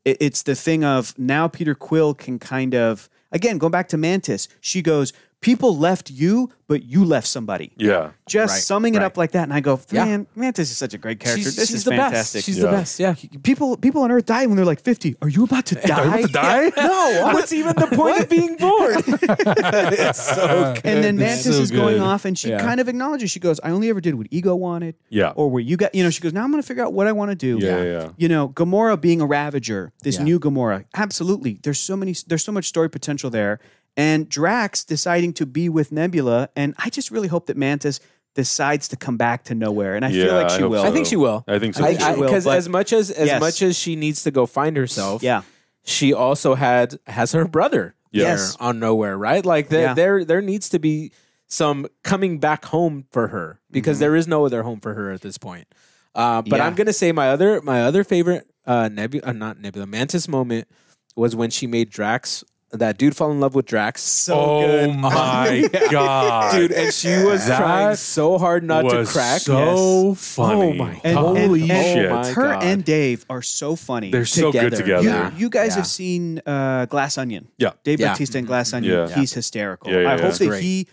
Speaker 3: it- it's the thing of now Peter Quill can kind of, again, going back to Mantis, she goes, People left you, but you left somebody.
Speaker 1: Yeah.
Speaker 3: Just
Speaker 2: Right,
Speaker 3: summing it
Speaker 2: right.
Speaker 3: up like that. And I go,
Speaker 2: Yeah.
Speaker 3: man, Mantis is such a great character.
Speaker 2: she's,
Speaker 3: this
Speaker 2: she's
Speaker 3: is
Speaker 2: the
Speaker 3: fantastic.
Speaker 2: best. She's
Speaker 1: Yeah.
Speaker 2: the best. Yeah.
Speaker 3: People, people on Earth die when they're like 50. Are you about to die?
Speaker 1: Are you about to die?
Speaker 2: No, what's even the point of being born? it's so good.
Speaker 3: and then
Speaker 1: That's
Speaker 3: Mantis
Speaker 1: so
Speaker 3: is going
Speaker 1: good.
Speaker 3: off, and she
Speaker 2: Yeah.
Speaker 3: kind of acknowledges. She goes, "I only ever did what ego wanted,
Speaker 1: Yeah.
Speaker 3: or where you got." You know, she goes, "Now I'm going to figure out what I want to do."
Speaker 1: Yeah, yeah, yeah.
Speaker 3: You know, Gamora being a Ravager, this
Speaker 2: Yeah.
Speaker 3: new Gamora, absolutely. There's so many. There's so much story potential there, and Drax deciding to be with Nebula, and I just really hope that Mantis decides to come back to nowhere, and I feel
Speaker 1: Yeah,
Speaker 3: like she
Speaker 1: I hope
Speaker 3: will.
Speaker 1: so.
Speaker 2: I think she will.
Speaker 1: I think so.
Speaker 2: I-
Speaker 1: too.
Speaker 2: I-
Speaker 3: will,
Speaker 2: Because
Speaker 3: but-
Speaker 2: as much as as
Speaker 3: Yes.
Speaker 2: much as she needs to go find herself,
Speaker 3: Yeah.
Speaker 2: she also had has her brother.
Speaker 1: Yeah.
Speaker 3: Yes.
Speaker 2: there on nowhere, right? Like there,
Speaker 3: Yeah.
Speaker 2: there, there needs to be some coming back home for her because there is no other home for her at this point. Uh, but
Speaker 3: Yeah.
Speaker 2: I'm gonna say my other my other favorite uh, Nebula, uh, not Nebula, Mantis moment was when she made Drax that dude fall in love with Drax. So
Speaker 1: oh my god,
Speaker 2: dude, and she was
Speaker 1: That
Speaker 2: trying so hard not to
Speaker 1: was
Speaker 2: crack.
Speaker 1: So funny.
Speaker 2: Oh my
Speaker 3: And,
Speaker 2: God.
Speaker 3: and-
Speaker 1: Holy
Speaker 3: and
Speaker 1: shit.
Speaker 2: Oh my
Speaker 3: her
Speaker 2: God.
Speaker 3: and Dave are so funny.
Speaker 1: They're so good
Speaker 2: together.
Speaker 1: together.
Speaker 3: You,
Speaker 2: Yeah.
Speaker 3: you guys
Speaker 2: Yeah.
Speaker 3: have seen uh, Glass Onion.
Speaker 1: Yeah. Mm-hmm.
Speaker 3: Dave
Speaker 2: Yeah.
Speaker 3: Bautista in Glass Onion.
Speaker 1: Yeah.
Speaker 3: He's hysterical.
Speaker 1: Yeah, yeah,
Speaker 3: I
Speaker 1: yeah.
Speaker 3: hope that
Speaker 2: Great.
Speaker 3: he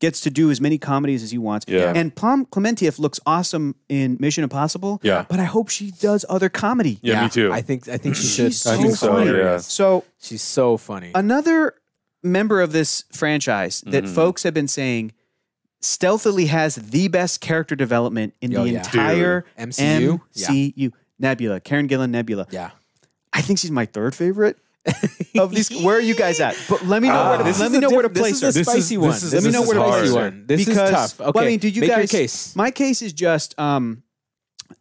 Speaker 3: gets to do as many comedies as he wants.
Speaker 1: Yeah.
Speaker 3: And Pom Clementiev looks awesome in Mission Impossible.
Speaker 1: Yeah.
Speaker 3: But I hope she does other comedy.
Speaker 1: Yeah, me too.
Speaker 2: I think I think she should.
Speaker 3: She's
Speaker 1: I
Speaker 3: so
Speaker 1: think so,
Speaker 3: funny.
Speaker 1: yeah.
Speaker 3: So
Speaker 2: She's so funny.
Speaker 3: another member of this franchise that
Speaker 1: Mm-hmm.
Speaker 3: folks have been saying stealthily has the best character development in
Speaker 2: Oh,
Speaker 3: the
Speaker 2: yeah.
Speaker 3: entire
Speaker 2: Dude. MCU? Yeah.
Speaker 3: MCU. Nebula, Karen Gillan Nebula.
Speaker 2: yeah.
Speaker 3: I think she's my third favorite. of these. Where are you guys at? But let me know.
Speaker 1: Uh,
Speaker 2: Ah,
Speaker 3: where
Speaker 2: this
Speaker 3: to, let
Speaker 2: is
Speaker 3: me
Speaker 2: a
Speaker 3: know where to
Speaker 2: diff- this
Speaker 3: place
Speaker 2: is
Speaker 3: her.
Speaker 2: a
Speaker 1: This is-
Speaker 2: spicy one.
Speaker 1: this is-
Speaker 2: Let me
Speaker 1: this
Speaker 2: know
Speaker 1: is
Speaker 2: where to place
Speaker 1: hard.
Speaker 2: you one. This
Speaker 3: because,
Speaker 2: is tough. Okay,
Speaker 3: well, I mean, did you
Speaker 2: Make
Speaker 3: guys?
Speaker 2: your case?
Speaker 3: My case is just um,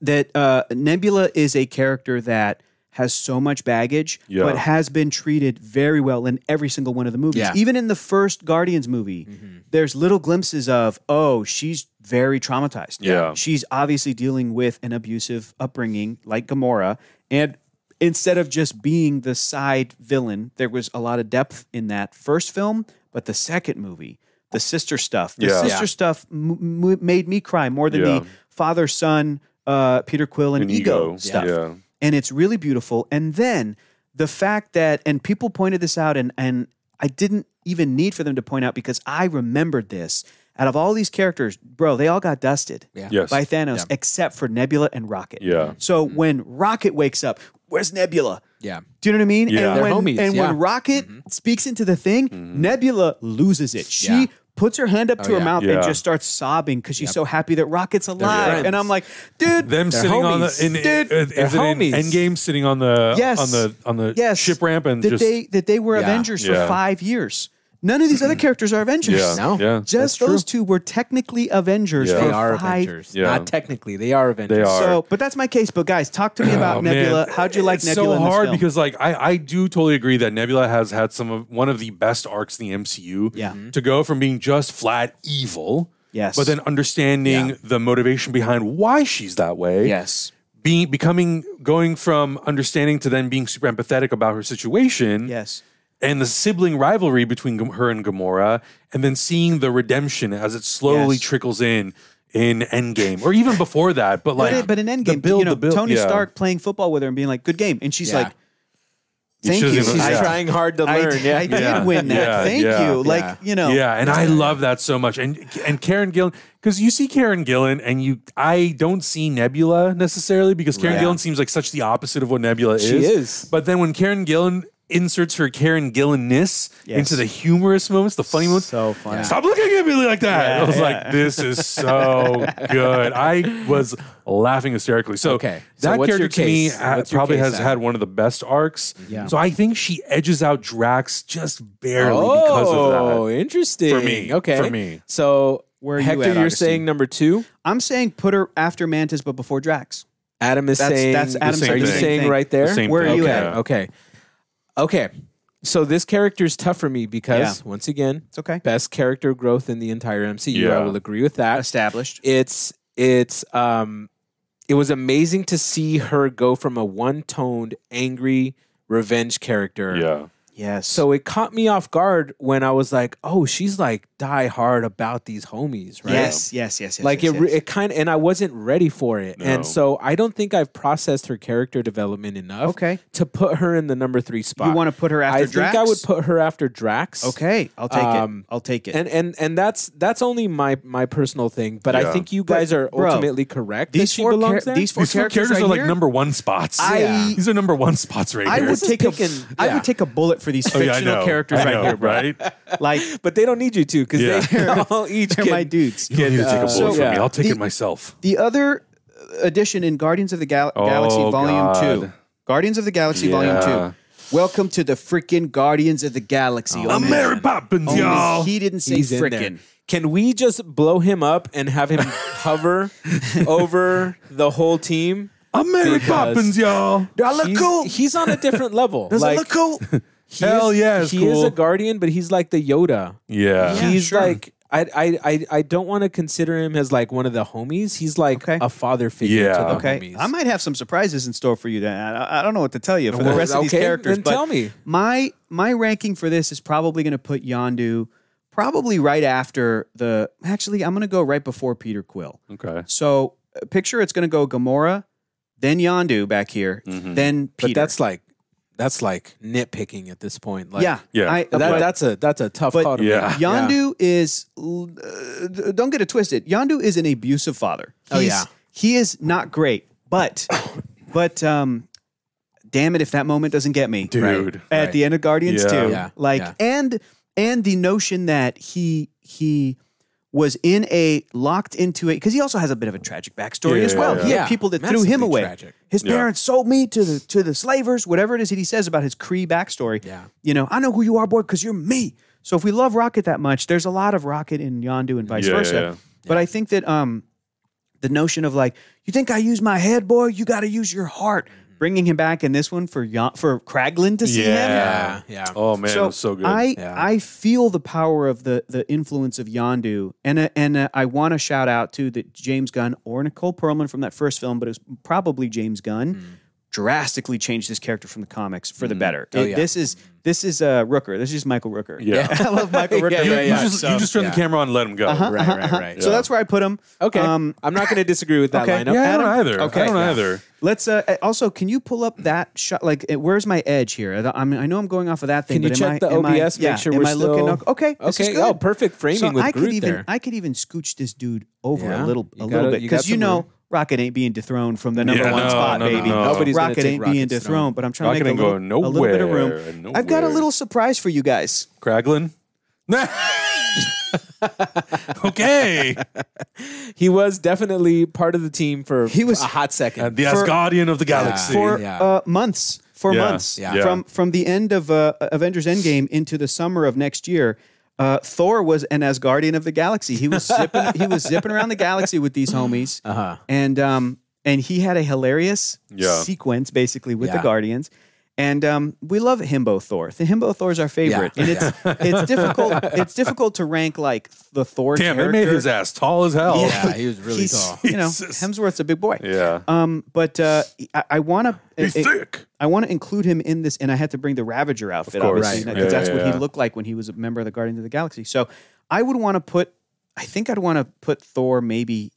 Speaker 3: that uh, Nebula is a character that has so much baggage,
Speaker 1: Yeah.
Speaker 3: but has been treated very well in every single one of the movies.
Speaker 2: Yeah.
Speaker 3: Even in the first Guardians movie,
Speaker 1: Mm-hmm.
Speaker 3: there's little glimpses of, oh, she's very traumatized.
Speaker 1: Yeah.
Speaker 3: She's obviously dealing with an abusive upbringing like Gamora. And instead of just being the side villain, there was a lot of depth in that first film, but the second movie, the sister stuff, the
Speaker 1: Yeah.
Speaker 3: sister stuff m- m- made me cry more than
Speaker 1: Yeah.
Speaker 3: the father son uh, Peter Quill and,
Speaker 1: An
Speaker 3: ego,
Speaker 1: ego.
Speaker 3: stuff.
Speaker 1: Yeah.
Speaker 3: And it's really beautiful. And then the fact that, and people pointed this out, and, and I didn't even need for them to point out because I remembered this. Out of all these characters, bro, they all got dusted
Speaker 2: Yeah. Mm.
Speaker 1: Yes.
Speaker 3: by Thanos except for Nebula and Rocket.
Speaker 1: Yeah.
Speaker 3: So when Rocket wakes up, where's Nebula?
Speaker 2: Yeah.
Speaker 3: Do you know what I mean?
Speaker 1: Yeah. Mm-hmm.
Speaker 3: And
Speaker 1: They're
Speaker 3: when,
Speaker 2: homies,
Speaker 3: and when
Speaker 2: yeah.
Speaker 3: Rocket speaks into the thing, Nebula loses it. She
Speaker 2: Yeah. Oh,
Speaker 3: puts her hand up to her
Speaker 2: yeah.
Speaker 3: mouth
Speaker 1: Yeah.
Speaker 3: and just starts sobbing because she's so happy that Rocket's alive.
Speaker 2: friends.
Speaker 3: And I'm like, dude,
Speaker 1: Them
Speaker 2: They're
Speaker 1: sitting on the
Speaker 2: homies.
Speaker 1: in,
Speaker 3: Dude,
Speaker 1: uh, is
Speaker 2: they're
Speaker 1: it in
Speaker 2: homies.
Speaker 1: Endgame sitting on the
Speaker 3: Yes.
Speaker 1: on the on the
Speaker 3: yes,
Speaker 1: ship ramp and
Speaker 3: that
Speaker 1: just
Speaker 3: they that they were
Speaker 2: Yeah. Mm-hmm.
Speaker 3: Avengers for
Speaker 1: Yeah.
Speaker 3: five years. None of these other characters are Avengers.
Speaker 1: yeah
Speaker 2: No.
Speaker 1: yeah
Speaker 3: Just those two were technically Avengers.
Speaker 1: Yeah.
Speaker 3: For
Speaker 2: They are
Speaker 3: five
Speaker 2: Avengers.
Speaker 1: Yeah.
Speaker 2: Not technically. They are Avengers.
Speaker 1: They are.
Speaker 3: So, but that's my case. But guys, talk to me about
Speaker 1: Oh, man.
Speaker 3: Nebula. How'd you like
Speaker 1: it's
Speaker 3: Nebula?
Speaker 1: So
Speaker 3: in this
Speaker 1: hard
Speaker 3: film?
Speaker 1: because like I I do totally agree that Nebula has had some of one of the best arcs in the MCU.
Speaker 3: Yeah. Mhm.
Speaker 1: To go from being just flat evil.
Speaker 3: Yes.
Speaker 1: But then understanding
Speaker 2: Yeah.
Speaker 1: the motivation behind why she's that way.
Speaker 3: yes,
Speaker 1: Being becoming going from understanding to then being super empathetic about her situation.
Speaker 3: yes,
Speaker 1: and the sibling rivalry between Gam- her and Gamora, and then seeing the redemption as it slowly
Speaker 3: Yes.
Speaker 1: trickles in in Endgame or even before that. But like,
Speaker 3: but, it, but in
Speaker 1: the
Speaker 3: Endgame,
Speaker 1: build,
Speaker 3: you know,
Speaker 1: the build-
Speaker 3: Tony
Speaker 1: yeah.
Speaker 3: Stark playing football with her and being like, "Good game," and she's
Speaker 2: Yeah.
Speaker 3: like, "Thank
Speaker 1: doesn't
Speaker 3: you."
Speaker 1: even-
Speaker 2: She's
Speaker 1: Yeah.
Speaker 3: I,
Speaker 2: trying hard to
Speaker 3: I,
Speaker 2: learn. yeah.
Speaker 3: I
Speaker 1: Yeah.
Speaker 3: did win that.
Speaker 1: Yeah.
Speaker 3: Thank
Speaker 1: Yeah.
Speaker 3: you. Like
Speaker 2: Yeah.
Speaker 3: you know,
Speaker 1: yeah, and I love that so much. And and Karen Gillan, because you see Karen Gillan, and you, I don't see Nebula necessarily because Karen
Speaker 2: Right.
Speaker 1: Gillan seems like such the opposite of what Nebula
Speaker 2: She is.
Speaker 1: But then when Karen Gillan inserts her Karen Gillanness
Speaker 3: Yes.
Speaker 1: into the humorous moments, the funny moments,
Speaker 3: so funny.
Speaker 1: Stop looking at me like that.
Speaker 3: Yeah,
Speaker 1: I was
Speaker 3: yeah.
Speaker 1: like, this is so good. I was laughing hysterically. So
Speaker 2: Okay. So
Speaker 1: that
Speaker 2: what's your
Speaker 1: character to me
Speaker 2: case?
Speaker 1: ha-
Speaker 2: What's your
Speaker 1: probably
Speaker 2: case,
Speaker 1: has
Speaker 2: Adam?
Speaker 1: had one of the best arcs.
Speaker 3: Yeah.
Speaker 1: So I think she edges out Drax just barely
Speaker 2: Oh,
Speaker 1: because of
Speaker 2: interesting.
Speaker 1: For me.
Speaker 2: Okay.
Speaker 1: For me.
Speaker 2: So
Speaker 3: Where are you
Speaker 2: Hector,
Speaker 3: at,
Speaker 2: you're
Speaker 3: Augustine?
Speaker 2: saying number two.
Speaker 3: I'm saying put her after Mantis, but before Drax.
Speaker 2: Adam is
Speaker 3: That's-
Speaker 2: saying.
Speaker 3: that's Adam's
Speaker 2: Are you
Speaker 1: saying the same
Speaker 2: saying
Speaker 3: thing.
Speaker 2: right there?
Speaker 1: The same
Speaker 3: Where are
Speaker 1: thing.
Speaker 3: you
Speaker 2: okay.
Speaker 3: at?
Speaker 2: Okay. Okay. So this character is tough for me because once again,
Speaker 3: It's okay.
Speaker 2: best character growth in the entire MCU. I
Speaker 1: Yeah.
Speaker 2: will agree with that.
Speaker 3: Established.
Speaker 2: It's it's um it was amazing to see her go from a one-toned angry revenge character.
Speaker 1: that. Yeah.
Speaker 3: Yes.
Speaker 2: So it caught me off guard when I was like, "Oh, she's like die hard about these homies, right?"
Speaker 3: yes, yes, yes, yes.
Speaker 2: like
Speaker 3: yes,
Speaker 2: it, re
Speaker 3: yes.
Speaker 2: it kind of, and I wasn't ready for it,
Speaker 1: No.
Speaker 2: and so I don't think I've processed her character development enough.
Speaker 3: Okay.
Speaker 2: to put her in the number three spot.
Speaker 3: you want to put her after
Speaker 2: I
Speaker 3: Drax?
Speaker 2: think I would put her after Drax.
Speaker 3: Okay, I'll take
Speaker 2: Um,
Speaker 3: it. I'll take it.
Speaker 2: and and and that's that's only my my personal thing, but
Speaker 1: Yeah.
Speaker 2: I think you guys are
Speaker 3: bro,
Speaker 2: ultimately correct. that
Speaker 3: these
Speaker 2: she
Speaker 3: four char-
Speaker 2: belongs there.
Speaker 3: these four
Speaker 1: These four
Speaker 3: characters
Speaker 1: characters,
Speaker 3: right
Speaker 1: are like
Speaker 3: here?
Speaker 1: number one spots.
Speaker 3: I- Yeah.
Speaker 1: These are number one spots right
Speaker 3: I
Speaker 1: here.
Speaker 3: would
Speaker 2: is
Speaker 3: take a,
Speaker 2: picking-
Speaker 3: I
Speaker 2: yeah.
Speaker 3: would take a bullet for these
Speaker 1: Oh,
Speaker 3: fictional
Speaker 1: yeah, I know.
Speaker 3: characters
Speaker 1: I
Speaker 3: right
Speaker 1: know,
Speaker 3: here, bro.
Speaker 1: right?
Speaker 3: Like
Speaker 2: but they don't need you to because
Speaker 1: Yeah.
Speaker 2: they're all each
Speaker 3: they're
Speaker 2: can-
Speaker 3: my dudes.
Speaker 1: You don't need to take a bullet
Speaker 3: So-
Speaker 1: from me.
Speaker 2: yeah.
Speaker 1: I'll take
Speaker 3: The-
Speaker 1: it myself.
Speaker 3: The other edition in Guardians of the Gal- Galaxy
Speaker 1: Oh,
Speaker 3: Volume
Speaker 1: God.
Speaker 3: 2. Guardians of the Galaxy
Speaker 1: Yeah.
Speaker 3: Volume 2. Welcome to the freaking Guardians of the Galaxy. Oh,
Speaker 1: I'm
Speaker 3: man.
Speaker 1: Mary Poppins,
Speaker 3: Only
Speaker 1: y'all.
Speaker 3: He didn't say
Speaker 2: He's in there.
Speaker 3: freaking.
Speaker 2: Can we just blow him up and have him hover over the whole team?
Speaker 1: I'm Mary
Speaker 2: Because-
Speaker 1: Poppins, y'all.
Speaker 3: Do I look
Speaker 2: he's,
Speaker 3: cool?
Speaker 2: he's on a different level.
Speaker 3: Does
Speaker 2: like,
Speaker 3: it look cool?
Speaker 2: he
Speaker 1: Hell
Speaker 2: is,
Speaker 1: yeah, it's
Speaker 2: he is
Speaker 1: cool.
Speaker 2: a guardian, but he's like the Yoda.
Speaker 1: Yeah.
Speaker 3: Yeah.
Speaker 2: he's
Speaker 3: sure.
Speaker 2: like I I I, I don't want to consider him as like one of the homies. He's like
Speaker 3: Okay.
Speaker 2: a father figure
Speaker 1: Yeah.
Speaker 2: to the
Speaker 3: okay.
Speaker 2: homies.
Speaker 3: I might have some surprises in store for you. Then I, I don't know what to tell you for the
Speaker 2: Well,
Speaker 3: rest of these
Speaker 2: okay,
Speaker 3: characters.
Speaker 2: then
Speaker 3: but
Speaker 2: tell me.
Speaker 3: My my ranking for this is probably going to put Yondu probably right after the. Actually, I'm going to go right before Peter Quill.
Speaker 2: Hmm.
Speaker 1: Okay.
Speaker 3: So uh, picture it's going to go Gamora, then Yondu back here, then
Speaker 2: Mm-hmm. but
Speaker 3: Peter.
Speaker 2: that's like that's like nitpicking at this point. Like,
Speaker 3: yeah,
Speaker 1: Yeah.
Speaker 3: I,
Speaker 2: that,
Speaker 3: but
Speaker 2: that's a that's a tough
Speaker 3: but
Speaker 2: call to
Speaker 1: Yeah.
Speaker 2: make.
Speaker 3: Yondu is. l- Uh, d- don't get it twisted. Yondu is an abusive father.
Speaker 2: Oh,
Speaker 3: He's-
Speaker 2: yeah.
Speaker 3: he is not great, but but um, damn it if that moment doesn't get me,
Speaker 1: Dude.
Speaker 3: at
Speaker 2: Right.
Speaker 3: the end of Guardians
Speaker 1: Yeah.
Speaker 3: too,
Speaker 2: Yeah.
Speaker 3: Like
Speaker 2: Yeah.
Speaker 3: and and the notion that he he was in a locked into a because he also has a bit of a tragic backstory
Speaker 1: Yeah,
Speaker 3: as well.
Speaker 1: yeah,
Speaker 3: He
Speaker 2: yeah.
Speaker 3: had people that threw him
Speaker 2: Massively
Speaker 3: away.
Speaker 2: tragic.
Speaker 3: His
Speaker 1: Yeah.
Speaker 3: parents sold me to the to the slavers. Whatever it is that he says about his Cree backstory.
Speaker 2: Yeah.
Speaker 3: you know, I know who you are, boy, because you're me. So if we love Rocket that much, there's a lot of Rocket in Yondu and vice
Speaker 1: Yeah, yeah,
Speaker 3: versa.
Speaker 1: yeah.
Speaker 3: But I think that um, the notion of like, you think I use my head, boy? You got to use your heart. Bringing him back in this one for Yon- for Kraglin to see him.
Speaker 2: Yeah, yeah.
Speaker 1: Oh man, it was so good.
Speaker 3: I
Speaker 2: Yeah.
Speaker 3: I feel the power of the the influence of Yondu, and uh, and uh, I want to shout out to that James Gunn or Nicole Perlman from that first film, but it was probably James
Speaker 1: Hmm.
Speaker 3: Gunn. Drastically changed this character from the comics for the better. It-
Speaker 2: yeah.
Speaker 3: This is this is uh, Rooker. This is just Michael Rooker.
Speaker 1: Oh, Yeah.
Speaker 3: I love Michael Rooker.
Speaker 2: Yeah,
Speaker 1: you,
Speaker 2: yeah,
Speaker 1: you
Speaker 2: yeah.
Speaker 1: just
Speaker 2: So,
Speaker 1: you just turn
Speaker 2: yeah. Uh-huh.
Speaker 1: the camera on and let him go.
Speaker 2: Right, right, right.
Speaker 3: So that's where I put him.
Speaker 2: okay.
Speaker 3: Um,
Speaker 2: I'm not going to disagree with that
Speaker 3: okay.
Speaker 2: lineup.
Speaker 1: Yeah, I don't
Speaker 3: Adam?
Speaker 1: either. I
Speaker 3: Okay.
Speaker 1: don't
Speaker 3: Yeah.
Speaker 1: either.
Speaker 3: let's uh, uh, also. Can you pull up that shot? Like, uh, where's my edge here? I- I mean, I know I'm going off of that thing.
Speaker 2: Can you
Speaker 3: but
Speaker 2: check
Speaker 3: am I,
Speaker 2: the
Speaker 3: am I-
Speaker 2: OBS?
Speaker 3: yeah,
Speaker 2: Make sure
Speaker 3: am
Speaker 2: we're
Speaker 3: I
Speaker 2: still
Speaker 3: looking okay? This is
Speaker 2: Okay.
Speaker 3: good.
Speaker 2: Oh, perfect framing
Speaker 3: So
Speaker 2: with
Speaker 3: I
Speaker 2: Groot
Speaker 3: could even
Speaker 2: there.
Speaker 3: I could even scooch this dude over
Speaker 2: Yeah.
Speaker 3: a little
Speaker 2: You
Speaker 3: a
Speaker 2: gotta-
Speaker 3: little bit
Speaker 2: you got
Speaker 3: because you
Speaker 2: some
Speaker 3: know
Speaker 2: room.
Speaker 3: Rocket ain't being dethroned from the number
Speaker 1: Yeah,
Speaker 3: one
Speaker 1: no,
Speaker 3: spot,
Speaker 1: no, no,
Speaker 3: baby.
Speaker 1: no. Nobody's
Speaker 2: gonna
Speaker 3: Rocket
Speaker 2: take
Speaker 3: ain't being
Speaker 2: Rocket's throne.
Speaker 3: dethroned, but I'm trying
Speaker 1: Rocket
Speaker 3: to
Speaker 1: ain't
Speaker 3: make a little,
Speaker 1: going
Speaker 3: a little bit of
Speaker 1: nowhere
Speaker 3: room.
Speaker 1: and
Speaker 3: I've got a
Speaker 1: nowhere.
Speaker 3: little surprise for you guys.
Speaker 1: Kraglin. okay.
Speaker 2: He was definitely part of the team for
Speaker 3: He was-
Speaker 2: a hot second.
Speaker 1: The Asgardian of the galaxy.
Speaker 3: for
Speaker 2: Yeah.
Speaker 3: uh, months. For
Speaker 1: Yeah.
Speaker 3: months,
Speaker 1: Yeah.
Speaker 3: from from the end of uh, Avengers Endgame into the summer of next year, uh, Thor was an Asgardian of the galaxy. He was zipping, he was zipping around the galaxy with these homies, uh-huh. and um, and he had a hilarious
Speaker 1: Yeah.
Speaker 3: sequence basically with
Speaker 2: Yeah.
Speaker 3: the Guardians. And um, we love Himbo Thor. The Himbo Thor is our favorite,
Speaker 2: Yeah.
Speaker 3: and it's it's difficult it's difficult to rank like the Thor.
Speaker 1: Damn,
Speaker 3: character.
Speaker 1: they made his ass tall as hell.
Speaker 2: Yeah, he was really
Speaker 3: He's-
Speaker 2: tall.
Speaker 3: You know,
Speaker 1: Jesus.
Speaker 3: Hemsworth's a big boy.
Speaker 1: Yeah.
Speaker 3: Um, but uh, I, I want to.
Speaker 1: He's thick.
Speaker 3: I want to include him in this, and I had to bring the Ravager outfit,
Speaker 1: course.
Speaker 3: obviously,
Speaker 1: Right.
Speaker 3: because that's
Speaker 1: Yeah,
Speaker 3: what
Speaker 1: yeah, yeah.
Speaker 3: he looked like when he was a member of the Guardians of the Galaxy. So I would want to put. I think I'd want to put Thor maybe.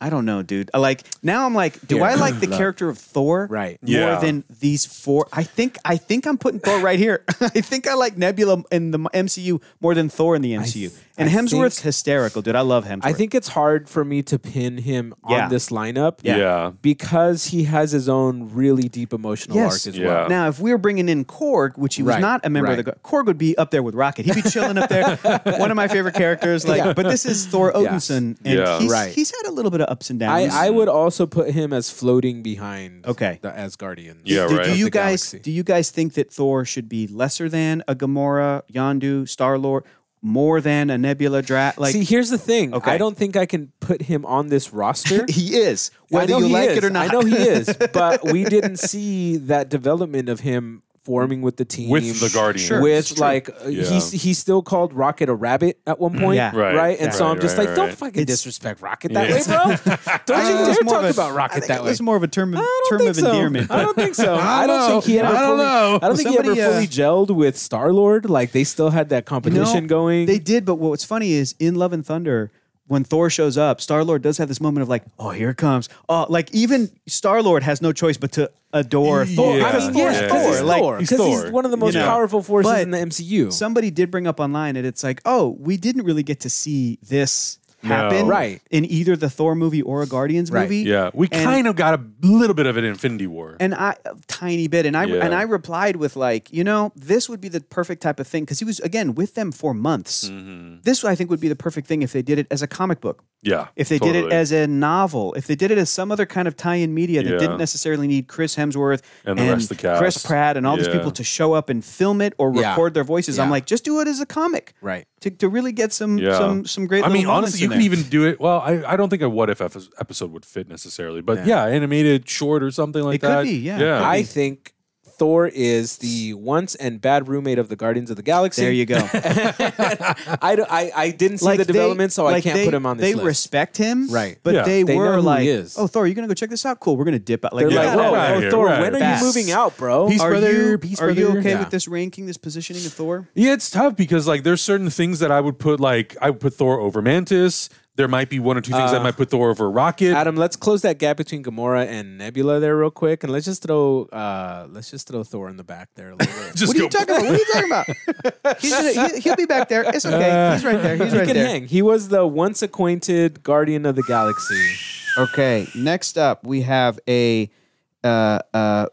Speaker 3: I don't know, dude. I Like now, I'm like, do
Speaker 2: Here.
Speaker 3: I like the
Speaker 2: Look.
Speaker 3: character of Thor
Speaker 2: Right.
Speaker 3: more
Speaker 1: Yeah.
Speaker 3: than these four? I think I think I'm putting Thor right here. I think I like Nebula in the MCU more than Thor in the MCU. and
Speaker 2: I
Speaker 3: Hemsworth's
Speaker 2: think-
Speaker 3: hysterical, dude. I love Hemsworth.
Speaker 2: I think it's hard for me to pin him
Speaker 3: Yeah.
Speaker 2: on this lineup.
Speaker 1: Yeah.
Speaker 2: Because he has his own really deep emotional
Speaker 3: Yes.
Speaker 2: arc as
Speaker 1: Yeah.
Speaker 2: well.
Speaker 3: Now, if we were bringing in Korg, which he was
Speaker 2: Oh. Right,
Speaker 3: not a member of the
Speaker 2: right.
Speaker 3: Gu- Korg, would be up there with Rocket. He'd be chilling up there. One of my favorite characters. Like, but this is Thor Odinson, and
Speaker 1: Yeah.
Speaker 3: he's,
Speaker 2: Right.
Speaker 3: he's had a little bit of ups and downs.
Speaker 2: I, I would also put him as floating behind
Speaker 3: Okay.
Speaker 2: the Asgardians.
Speaker 1: Yeah,
Speaker 3: do,
Speaker 1: right.
Speaker 3: do
Speaker 1: Of
Speaker 3: you
Speaker 2: the
Speaker 3: guys
Speaker 2: galaxy.
Speaker 3: do you guys think that Thor should be lesser than a Gamora, Yondu, Star Lord, more than a Nebula, Drat? Like
Speaker 2: See, here's the thing.
Speaker 3: Okay.
Speaker 2: I don't think I can put him on this roster.
Speaker 3: he is,
Speaker 2: I know
Speaker 3: whether you
Speaker 2: he
Speaker 3: like
Speaker 2: is.
Speaker 3: it or not.
Speaker 2: I know he is, but we didn't see that development of him forming with the team
Speaker 1: With the Guardians. Sure,
Speaker 2: With like uh,
Speaker 1: Yeah.
Speaker 2: he's he still called Rocket a rabbit at one point,
Speaker 3: Yeah.
Speaker 1: Right.
Speaker 2: And
Speaker 1: Yeah.
Speaker 2: so I'm
Speaker 1: Right,
Speaker 2: just
Speaker 1: right,
Speaker 2: like,
Speaker 1: right.
Speaker 2: don't fucking disrespect Rocket that
Speaker 1: Yeah.
Speaker 2: way, bro. don't
Speaker 3: think
Speaker 2: you
Speaker 3: it was
Speaker 2: dare
Speaker 3: more of
Speaker 2: talk
Speaker 3: a-
Speaker 2: about
Speaker 3: I
Speaker 2: Rocket
Speaker 3: think
Speaker 2: that
Speaker 3: it
Speaker 2: way.
Speaker 3: was more of a term,
Speaker 2: I don't
Speaker 3: term
Speaker 2: think
Speaker 3: of
Speaker 2: so.
Speaker 3: endearment.
Speaker 2: I don't think so.
Speaker 1: I
Speaker 2: I don't
Speaker 1: don't
Speaker 2: think he
Speaker 1: know.
Speaker 2: ever.
Speaker 1: I don't
Speaker 2: fully,
Speaker 1: know.
Speaker 2: I don't think he
Speaker 3: Somebody,
Speaker 2: ever
Speaker 3: uh,
Speaker 2: fully gelled with Star Lord. Like they still had that competition going.
Speaker 3: They did, but what's funny is in Love and Thunder, when Thor shows up, Star Lord does have this moment of like, oh, here it comes. Oh, like even Star Lord has no choice but to adore Thor.
Speaker 1: Yeah.
Speaker 2: I
Speaker 3: Because
Speaker 2: mean,
Speaker 3: Thor is
Speaker 2: yeah,
Speaker 1: Yeah.
Speaker 2: because
Speaker 3: Thor.
Speaker 2: he's
Speaker 3: Like,
Speaker 2: Thor.
Speaker 1: he's
Speaker 2: Because he's,
Speaker 1: Thor.
Speaker 2: one of the most
Speaker 3: You know.
Speaker 2: powerful forces
Speaker 3: But
Speaker 2: in the MCU.
Speaker 3: somebody did bring up online, and it's like, oh, we didn't really get to see this happen
Speaker 2: Right.
Speaker 3: in either the Thor movie or a Guardians
Speaker 2: Right.
Speaker 3: movie.
Speaker 1: Yeah. We
Speaker 3: And-
Speaker 1: kind of got a little bit of an Infinity War.
Speaker 3: and I a tiny bit, and I
Speaker 1: Yeah.
Speaker 3: and I replied with like, you know, this would be the perfect type of thing because he was again with them for months.
Speaker 1: Mm-hmm.
Speaker 3: This I think would be the perfect thing if they did it as a comic book,
Speaker 1: yeah.
Speaker 3: if they did it
Speaker 1: totally.
Speaker 3: as a novel, if they did it as some other kind of tie-in media that
Speaker 1: Yeah.
Speaker 3: didn't necessarily need Chris Hemsworth
Speaker 1: And the rest of the
Speaker 3: Chris
Speaker 1: cast.
Speaker 3: Pratt and all these
Speaker 1: Yeah.
Speaker 3: people to show up and film it or
Speaker 2: Yeah.
Speaker 3: record their voices, I'm
Speaker 2: Yeah.
Speaker 3: like, just do it as a comic,
Speaker 2: Right.
Speaker 3: To, to really get some
Speaker 1: Yeah.
Speaker 3: some some great.
Speaker 1: I mean,
Speaker 3: little moments
Speaker 1: honestly, you
Speaker 3: in
Speaker 1: could
Speaker 3: there.
Speaker 1: even do it. Well, I, I don't think a what if epi- episode would fit necessarily, but yeah, animated short or something like
Speaker 3: It could
Speaker 1: that.
Speaker 3: be, yeah.
Speaker 1: Yeah.
Speaker 2: I think Thor is the once and bad roommate of the Guardians of the Galaxy.
Speaker 3: There you go.
Speaker 2: I, don't- I, I didn't see the
Speaker 3: they-
Speaker 2: development, so I
Speaker 3: like
Speaker 2: can't
Speaker 3: they-
Speaker 2: put him on this
Speaker 3: They
Speaker 2: list.
Speaker 3: respect him,
Speaker 2: Right.
Speaker 3: But
Speaker 1: Yeah.
Speaker 3: they,
Speaker 2: They know
Speaker 3: were
Speaker 2: who he
Speaker 3: like,
Speaker 2: is.
Speaker 3: "Oh, Thor, you're gonna go check this out. Cool, we're gonna dip out." Like,
Speaker 2: They're
Speaker 3: yeah,
Speaker 2: like,
Speaker 1: get
Speaker 2: whoa,
Speaker 1: out of
Speaker 2: whoa,
Speaker 1: here,
Speaker 2: Thor,
Speaker 1: right.
Speaker 2: when are
Speaker 3: Fast.
Speaker 2: you moving out, bro?
Speaker 1: Peace,
Speaker 3: are
Speaker 1: brother,
Speaker 3: you
Speaker 1: peace,
Speaker 3: are you
Speaker 1: brother.
Speaker 3: okay
Speaker 2: Yeah.
Speaker 3: with this ranking, this positioning of Thor?
Speaker 1: Yeah, it's tough because like there's certain things that I would put like I would put Thor over Mantis. There might be one or two things
Speaker 3: Uh,
Speaker 1: I might put Thor over Rocket.
Speaker 2: Adam, let's close that gap between Gamora and Nebula there real quick, and let's just throw uh, let's just throw Thor in the back there a little bit.
Speaker 1: Just
Speaker 3: What are you
Speaker 1: go-
Speaker 3: talking about? What are you talking about? He's gonna, he, he'll be back there. It's
Speaker 1: Uh,
Speaker 3: okay. He's right there. He's
Speaker 2: he
Speaker 3: right
Speaker 2: can
Speaker 3: there.
Speaker 2: hang. He was the once acquainted Guardian of the Galaxy.
Speaker 3: Okay. Next up, we have a uh, uh,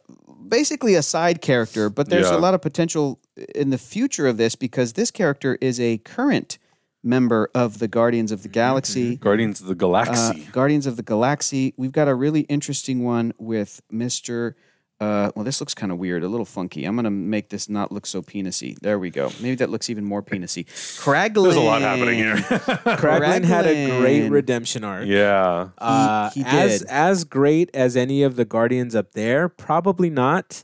Speaker 3: basically a side character, but there's
Speaker 1: Yeah.
Speaker 3: a lot of potential in the future of this because this character is a current member of the Guardians of the Galaxy.
Speaker 1: Guardians of the
Speaker 3: Uh,
Speaker 1: Galaxy.
Speaker 3: Guardians of the Galaxy. We've got a really interesting one with Mr. Uh, well, this looks kind of weird, a little funky. I'm going to make this not look so penisy. There we go. Maybe that looks even more penisy. Kraglin.
Speaker 1: There's a lot happening here.
Speaker 2: Kraglin had a great
Speaker 3: Kraglin.
Speaker 2: redemption arc.
Speaker 1: yeah.
Speaker 2: Uh,
Speaker 3: He- he
Speaker 2: as
Speaker 3: did.
Speaker 2: as great as any of the guardians up there, probably not.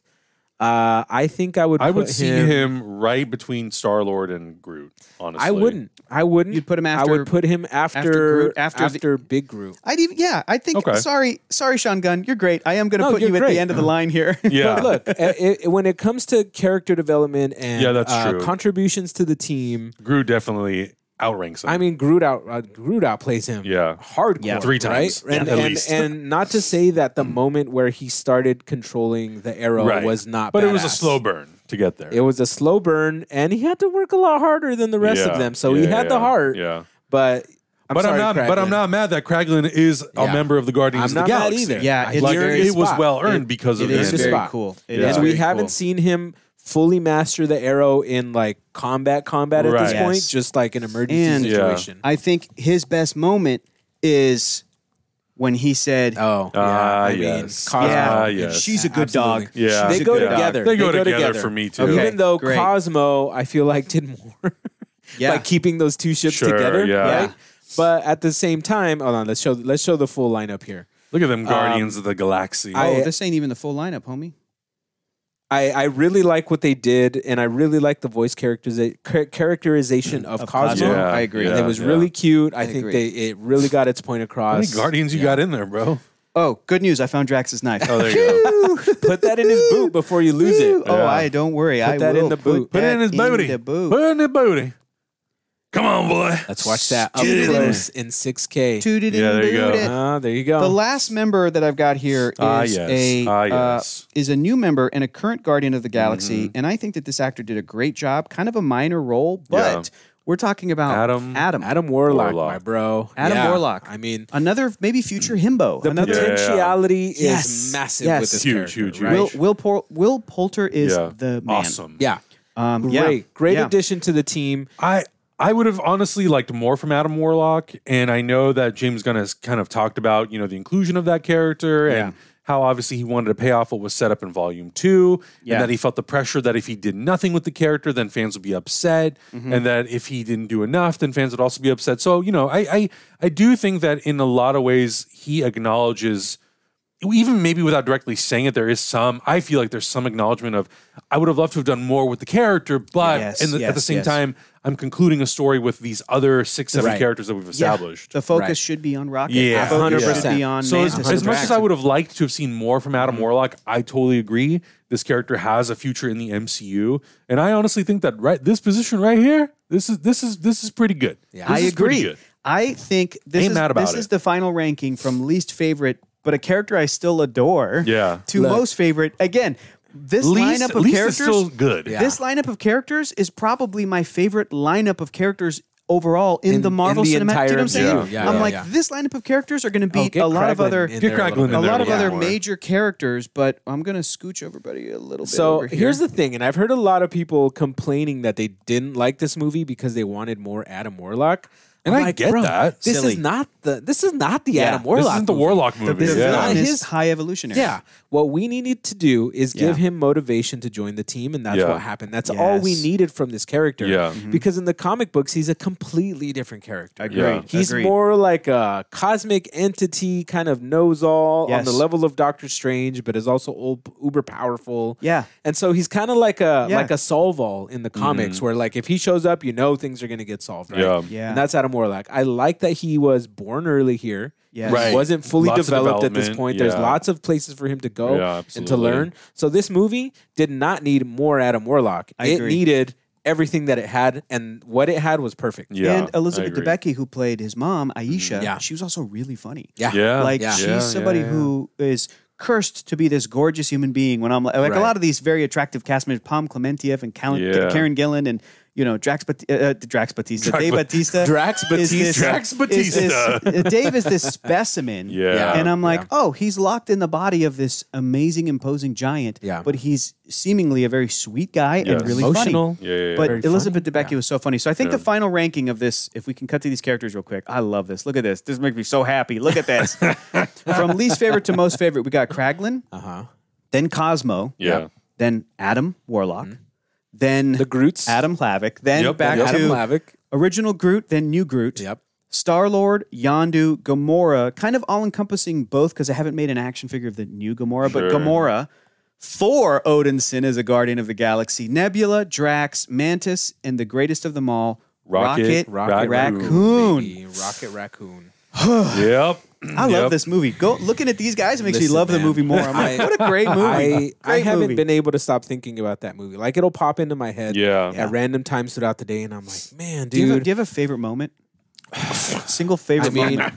Speaker 2: Uh, I think I would.
Speaker 1: I would
Speaker 2: put
Speaker 1: see him, right between Star Lord and Groot, honestly.
Speaker 2: I wouldn't. I wouldn't.
Speaker 3: You'd put him
Speaker 2: I
Speaker 3: after-
Speaker 2: would put him after
Speaker 3: after Groot, after
Speaker 2: after,
Speaker 3: the-
Speaker 2: Big Groot.
Speaker 3: I'd even, yeah, I think,
Speaker 1: Okay. Mm-hmm.
Speaker 3: sorry, sorry, Sean Gunn, you're great. I am going to
Speaker 2: No,
Speaker 3: put you
Speaker 2: you're
Speaker 3: at
Speaker 2: great.
Speaker 3: the end of the line here.
Speaker 1: Yeah.
Speaker 2: But look, i i when it comes to character development and
Speaker 1: Yeah, that's
Speaker 2: uh,
Speaker 1: true.
Speaker 2: contributions to the team,
Speaker 1: Groot definitely outranks him.
Speaker 2: I mean, Groot out uh, Groot outplays him.
Speaker 1: yeah.
Speaker 2: hardcore.
Speaker 1: Yeah. Three times,
Speaker 2: right? And,
Speaker 1: at
Speaker 2: and,
Speaker 1: least.
Speaker 2: and not to say that the moment where he started controlling the arrow
Speaker 1: Right.
Speaker 2: was not,
Speaker 1: But it was a
Speaker 2: badass.
Speaker 1: slow burn to get there.
Speaker 2: It was a slow burn, and he had to work a lot harder than the rest
Speaker 1: Yeah.
Speaker 2: of them. So he
Speaker 1: Yeah,
Speaker 2: had the
Speaker 1: yeah,
Speaker 2: heart,
Speaker 1: Yeah.
Speaker 2: but I'm
Speaker 1: but
Speaker 2: sorry,
Speaker 1: I'm not. But I'm
Speaker 2: Kraglin.
Speaker 1: not mad that Kraglin is a
Speaker 2: Yeah.
Speaker 1: member of the Guardians
Speaker 2: I'm
Speaker 1: of the
Speaker 2: not mad
Speaker 1: Galaxy.
Speaker 2: either.
Speaker 3: Yeah,
Speaker 2: I
Speaker 3: it's
Speaker 1: Like
Speaker 2: hear
Speaker 3: very-
Speaker 2: his
Speaker 1: it was
Speaker 2: spot.
Speaker 1: well earned because
Speaker 3: It
Speaker 1: of
Speaker 3: is
Speaker 1: his
Speaker 2: his
Speaker 3: very
Speaker 2: spot.
Speaker 3: cool. It
Speaker 1: Yeah.
Speaker 3: is
Speaker 2: and we
Speaker 3: very
Speaker 2: haven't
Speaker 3: cool.
Speaker 2: seen him fully master the arrow in like combat combat at this
Speaker 1: Right.
Speaker 2: point,
Speaker 3: Yes.
Speaker 2: just like an emergency
Speaker 3: And- Yeah.
Speaker 2: situation.
Speaker 3: I think his best moment is when he said,
Speaker 2: Oh, yeah.
Speaker 1: Ah,
Speaker 2: I mean,
Speaker 1: yes. Ah,
Speaker 2: Cosmo.
Speaker 1: Yeah.
Speaker 2: and
Speaker 1: yes.
Speaker 3: she's a good
Speaker 2: Absolutely.
Speaker 3: dog.
Speaker 1: Yeah.
Speaker 3: She's
Speaker 2: They
Speaker 3: a
Speaker 2: go
Speaker 3: good dog.
Speaker 2: together.
Speaker 1: They go together
Speaker 2: together
Speaker 1: for me, too.
Speaker 3: Okay,
Speaker 2: Even though
Speaker 3: great.
Speaker 2: Cosmo, I feel like did more
Speaker 3: Yeah.
Speaker 2: by keeping those two ships
Speaker 1: Sure,
Speaker 2: together,
Speaker 1: yeah.
Speaker 2: right?
Speaker 3: Yeah.
Speaker 2: But at the same time, hold on, let's show let's show the full lineup here.
Speaker 1: Look at them Guardians of the Galaxy.
Speaker 2: Um, I-
Speaker 3: oh, this ain't even the full lineup, homie.
Speaker 2: I, I really like what they did, and I really like the voice characteriza- char- characterization of, Cosmo.
Speaker 1: Yeah,
Speaker 3: I agree.
Speaker 1: yeah.
Speaker 2: And it was really cute. I, think
Speaker 3: agree.
Speaker 2: they it really got its point
Speaker 1: How many
Speaker 2: across.
Speaker 1: Guardians you got in there, bro?
Speaker 3: Oh, good news. I found Drax's knife.
Speaker 1: Oh, there you go.
Speaker 2: Put that in his boot before you lose
Speaker 3: Ooh,
Speaker 2: it.
Speaker 3: Oh,
Speaker 1: Yeah.
Speaker 3: I don't worry. I
Speaker 2: that in
Speaker 3: will
Speaker 2: the boot.
Speaker 1: Put it in his
Speaker 3: that
Speaker 1: booty.
Speaker 3: the boot.
Speaker 1: Put it in his booty. Come on, boy.
Speaker 2: Let's watch that up
Speaker 1: Get in there.
Speaker 2: close in 6K.
Speaker 3: Tooted
Speaker 1: Yeah,
Speaker 3: and
Speaker 1: there you go.
Speaker 3: booted.
Speaker 2: Ah, there you
Speaker 3: The
Speaker 2: go.
Speaker 3: last member that I've got here is
Speaker 1: Ah, yes.
Speaker 3: a
Speaker 1: Ah,
Speaker 3: uh,
Speaker 1: yes. Mm-hmm.
Speaker 3: is a new member and a current Guardian of the Galaxy, and I think that this actor did a great job. Kind of a minor role, but we're talking about
Speaker 1: Adam-
Speaker 3: Adam,
Speaker 2: Adam Warlock,
Speaker 1: Warlock.
Speaker 2: my bro.
Speaker 3: Adam
Speaker 2: Yeah.
Speaker 3: Warlock.
Speaker 2: I mean,
Speaker 3: another maybe future himbo.
Speaker 2: the
Speaker 3: another
Speaker 1: Yeah.
Speaker 2: potentiality is
Speaker 3: Yes.
Speaker 2: massive
Speaker 3: Yes.
Speaker 2: with this
Speaker 1: Huge,
Speaker 2: character,
Speaker 1: huge, huge.
Speaker 2: right?
Speaker 3: Will Will, Por- Will Poulter is
Speaker 1: yeah.
Speaker 3: the man.
Speaker 1: Awesome.
Speaker 2: yeah.
Speaker 3: Um, yeah.
Speaker 2: Great. Great
Speaker 3: Yeah.
Speaker 2: addition to the team.
Speaker 1: I I would have honestly liked more from Adam Warlock, and I know that James Gunn has kind of talked about you know the inclusion of that character and how obviously he wanted to pay off what was set up in Volume Two,
Speaker 3: Yeah.
Speaker 1: and that he felt the pressure that if he did nothing with the character, then fans would be upset,
Speaker 3: Mm-hmm.
Speaker 1: and that if he didn't do enough, then fans would also be upset. So you know, I I I do think that in a lot of ways he acknowledges even maybe without directly saying it, there is some. I feel like there's some acknowledgement of I would have loved to have done more with the character, but
Speaker 3: Yes,
Speaker 1: in the, at the
Speaker 3: yes,
Speaker 1: same
Speaker 3: yes.
Speaker 1: time, I'm concluding a story with these other six, seven
Speaker 2: Right.
Speaker 1: characters that we've
Speaker 3: Yeah.
Speaker 1: established.
Speaker 3: The focus
Speaker 2: Right.
Speaker 3: should be on Rocket.
Speaker 1: Yeah.
Speaker 3: the focus should
Speaker 2: 100%.
Speaker 3: be on
Speaker 1: so as,
Speaker 3: Mantis.
Speaker 1: as much as I would have liked to have seen more from
Speaker 3: Mm-hmm.
Speaker 1: Adam Warlock, I totally agree. This character has a future in the MCU, and I honestly think that right this position right here, this is this is this is pretty good. Yeah,
Speaker 3: I agree. I think this
Speaker 1: Ain't
Speaker 3: is
Speaker 1: mad about
Speaker 3: this is
Speaker 1: it.
Speaker 3: the final ranking from least favorite, but a character I still adore.
Speaker 1: Yeah.
Speaker 3: To
Speaker 2: Look.
Speaker 3: most favorite. Again, this
Speaker 1: Least,
Speaker 3: lineup of
Speaker 1: least
Speaker 3: characters.
Speaker 1: is still good.
Speaker 2: Yeah.
Speaker 3: This lineup of characters is probably my favorite lineup of characters overall in,
Speaker 2: In-
Speaker 3: the Marvel
Speaker 2: in the
Speaker 3: cinematic.
Speaker 2: entire
Speaker 3: Do you know what I'm saying?
Speaker 2: MCU. Yeah,
Speaker 3: I'm
Speaker 2: yeah,
Speaker 3: like,
Speaker 2: yeah.
Speaker 3: this lineup of characters are going to
Speaker 2: Oh,
Speaker 3: beat
Speaker 2: get
Speaker 3: a lot of
Speaker 2: Kraglin
Speaker 3: other.
Speaker 2: in
Speaker 1: Get
Speaker 2: there a little
Speaker 1: Kraglin in
Speaker 2: bit.
Speaker 3: a
Speaker 1: there
Speaker 3: lot of
Speaker 1: Yeah.
Speaker 3: other
Speaker 1: more.
Speaker 3: major characters, but I'm gonna scooch everybody a little bit.
Speaker 2: So
Speaker 3: over here.
Speaker 2: here's the thing, and I've heard a lot of people complaining that they didn't like this movie because they wanted more Adam Warlock.
Speaker 1: And
Speaker 2: I'm
Speaker 1: I
Speaker 2: like,
Speaker 1: get
Speaker 2: "Bro,
Speaker 1: that.
Speaker 2: This
Speaker 3: Silly.
Speaker 2: is not the this is not the Adam
Speaker 3: this
Speaker 2: Warlock.
Speaker 1: This isn't the
Speaker 2: movie.
Speaker 1: Warlock movie.
Speaker 3: the
Speaker 1: yeah.
Speaker 3: villain is
Speaker 2: His-
Speaker 3: high evolutionary.
Speaker 2: Yeah. What we needed to do is give
Speaker 3: Yeah.
Speaker 2: him motivation to join the team, and that's
Speaker 1: Yeah.
Speaker 2: what happened. That's all we
Speaker 3: Yes.
Speaker 2: needed from this character.
Speaker 1: Yeah.
Speaker 3: Mm-hmm.
Speaker 1: Mhm.
Speaker 2: Because in the comic books, he's a completely different character.
Speaker 3: Agreed.
Speaker 1: Yeah.
Speaker 2: He's
Speaker 3: Agreed.
Speaker 2: more like a cosmic entity, kind of knows all
Speaker 3: Yes.
Speaker 2: on the level of Doctor Strange, but is also ul- uber powerful.
Speaker 3: Yeah.
Speaker 2: and so he's kind of like a
Speaker 3: Yeah.
Speaker 2: like a solve all in the comics, where like if he shows up, you know things are going to get solved. Right?
Speaker 1: Mm-hmm. Yeah.
Speaker 3: Yeah.
Speaker 2: And that's Adam Warlock. I like that he was born early here.
Speaker 3: Yes.
Speaker 1: Right.
Speaker 2: He wasn't fully
Speaker 1: Lots of
Speaker 2: developed at this
Speaker 1: development,
Speaker 2: point. There's
Speaker 1: yeah.
Speaker 2: lots of places for him to go
Speaker 1: Yeah,
Speaker 2: and to
Speaker 1: absolutely.
Speaker 2: learn. So this movie did not need more Adam Warlock.
Speaker 3: I
Speaker 2: it
Speaker 3: agree.
Speaker 2: needed everything that it had, and what it had was perfect.
Speaker 1: Yeah,
Speaker 3: and Elizabeth
Speaker 1: I agree. Mm-hmm.
Speaker 3: Debicki, who played his mom, Aisha,
Speaker 2: Yeah.
Speaker 3: she was also really funny.
Speaker 2: Yeah.
Speaker 1: Yeah.
Speaker 3: like
Speaker 2: yeah.
Speaker 3: she's
Speaker 1: Yeah,
Speaker 3: somebody
Speaker 1: yeah, yeah.
Speaker 3: who is cursed to be this gorgeous human being. When I'm like, like
Speaker 2: Right.
Speaker 3: a lot of these very attractive cast members, Pom Clementiev and Cal-
Speaker 1: Yeah.
Speaker 3: Karen Gillan, and you know, Drax, Bat- uh, uh, Drax Batista, Dave
Speaker 1: Bat-
Speaker 3: Batista.
Speaker 2: Drax
Speaker 3: is this-
Speaker 2: Batista.
Speaker 1: Drax
Speaker 3: is this-
Speaker 1: Batista.
Speaker 3: uh, Dave is this specimen.
Speaker 1: Yeah.
Speaker 3: And I'm like,
Speaker 2: Yeah.
Speaker 3: oh, he's locked in the body of this amazing, imposing giant.
Speaker 2: Yeah.
Speaker 3: But he's seemingly a very sweet guy
Speaker 1: Yes.
Speaker 3: and really
Speaker 2: Emotional.
Speaker 3: funny.
Speaker 1: Yeah, yeah, yeah.
Speaker 3: But
Speaker 2: Very
Speaker 3: Elizabeth
Speaker 2: funny.
Speaker 3: Debicki
Speaker 2: Yeah.
Speaker 3: was so funny. So I think
Speaker 1: Yeah.
Speaker 3: the final ranking of this, if we can cut to these characters real quick, I love this. Look at this. This makes me so happy. Look at this. From least favorite to most favorite, we got Kraglin,
Speaker 2: Uh huh.
Speaker 3: then Cosmo,
Speaker 1: Uh-huh. Yeah. Mm-hmm.
Speaker 3: then Adam Warlock, then
Speaker 2: The Groots.
Speaker 3: Adam Havoc, then
Speaker 1: Yep,
Speaker 3: back
Speaker 1: yep.
Speaker 3: to
Speaker 2: Adam Lavick.
Speaker 3: original Groot, then new Groot.
Speaker 2: Yep.
Speaker 3: Star Lord, Yondu, Gamora, kind of all encompassing both because I haven't made an action figure of the new Gamora,
Speaker 1: Sure.
Speaker 3: but Gamora, Thor Odinson as a Guardian of the Galaxy, Nebula, Drax, Mantis, and the greatest of them all,
Speaker 1: Rocket
Speaker 3: Rocket,
Speaker 1: Rocket
Speaker 3: Raccoon.
Speaker 2: baby. Rocket Raccoon.
Speaker 1: Yep.
Speaker 3: I love
Speaker 1: Yep.
Speaker 3: this movie. Go looking at these guys makes me
Speaker 2: Listen,
Speaker 3: love the
Speaker 2: man.
Speaker 3: movie more. I'm like,
Speaker 2: I-
Speaker 3: what a great movie!
Speaker 2: I, I
Speaker 3: Great
Speaker 2: haven't
Speaker 3: movie.
Speaker 2: been able to stop thinking about that movie. Like it'll pop into my head
Speaker 1: Yeah.
Speaker 2: at random times throughout the day, and I'm like, man,
Speaker 3: Do you, have a,
Speaker 2: dude.
Speaker 3: do you have a favorite moment? Single favorite
Speaker 2: I mean,
Speaker 3: moment.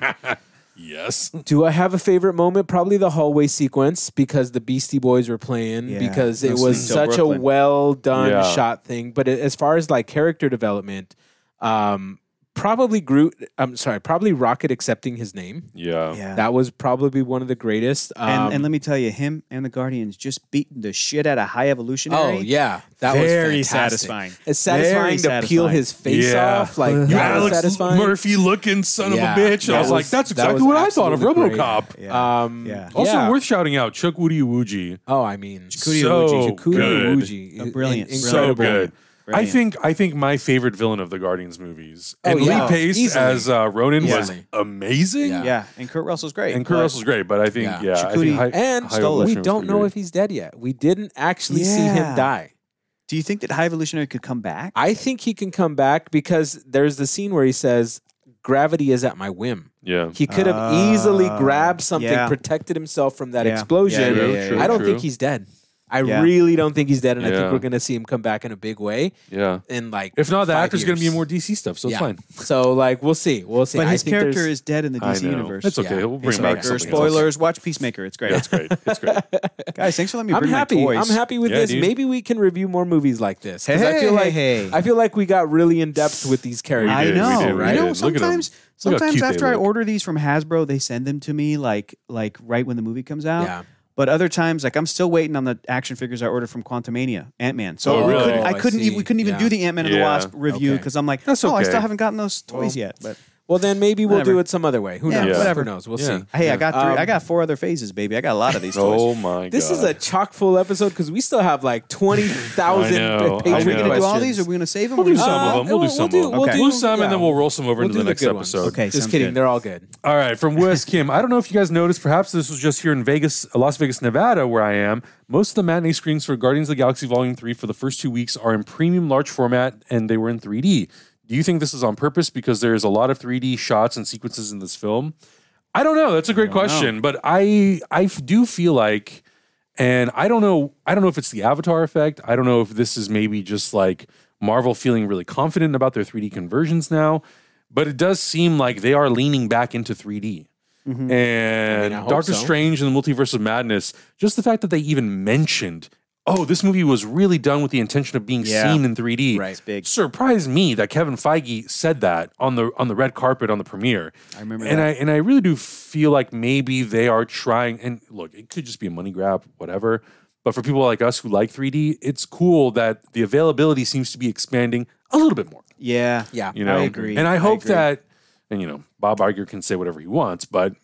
Speaker 1: Yes.
Speaker 2: do I have a favorite moment? Probably the hallway sequence because the Beastie Boys were playing
Speaker 3: Yeah.
Speaker 2: because it
Speaker 3: No
Speaker 2: was
Speaker 3: Sleep Till
Speaker 2: such a
Speaker 3: Brooklyn.
Speaker 2: well done
Speaker 1: Yeah.
Speaker 2: shot thing. But as far as like character development, um, probably Groot. I'm sorry, probably Rocket accepting his name.
Speaker 1: Yeah.
Speaker 3: yeah.
Speaker 2: That was probably one of the greatest. Um,
Speaker 3: and, and let me tell you, him and the Guardians just beating the shit out of High Evolutionary.
Speaker 2: Oh yeah, that
Speaker 3: Very
Speaker 2: was fantastic.
Speaker 3: satisfying.
Speaker 2: It's satisfying
Speaker 3: Very
Speaker 2: to peel
Speaker 3: satisfying.
Speaker 2: his face
Speaker 1: Yeah.
Speaker 2: off. Like
Speaker 1: You
Speaker 2: that was
Speaker 1: Alex
Speaker 2: satisfying.
Speaker 1: Murphy looking son
Speaker 2: Yeah,
Speaker 1: of a bitch.
Speaker 2: that
Speaker 1: I was, like,
Speaker 2: was-
Speaker 1: that's
Speaker 2: that
Speaker 1: exactly
Speaker 2: was
Speaker 1: what I thought of
Speaker 2: absolutely great.
Speaker 1: RoboCop.
Speaker 3: Yeah.
Speaker 2: Um,
Speaker 3: Yeah.
Speaker 1: Also
Speaker 2: yeah.
Speaker 1: worth shouting out Chuck Woody Wuji.
Speaker 2: Oh, I mean,
Speaker 1: So
Speaker 2: Shakudi
Speaker 1: good.
Speaker 2: Uji.
Speaker 3: A brilliant,
Speaker 2: In-
Speaker 1: So
Speaker 3: Incredible.
Speaker 1: good. I
Speaker 3: Brilliant.
Speaker 1: think I think my favorite villain of the Guardians movies
Speaker 2: Oh,
Speaker 1: and
Speaker 2: yeah.
Speaker 1: Lee Pace
Speaker 2: Easily.
Speaker 1: as uh, Ronan was
Speaker 2: Easily.
Speaker 1: amazing.
Speaker 2: Yeah.
Speaker 3: yeah, and Kurt Russell's great.
Speaker 1: And Kurt
Speaker 3: but-
Speaker 1: Russell's great, but I think yeah,
Speaker 2: Yeah.
Speaker 1: I think
Speaker 3: Chakudi
Speaker 1: High-
Speaker 2: And
Speaker 1: High Evolution
Speaker 2: we
Speaker 1: was
Speaker 2: don't
Speaker 1: pretty
Speaker 2: know
Speaker 1: good.
Speaker 2: if he's dead yet. We didn't actually see him
Speaker 3: Yeah.
Speaker 2: die.
Speaker 3: Do you think that High Evolutionary could come back?
Speaker 2: I think he can come back because there's the scene where he says, "Gravity is at my whim."
Speaker 1: yeah.
Speaker 2: He could have
Speaker 3: Ah,
Speaker 2: easily grabbed something,
Speaker 3: yeah.
Speaker 2: protected himself from that
Speaker 3: Yeah.
Speaker 2: explosion.
Speaker 3: Yeah, yeah,
Speaker 1: True, yeah,
Speaker 2: I don't
Speaker 1: true.
Speaker 2: think he's dead. I
Speaker 3: Yeah.
Speaker 2: really don't think he's dead, and I
Speaker 1: Yeah.
Speaker 2: think we're gonna see him come back in a big way.
Speaker 1: yeah.
Speaker 2: In like,
Speaker 1: If not, the
Speaker 2: five
Speaker 1: actor's going to be
Speaker 2: years.
Speaker 1: in more DC stuff, so it's
Speaker 2: Yeah.
Speaker 1: fine.
Speaker 2: So like, we'll see. We'll see.
Speaker 3: but
Speaker 2: I
Speaker 3: his
Speaker 2: think
Speaker 3: character
Speaker 2: there's-
Speaker 3: is dead in the
Speaker 1: I
Speaker 3: DC
Speaker 1: know.
Speaker 3: universe.
Speaker 1: It's okay.
Speaker 2: Yeah.
Speaker 1: We'll bring back
Speaker 3: Peacemaker,
Speaker 1: something. else.
Speaker 3: spoilers. Watch Peacemaker. It's great.
Speaker 1: Yeah, it's great. It's great.
Speaker 3: Guys, thanks for letting me
Speaker 2: I'm
Speaker 3: bring
Speaker 2: happy.
Speaker 3: my toys.
Speaker 2: I'm happy with
Speaker 1: Yeah,
Speaker 2: this.
Speaker 1: dude.
Speaker 2: Maybe we can review more movies like this. 'cause I
Speaker 3: Hey,
Speaker 2: feel
Speaker 3: hey,
Speaker 2: like
Speaker 3: hey.
Speaker 2: I feel like we got really in depth with these characters.
Speaker 3: I
Speaker 1: did, we
Speaker 3: know.
Speaker 1: did, we
Speaker 3: You know,
Speaker 1: did. Look at 'em.
Speaker 3: sometimes,
Speaker 1: Look how cute
Speaker 3: sometimes
Speaker 1: they
Speaker 3: after I
Speaker 1: look.
Speaker 3: order these from Hasbro, they send them to me like like right when the movie comes out.
Speaker 2: Yeah.
Speaker 3: But other times, like I'm still waiting on the action figures I ordered from Quantumania, Ant Man. So
Speaker 1: Oh,
Speaker 3: we
Speaker 1: really?
Speaker 3: couldn't, I
Speaker 2: Oh, I
Speaker 3: couldn't, even,
Speaker 2: see.
Speaker 3: we couldn't even
Speaker 2: Yeah.
Speaker 3: do the Ant Man and the
Speaker 1: Yeah.
Speaker 3: Wasp review
Speaker 2: Okay.
Speaker 3: because I'm like,
Speaker 1: That's
Speaker 3: oh, I
Speaker 1: okay.
Speaker 3: still haven't gotten those toys yet. But
Speaker 2: Well, then maybe we'll
Speaker 3: Whatever.
Speaker 2: do it some other way. Who
Speaker 3: Yeah,
Speaker 2: knows?
Speaker 3: whatever.
Speaker 2: Who knows? We'll
Speaker 1: Yeah.
Speaker 2: see.
Speaker 3: hey, I got three,
Speaker 2: Um,
Speaker 3: I got four other phases, baby. I got a lot of these toys.
Speaker 1: oh my god.
Speaker 2: This is a chock full episode because we still have like twenty thousand.
Speaker 1: I know, I
Speaker 2: Patreon
Speaker 3: Are we going to do all
Speaker 2: questions.
Speaker 3: these? Are we going to save them?
Speaker 1: We'll do
Speaker 3: We're not-
Speaker 1: some of them. Uh, We'll,
Speaker 2: we'll-
Speaker 1: do some
Speaker 2: we'll
Speaker 1: of them.
Speaker 2: do-
Speaker 1: We'll
Speaker 3: Okay.
Speaker 1: do some, and then
Speaker 2: yeah.
Speaker 1: we'll roll some over
Speaker 2: We'll
Speaker 1: into
Speaker 2: do
Speaker 1: the
Speaker 2: the
Speaker 1: next
Speaker 2: good ones.
Speaker 1: episode.
Speaker 3: Okay,
Speaker 2: Just
Speaker 3: sounds
Speaker 2: kidding.
Speaker 3: good.
Speaker 2: They're all good.
Speaker 1: All right, from Wes Kim. I don't know if you guys noticed, perhaps this was just here in Vegas, Las Vegas, Nevada, where I am. Most of the matinee screens for Guardians of the Galaxy Volume 3 for the first two weeks are in premium large format and they were in 3D. Do you think this is on purpose because there is a lot of 3D shots and sequences in this film? I don't know. That's a great question, but I I f- do feel like and I don't know I don't know if it's the avatar effect. I don't know if this is maybe just like Marvel feeling really confident about their 3D conversions now, but it does seem like they are leaning back into 3D. And
Speaker 2: Mm-hmm. I hope
Speaker 1: Doctor
Speaker 2: so.
Speaker 1: Strange and the Multiverse of Madness, just the fact that they even mentioned, oh, this movie was really done with the intention of being
Speaker 3: Yeah.
Speaker 1: seen in 3D.
Speaker 2: Right. It's
Speaker 3: big.
Speaker 1: Surprised me that Kevin Feige said that on the on the red carpet on the premiere. I
Speaker 3: remember
Speaker 1: and
Speaker 3: that.
Speaker 1: I and I really do feel like maybe they are trying. And look, it could just be a money grab, whatever. But for people like us who like 3D, it's cool that the availability seems to be expanding a little bit more.
Speaker 3: Yeah.
Speaker 2: Yeah.
Speaker 1: You know,
Speaker 3: I agree.
Speaker 1: And I
Speaker 3: I
Speaker 1: hope
Speaker 3: agree.
Speaker 1: that, and you know, Bob Iger can say whatever he wants, but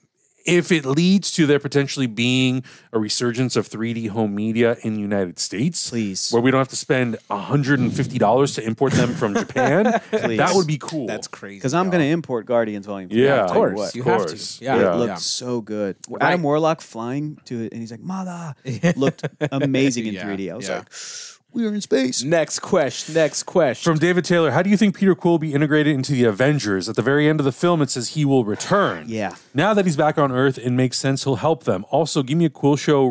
Speaker 1: if it leads to there potentially being a resurgence of 3D home media in the United States,
Speaker 3: Please.
Speaker 1: where we don't have to spend 150 dollars to import them from Japan, that would be cool.
Speaker 2: That's crazy.
Speaker 3: Because I'm going to import Guardians Volume. three.
Speaker 1: Yeah,
Speaker 3: I'll
Speaker 1: of
Speaker 3: tell you
Speaker 2: course.
Speaker 3: what.
Speaker 2: You
Speaker 1: Of
Speaker 2: have
Speaker 1: course.
Speaker 2: to. Yeah.
Speaker 1: It
Speaker 2: yeah.
Speaker 3: It looked so good. Adam Warlock flying to it, and he's like, "Mother," looked amazing in
Speaker 2: Yeah,
Speaker 3: 3D. I was
Speaker 2: yeah.
Speaker 3: like, "We are in space."
Speaker 2: Next question. Next question.
Speaker 1: From David Taylor, how do you think Peter Quill will be integrated into the Avengers? At the very end of the film, it says he will return.
Speaker 3: Yeah.
Speaker 1: Now that he's back on Earth, it makes sense he'll help them. Also, give me a Quill show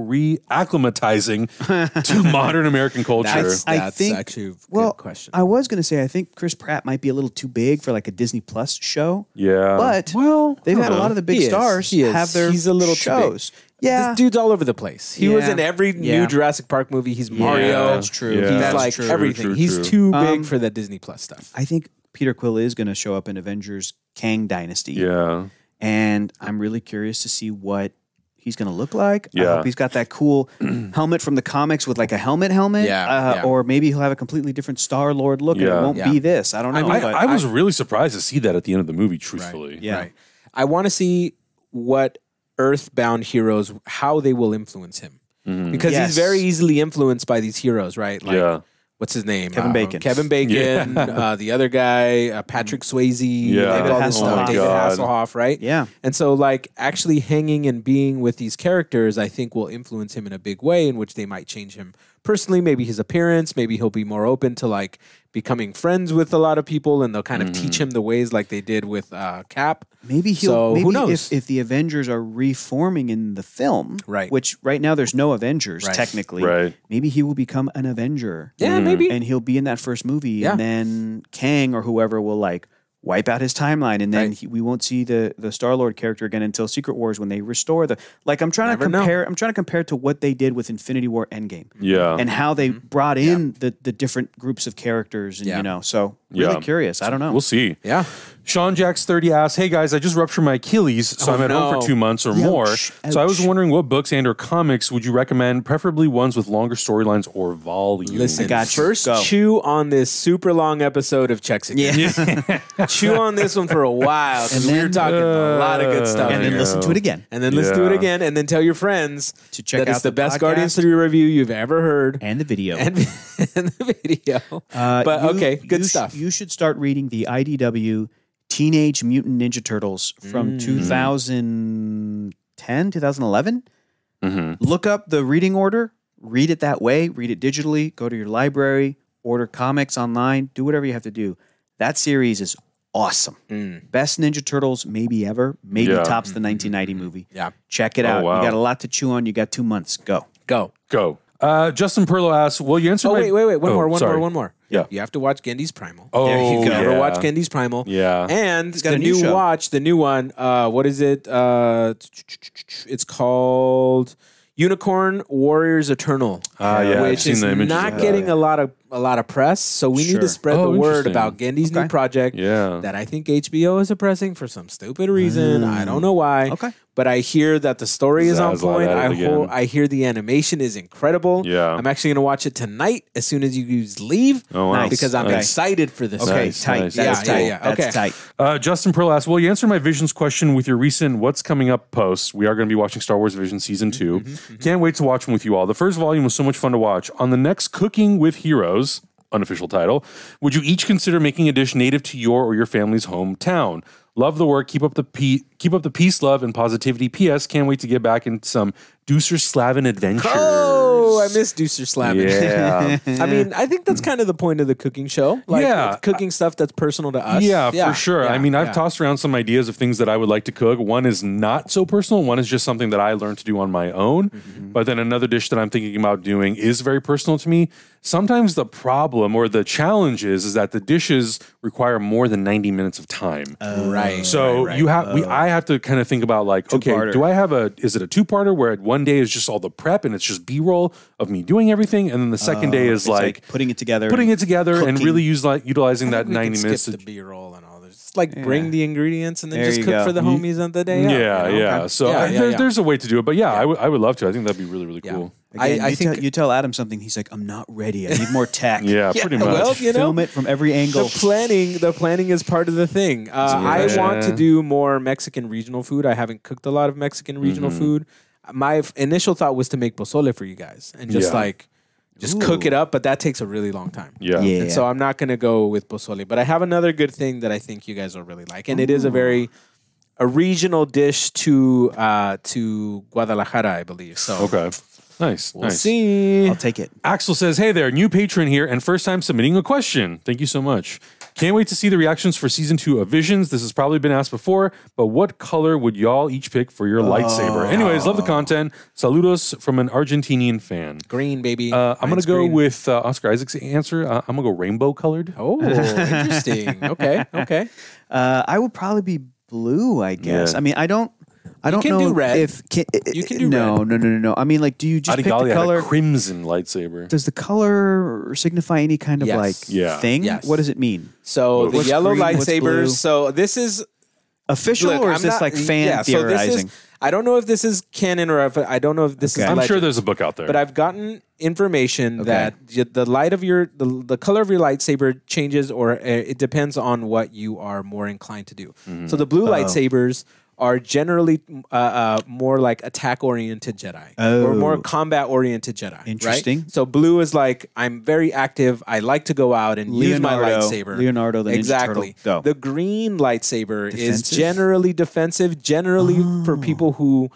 Speaker 1: reacclimatizing to modern American culture.
Speaker 2: That's-
Speaker 3: I
Speaker 2: That's
Speaker 3: think.
Speaker 2: actually a good
Speaker 3: well,
Speaker 2: question.
Speaker 3: I was going to say I think Chris Pratt might be a little too big for like a Disney Plus show.
Speaker 1: Yeah.
Speaker 3: but
Speaker 1: Well,
Speaker 3: they've
Speaker 1: I
Speaker 3: had a
Speaker 1: dunno.
Speaker 3: lot of the big
Speaker 2: He is.
Speaker 3: stars
Speaker 2: He is.
Speaker 3: have their
Speaker 2: He's a little too big.
Speaker 3: shows, Yeah.
Speaker 2: This dude's all over the place. He was
Speaker 3: Yeah.
Speaker 2: in every
Speaker 3: Yeah.
Speaker 2: new Jurassic Park movie. He's Mario.
Speaker 3: that's true.
Speaker 1: Yeah.
Speaker 2: He's
Speaker 3: That's
Speaker 2: like
Speaker 3: true.
Speaker 2: everything.
Speaker 1: True,
Speaker 2: He's
Speaker 1: true.
Speaker 2: too big
Speaker 3: Um,
Speaker 2: for the Disney Plus stuff.
Speaker 3: I think Peter Quill is going to show up in Avengers Kang Dynasty.
Speaker 1: Yeah.
Speaker 3: And I'm really curious to see what he's going to look like. I
Speaker 1: Yeah.
Speaker 3: hope he's got that cool helmet from the comics with like a helmet helmet.
Speaker 2: Yeah,
Speaker 3: uh,
Speaker 2: yeah.
Speaker 3: Or maybe he'll have a completely different Star Lord look and
Speaker 1: Yeah.
Speaker 3: it won't
Speaker 2: Yeah.
Speaker 3: be this. I don't know.
Speaker 1: I,
Speaker 3: but
Speaker 1: I was really surprised to see that at the end of the movie, truthfully.
Speaker 3: yeah.
Speaker 2: Right. I want to see what Earthbound heroes how they will influence him because
Speaker 3: Mm-hmm. Yes.
Speaker 2: he's very easily influenced by these heroes, right? Like,
Speaker 1: Yeah.
Speaker 2: What's his name?
Speaker 3: Kevin
Speaker 2: Uh,
Speaker 3: Bacon. Mm.
Speaker 2: Kevin Bacon. uh, the other guy, uh, Patrick Swayze.
Speaker 1: Yeah.
Speaker 2: David all this
Speaker 3: Hasselhoff.
Speaker 2: stuff.
Speaker 3: Oh my
Speaker 2: David
Speaker 1: God.
Speaker 2: Hasselhoff. Right.
Speaker 3: Yeah.
Speaker 2: And so, like, actually hanging and being with these characters, I think will influence him in a big way, in which they might change him personally, maybe his appearance, maybe he'll be more open to like becoming friends with a lot of people, and they'll kind of teach him the ways like they did with uh, Cap.
Speaker 3: Maybe he'll.
Speaker 2: So,
Speaker 3: maybe
Speaker 2: who knows?
Speaker 3: If, if the Avengers are reforming in the film,
Speaker 2: Right.
Speaker 3: Which right now there's no Avengers
Speaker 2: Right.
Speaker 3: technically.
Speaker 1: Right. Mm-hmm.
Speaker 3: Maybe he will become an Avenger.
Speaker 2: yeah, maybe.
Speaker 3: and he'll be in that first movie,
Speaker 2: Yeah.
Speaker 3: and then Kang or whoever will like wipe out his timeline, and then
Speaker 2: Right.
Speaker 3: he, we won't see the the Star Lord character again until Secret Wars when they restore the. Like I'm trying
Speaker 2: Never
Speaker 3: to
Speaker 2: know. Mm-hmm.
Speaker 3: compare. I'm trying to compare to what they did with Infinity War Endgame.
Speaker 1: Yeah.
Speaker 3: And how they brought in the, the different groups of characters, and
Speaker 2: Yeah.
Speaker 3: you know, so really
Speaker 1: Yeah.
Speaker 3: curious. I don't know.
Speaker 1: We'll see.
Speaker 2: yeah.
Speaker 1: Sean Jack's 30 asks, Hey guys, I just ruptured my Achilles, so
Speaker 2: Oh,
Speaker 1: I'm at home
Speaker 2: no.
Speaker 1: for two months or more.
Speaker 3: Ouch,
Speaker 1: So I was
Speaker 3: ouch.
Speaker 1: wondering what books and or comics would you recommend, preferably ones with longer storylines or volume?
Speaker 2: Listen,
Speaker 3: got you.
Speaker 2: first
Speaker 3: Go.
Speaker 2: chew on this super long episode of Checks Again. chew on this one for a while because
Speaker 3: And
Speaker 2: we're
Speaker 3: then- uh,
Speaker 2: talking a lot of good stuff.
Speaker 3: and then
Speaker 2: here.
Speaker 3: listen to it again.
Speaker 2: And then let's do it
Speaker 1: Yeah.
Speaker 2: again, and then tell your friends
Speaker 3: To check
Speaker 2: that it's
Speaker 3: out
Speaker 2: the,
Speaker 3: the
Speaker 2: best
Speaker 3: podcast.
Speaker 2: Guardians Three review you've ever heard,
Speaker 3: and the video.
Speaker 2: and, and the video.
Speaker 3: Uh,
Speaker 2: but
Speaker 3: you-
Speaker 2: okay,
Speaker 3: you
Speaker 2: good
Speaker 3: sh-
Speaker 2: stuff.
Speaker 3: you should start reading the IDW Teenage Mutant Ninja Turtles
Speaker 2: Mm.
Speaker 3: from 2010, 2011.
Speaker 1: Mm-hmm.
Speaker 3: Look up the reading order, read it that way, read it digitally, go to your library, order comics online, do whatever you have to do. That series is awesome. Best Ninja Turtles maybe ever, maybe
Speaker 1: Yeah.
Speaker 3: tops the 1990 movie.
Speaker 2: Yeah. Oh,
Speaker 3: Check it out.
Speaker 1: wow.
Speaker 3: You got a lot to chew on. You got two months. Go.
Speaker 2: Go.
Speaker 1: Go. Uh, Justin Perlow asks, Well, you answered
Speaker 2: Oh
Speaker 1: my.
Speaker 2: wait, wait, wait. One
Speaker 1: Oh,
Speaker 2: more. One
Speaker 1: sorry.
Speaker 2: more. One more.
Speaker 1: Yeah.
Speaker 2: You have to watch Gendy's Primal.
Speaker 1: Oh,
Speaker 3: There you go.
Speaker 1: Yeah.
Speaker 2: You gotta watch Gendy's Primal.
Speaker 1: Yeah.
Speaker 2: And
Speaker 3: got
Speaker 2: the
Speaker 3: a new
Speaker 2: new,
Speaker 3: show.
Speaker 2: watch, the new one. Uh, what is it? Uh, it's called Unicorn Warriors Eternal.
Speaker 1: Ah, yeah, I've
Speaker 2: which
Speaker 1: seen
Speaker 2: is
Speaker 1: the images
Speaker 2: not
Speaker 1: of that.
Speaker 2: getting a lot of a lot of press. So we need
Speaker 3: Sure.
Speaker 2: to spread
Speaker 1: Oh,
Speaker 2: the word
Speaker 1: interesting.
Speaker 2: about Gendy's new project.
Speaker 1: Yeah.
Speaker 2: That I think HBO is suppressing for some stupid reason. I don't know why.
Speaker 3: Okay.
Speaker 2: But I hear that the story is on
Speaker 1: Zaslav
Speaker 2: point.
Speaker 1: at it
Speaker 2: I,
Speaker 1: again.
Speaker 2: ho- I hear the animation is incredible.
Speaker 1: Yeah.
Speaker 2: I'm actually going to watch it tonight as soon as you guys leave
Speaker 1: Oh, wow.
Speaker 2: because I'm
Speaker 1: Okay.
Speaker 2: excited for this.
Speaker 3: Okay,
Speaker 1: Nice,
Speaker 3: tight.
Speaker 1: nice.
Speaker 3: That's
Speaker 2: Yeah,
Speaker 3: tight.
Speaker 2: yeah, yeah.
Speaker 3: That's
Speaker 2: Okay.
Speaker 3: tight.
Speaker 1: Uh, Justin Pearl asks, "Will you answer my Visions question with your recent What's Coming Up posts? We are going to be watching Star Wars Vision season 2 can Can't wait to watch them with you all. The first volume was so much fun to watch. On the next Cooking with Heroes, unofficial title, would you each consider making a dish native to your or your family's hometown? Love the work. Keep up the pe- keep up the peace, love, and positivity. P.S. Can't wait to get back in some Deucer Slavin adventures.
Speaker 2: Oh, I miss Deucer Slavin.
Speaker 1: yeah,
Speaker 2: I mean, I think that's kind of the point of the cooking show. Like
Speaker 1: Yeah.
Speaker 2: it's cooking stuff that's personal to us.
Speaker 1: Yeah, for sure. I
Speaker 2: yeah,
Speaker 1: mean, I've
Speaker 2: yeah.
Speaker 1: tossed around some ideas of things that I would like to cook. One is not so personal, one is just something that I learned to do on my own.
Speaker 2: Mm-hmm.
Speaker 1: But then another dish that I'm thinking about doing is very personal to me. Sometimes the problem or the challenge is, is that the dishes require more than 90 minutes of time.
Speaker 2: Oh, Right.
Speaker 1: So
Speaker 2: right, oh. right.
Speaker 1: you have we I have to kind of think about like okay
Speaker 3: Two-parter.
Speaker 1: do I have a is it a two parter where one day is just all the prep and it's just B roll of me doing everything and then the second
Speaker 2: Oh,
Speaker 1: day is
Speaker 3: It's like,
Speaker 1: like,
Speaker 3: putting it together,
Speaker 1: putting it together and
Speaker 3: cooking.
Speaker 1: really use like utilizing that
Speaker 2: We can
Speaker 1: 90 minutes
Speaker 2: skip
Speaker 1: to
Speaker 2: the B roll and all. This. Just like bring the ingredients and then
Speaker 3: There
Speaker 2: just
Speaker 3: you
Speaker 2: cook
Speaker 3: go.
Speaker 2: for the
Speaker 3: You-
Speaker 2: homies on the day. out,
Speaker 1: Yeah,
Speaker 2: you know?
Speaker 1: yeah.
Speaker 2: Okay.
Speaker 1: So
Speaker 2: Yeah,
Speaker 1: I-
Speaker 2: yeah,
Speaker 1: there-
Speaker 2: yeah.
Speaker 1: there's a way to do it, but yeah, I I, w- I would love to. I think that'd be really, really
Speaker 2: Yeah.
Speaker 1: cool.
Speaker 3: Again,
Speaker 2: I, I
Speaker 3: you,
Speaker 2: think
Speaker 3: tell, you tell Adam something, he's like, "I'm not ready. I need more tech."
Speaker 1: Yeah, pretty much.
Speaker 2: well,
Speaker 3: Just
Speaker 2: you know,
Speaker 3: film it from every angle.
Speaker 2: the planning the planning is part of the thing uh, i
Speaker 1: Yeah.
Speaker 2: want to do more mexican regional food i haven't cooked a lot of mexican regional
Speaker 1: Mm-hmm.
Speaker 2: food my f- initial thought was to make pozole for you guys and just
Speaker 1: Yeah.
Speaker 2: like just cook it up but that takes a really long time
Speaker 1: yeah.
Speaker 3: Yeah.
Speaker 2: and so i'm not going to go with pozole but i have another good thing that i think you guys will really like and it is a very a regional dish to uh to guadalajara i believe so
Speaker 1: Okay. Nice.
Speaker 2: we'll
Speaker 1: nice.
Speaker 2: see
Speaker 3: I'll take it.
Speaker 1: Axel says, "Hey there, new patron here and first time submitting a question. Thank you so much. Can't wait to see the reactions for season 2 of Visions. This has probably been asked before, but what color would y'all each pick for your
Speaker 2: Oh.
Speaker 1: lightsaber? Anyways, love the content. Saludos from an Argentinian fan."
Speaker 2: green baby
Speaker 1: Uh, I'm going
Speaker 2: Mine's
Speaker 1: to go
Speaker 2: green.
Speaker 1: with uh, Oscar Isaac's answer. Uh, I'm going to go rainbow colored.
Speaker 2: oh interesting okay okay
Speaker 3: Uh, I would probably be blue, I guess.
Speaker 1: Yeah.
Speaker 3: I mean, I don't. I don't
Speaker 2: can
Speaker 3: know
Speaker 2: do red.
Speaker 3: if can,
Speaker 2: You can do
Speaker 3: no, no, no, no, no. I mean, like, do you just pick
Speaker 1: Adigali
Speaker 3: the
Speaker 1: had a
Speaker 3: color?
Speaker 1: crimson lightsaber.
Speaker 3: Does the color signify any kind of
Speaker 2: Yes.
Speaker 3: like
Speaker 1: Yeah.
Speaker 3: thing?
Speaker 2: Yes.
Speaker 3: What does it mean?
Speaker 2: So the
Speaker 1: What's
Speaker 2: yellow
Speaker 3: green, what's blue?
Speaker 2: lightsabers. So this is
Speaker 3: Official
Speaker 2: look,
Speaker 3: or
Speaker 2: I'm
Speaker 3: is this
Speaker 2: not-
Speaker 3: like fan
Speaker 2: yeah, so this is-
Speaker 3: theorizing?
Speaker 2: I don't know if this is canon or if I don't know if this
Speaker 3: Okay.
Speaker 2: is.
Speaker 1: I'm sure
Speaker 2: legend.
Speaker 1: there's a book out there.
Speaker 2: but I've gotten information that y- the light of your the, the color of your lightsaber changes, or uh, it depends on what you are more inclined to do.
Speaker 3: Mm-hmm.
Speaker 2: So the
Speaker 3: Oh.
Speaker 2: blue lightsabers are generally uh, uh, more like attack oriented Jedi, or more
Speaker 3: Oh.
Speaker 2: combat oriented Jedi. right?
Speaker 3: Interesting.
Speaker 2: So blue is like I'm very active. I like to go out and
Speaker 3: Leonardo-
Speaker 2: use my lightsaber.
Speaker 3: Leonardo the Ninja
Speaker 2: exactly.
Speaker 3: Turtle. Go.
Speaker 2: The green lightsaber is
Speaker 3: Defensive? Oh.
Speaker 2: generally defensive, generally for people who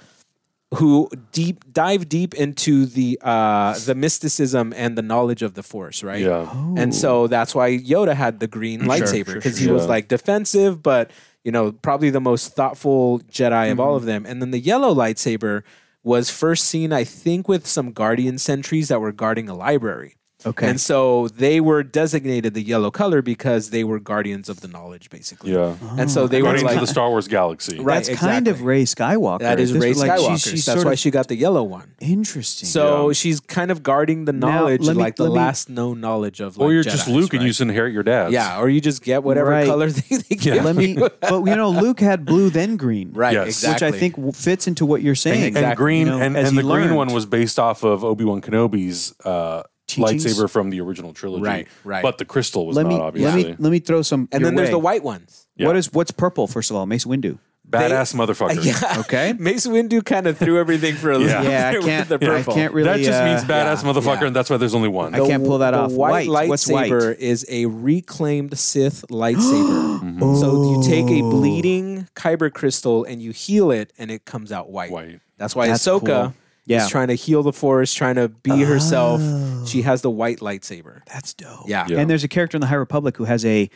Speaker 2: who deep dive deep into the uh, the mysticism and the knowledge of the force, right?
Speaker 1: Yeah.
Speaker 2: And so that's why Yoda had the green lightsaber because he was
Speaker 1: sure.
Speaker 2: like defensive, but you know probably the most thoughtful Jedi of all of them. And then the yellow lightsaber was first seen, I think, with some Guardian sentries that were guarding a library.
Speaker 3: Okay.
Speaker 2: And so they were designated the yellow color because they were guardians of the knowledge, basically.
Speaker 1: yeah.
Speaker 2: And so they
Speaker 1: Running
Speaker 2: were
Speaker 1: to
Speaker 2: like
Speaker 1: the Star Wars galaxy.
Speaker 2: Right,
Speaker 3: That's kind of
Speaker 2: exactly.
Speaker 3: Ray Skywalker.
Speaker 2: That is
Speaker 3: This-
Speaker 2: Ray
Speaker 3: like,
Speaker 2: Skywalker.
Speaker 3: she's- she's
Speaker 2: That's
Speaker 3: sort
Speaker 2: why
Speaker 3: of-
Speaker 2: she got the yellow one.
Speaker 3: interesting.
Speaker 2: So she's kind of guarding the knowledge,
Speaker 3: let me-
Speaker 2: like the
Speaker 3: let me-
Speaker 2: last known knowledge of. Like,
Speaker 1: Or you're just
Speaker 2: Jedis,
Speaker 1: Luke and
Speaker 2: right?
Speaker 1: you just inherit your dad's.
Speaker 2: yeah, or you just get whatever
Speaker 3: Right.
Speaker 2: color they, they give.
Speaker 3: Let me, but you know, Luke had blue then green,
Speaker 2: right,
Speaker 1: Yes.
Speaker 2: exactly.
Speaker 3: Which I think w- fits into what you're saying.
Speaker 1: And
Speaker 2: Exactly.
Speaker 1: green
Speaker 3: You know,
Speaker 1: and,
Speaker 3: as
Speaker 1: and
Speaker 3: he
Speaker 1: the green
Speaker 3: learned.
Speaker 1: one was based off of Obi Wan Kenobi's uh,
Speaker 3: Teachings?
Speaker 1: lightsaber from the original trilogy.
Speaker 2: Right, right.
Speaker 1: But the crystal was
Speaker 3: Let
Speaker 1: not
Speaker 3: me let
Speaker 1: obviously.
Speaker 3: me let me throw some.
Speaker 2: and
Speaker 3: your
Speaker 2: then there's
Speaker 3: way.
Speaker 2: the white ones.
Speaker 3: What
Speaker 1: Yeah.
Speaker 3: is what's purple? First of all, Mace Windu.
Speaker 1: Badass motherfucker.
Speaker 2: Yeah.
Speaker 3: Okay.
Speaker 2: Mace Windu kind of threw everything for a little
Speaker 1: Yeah.
Speaker 2: bit
Speaker 3: Yeah, I
Speaker 2: with
Speaker 3: can't-
Speaker 2: the
Speaker 3: yeah, I
Speaker 2: purple.
Speaker 3: can't really-
Speaker 1: that just
Speaker 3: uh,
Speaker 1: means badass
Speaker 2: yeah,
Speaker 1: motherfucker,
Speaker 2: yeah.
Speaker 1: and that's why there's only one.
Speaker 3: I can't pull that
Speaker 2: the
Speaker 3: off.
Speaker 2: White,
Speaker 3: White. What's white?
Speaker 2: lightsaber is a reclaimed Sith lightsaber. So you take
Speaker 3: Oh.
Speaker 2: a bleeding kyber crystal and you heal it, and it comes out white.
Speaker 1: White.
Speaker 2: That's why
Speaker 3: That's
Speaker 2: Ahsoka
Speaker 3: cool. Yeah. Oh.
Speaker 2: is trying to heal the Force, trying to be herself. She has the white lightsaber.
Speaker 3: That's dope.
Speaker 2: Yeah.
Speaker 1: Yeah.
Speaker 3: And there's a character in the High Republic who has a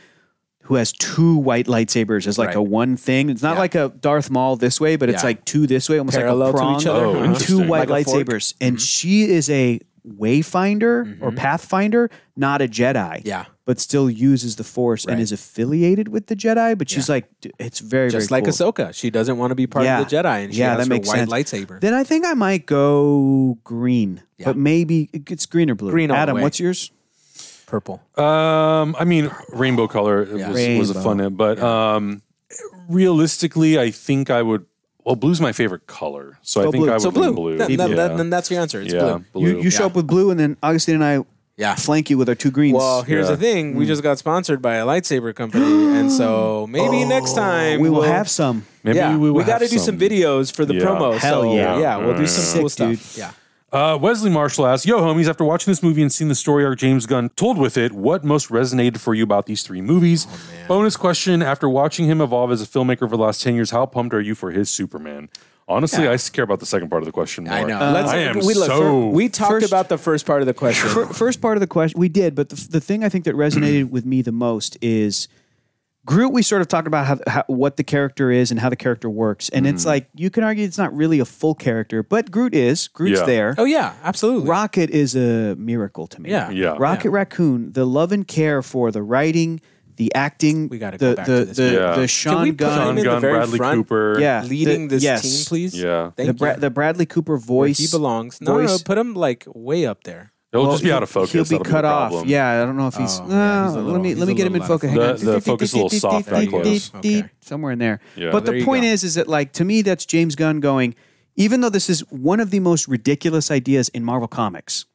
Speaker 3: who has two white lightsabers as like
Speaker 2: Right.
Speaker 3: a one thing. It's not
Speaker 2: Yeah.
Speaker 3: like a Darth Maul this way, but it's
Speaker 2: Yeah.
Speaker 3: like two this way, almost
Speaker 2: Parallel
Speaker 3: like
Speaker 2: to
Speaker 3: a prong.
Speaker 2: each other.
Speaker 1: Oh,
Speaker 3: and two
Speaker 1: interesting.
Speaker 3: white
Speaker 2: Like a fork.
Speaker 3: lightsabers, and she is a wayfinder or pathfinder, not a Jedi.
Speaker 2: Yeah.
Speaker 3: But still uses the Force and
Speaker 2: Right.
Speaker 3: is affiliated with the Jedi. But she's like, d- it's very
Speaker 2: Just
Speaker 3: very
Speaker 2: like
Speaker 3: cool.
Speaker 2: Ahsoka, she doesn't want to be part of the Jedi, and she has her white lightsaber.
Speaker 3: Then I think I might go green, but maybe it's green or blue.
Speaker 2: Green all the
Speaker 3: Adam,
Speaker 2: way.
Speaker 3: what's yours?
Speaker 2: Purple.
Speaker 1: Um, I mean, rainbow color was, was a
Speaker 3: Rainbow.
Speaker 1: fun, but um, realistically, I think I would. Well, blue's my favorite color, so I
Speaker 3: Go
Speaker 1: think
Speaker 3: blue.
Speaker 1: I would
Speaker 2: So blue.
Speaker 1: lean blue.
Speaker 2: Th- th-
Speaker 1: yeah.
Speaker 2: th- then that's your answer. It's
Speaker 1: yeah,
Speaker 2: blue.
Speaker 1: blue.
Speaker 3: You, you show up with blue, and then Augustine and I
Speaker 2: Yeah.
Speaker 3: flank you with our two greens.
Speaker 2: Well, here's
Speaker 1: Yeah.
Speaker 2: the thing:
Speaker 3: Mm.
Speaker 2: we just got sponsored by a lightsaber company, and so maybe next time
Speaker 3: Oh. we will
Speaker 2: we'll-
Speaker 3: have some.
Speaker 1: Maybe
Speaker 2: yeah,
Speaker 1: we, will
Speaker 2: got to
Speaker 1: have
Speaker 2: do some videos for the
Speaker 1: Yeah.
Speaker 2: promo.
Speaker 3: Hell
Speaker 2: so,
Speaker 3: yeah.
Speaker 2: we'll do some cool
Speaker 3: Sick, dude.
Speaker 2: stuff. Yeah.
Speaker 1: Uh, Wesley Marshall asks, "Yo, homies! After watching this movie and seeing the story arc James Gunn told with it, what most resonated for you about these three
Speaker 2: Oh,
Speaker 1: movies?" Bonus question: After watching him evolve as a filmmaker for the last ten years, how pumped are you for his Superman? Honestly, I care about the second part of the question more.
Speaker 2: I know.
Speaker 3: Uh,
Speaker 1: Let's, I am
Speaker 2: we, look,
Speaker 1: so.
Speaker 2: we talked
Speaker 3: First-
Speaker 2: about the first part of the question.
Speaker 3: Fir- First part of the question we did, but the, the thing I think that resonated with me the most is Groot. We sort of talked about how, how what the character is and how the character works, and it's like you can argue it's not really a full character, but Groot is. Groot's
Speaker 1: Yeah.
Speaker 3: there.
Speaker 2: oh yeah, absolutely.
Speaker 3: Rocket is a miracle to me.
Speaker 2: Yeah.
Speaker 1: Yeah.
Speaker 3: Rocket Raccoon, the love and care for the writing, the acting, we
Speaker 2: gotta
Speaker 3: the
Speaker 2: go back
Speaker 3: the
Speaker 2: to this
Speaker 3: the,
Speaker 1: movie. Yeah.
Speaker 3: the
Speaker 2: Can
Speaker 3: Sean
Speaker 2: we put him
Speaker 3: Gunn,
Speaker 2: in
Speaker 1: Gunn,
Speaker 2: the very
Speaker 1: Bradley
Speaker 2: front?
Speaker 1: Cooper.
Speaker 3: yeah,
Speaker 2: leading
Speaker 3: the-
Speaker 2: this
Speaker 3: yes.
Speaker 2: team, please.
Speaker 1: Yeah.
Speaker 2: Thank
Speaker 3: the, Bra-
Speaker 2: you.
Speaker 3: the Bradley Cooper voice.
Speaker 2: he belongs. No, no, no,
Speaker 3: voice-
Speaker 2: put him like way up there.
Speaker 1: It'll
Speaker 3: Well,
Speaker 1: just be
Speaker 3: he'll-
Speaker 1: out of focus.
Speaker 3: He'll be
Speaker 1: That'll
Speaker 3: cut
Speaker 1: a
Speaker 3: off.
Speaker 1: problem.
Speaker 3: Yeah, I don't know if he's.
Speaker 2: Oh, yeah, he's a
Speaker 3: No,
Speaker 2: little-
Speaker 3: let me
Speaker 2: he's
Speaker 3: let me
Speaker 2: a
Speaker 3: get him in
Speaker 2: little out
Speaker 3: focus.
Speaker 2: of
Speaker 3: Hang on.
Speaker 1: focus. The- the focus is a little soft
Speaker 2: right now. Okay.
Speaker 3: Somewhere in there.
Speaker 1: Yeah.
Speaker 3: But
Speaker 2: There
Speaker 3: the
Speaker 2: you
Speaker 3: point
Speaker 2: go.
Speaker 3: is, is that like to me, that's James Gunn going. Even though this is one of the most ridiculous ideas in Marvel Comics,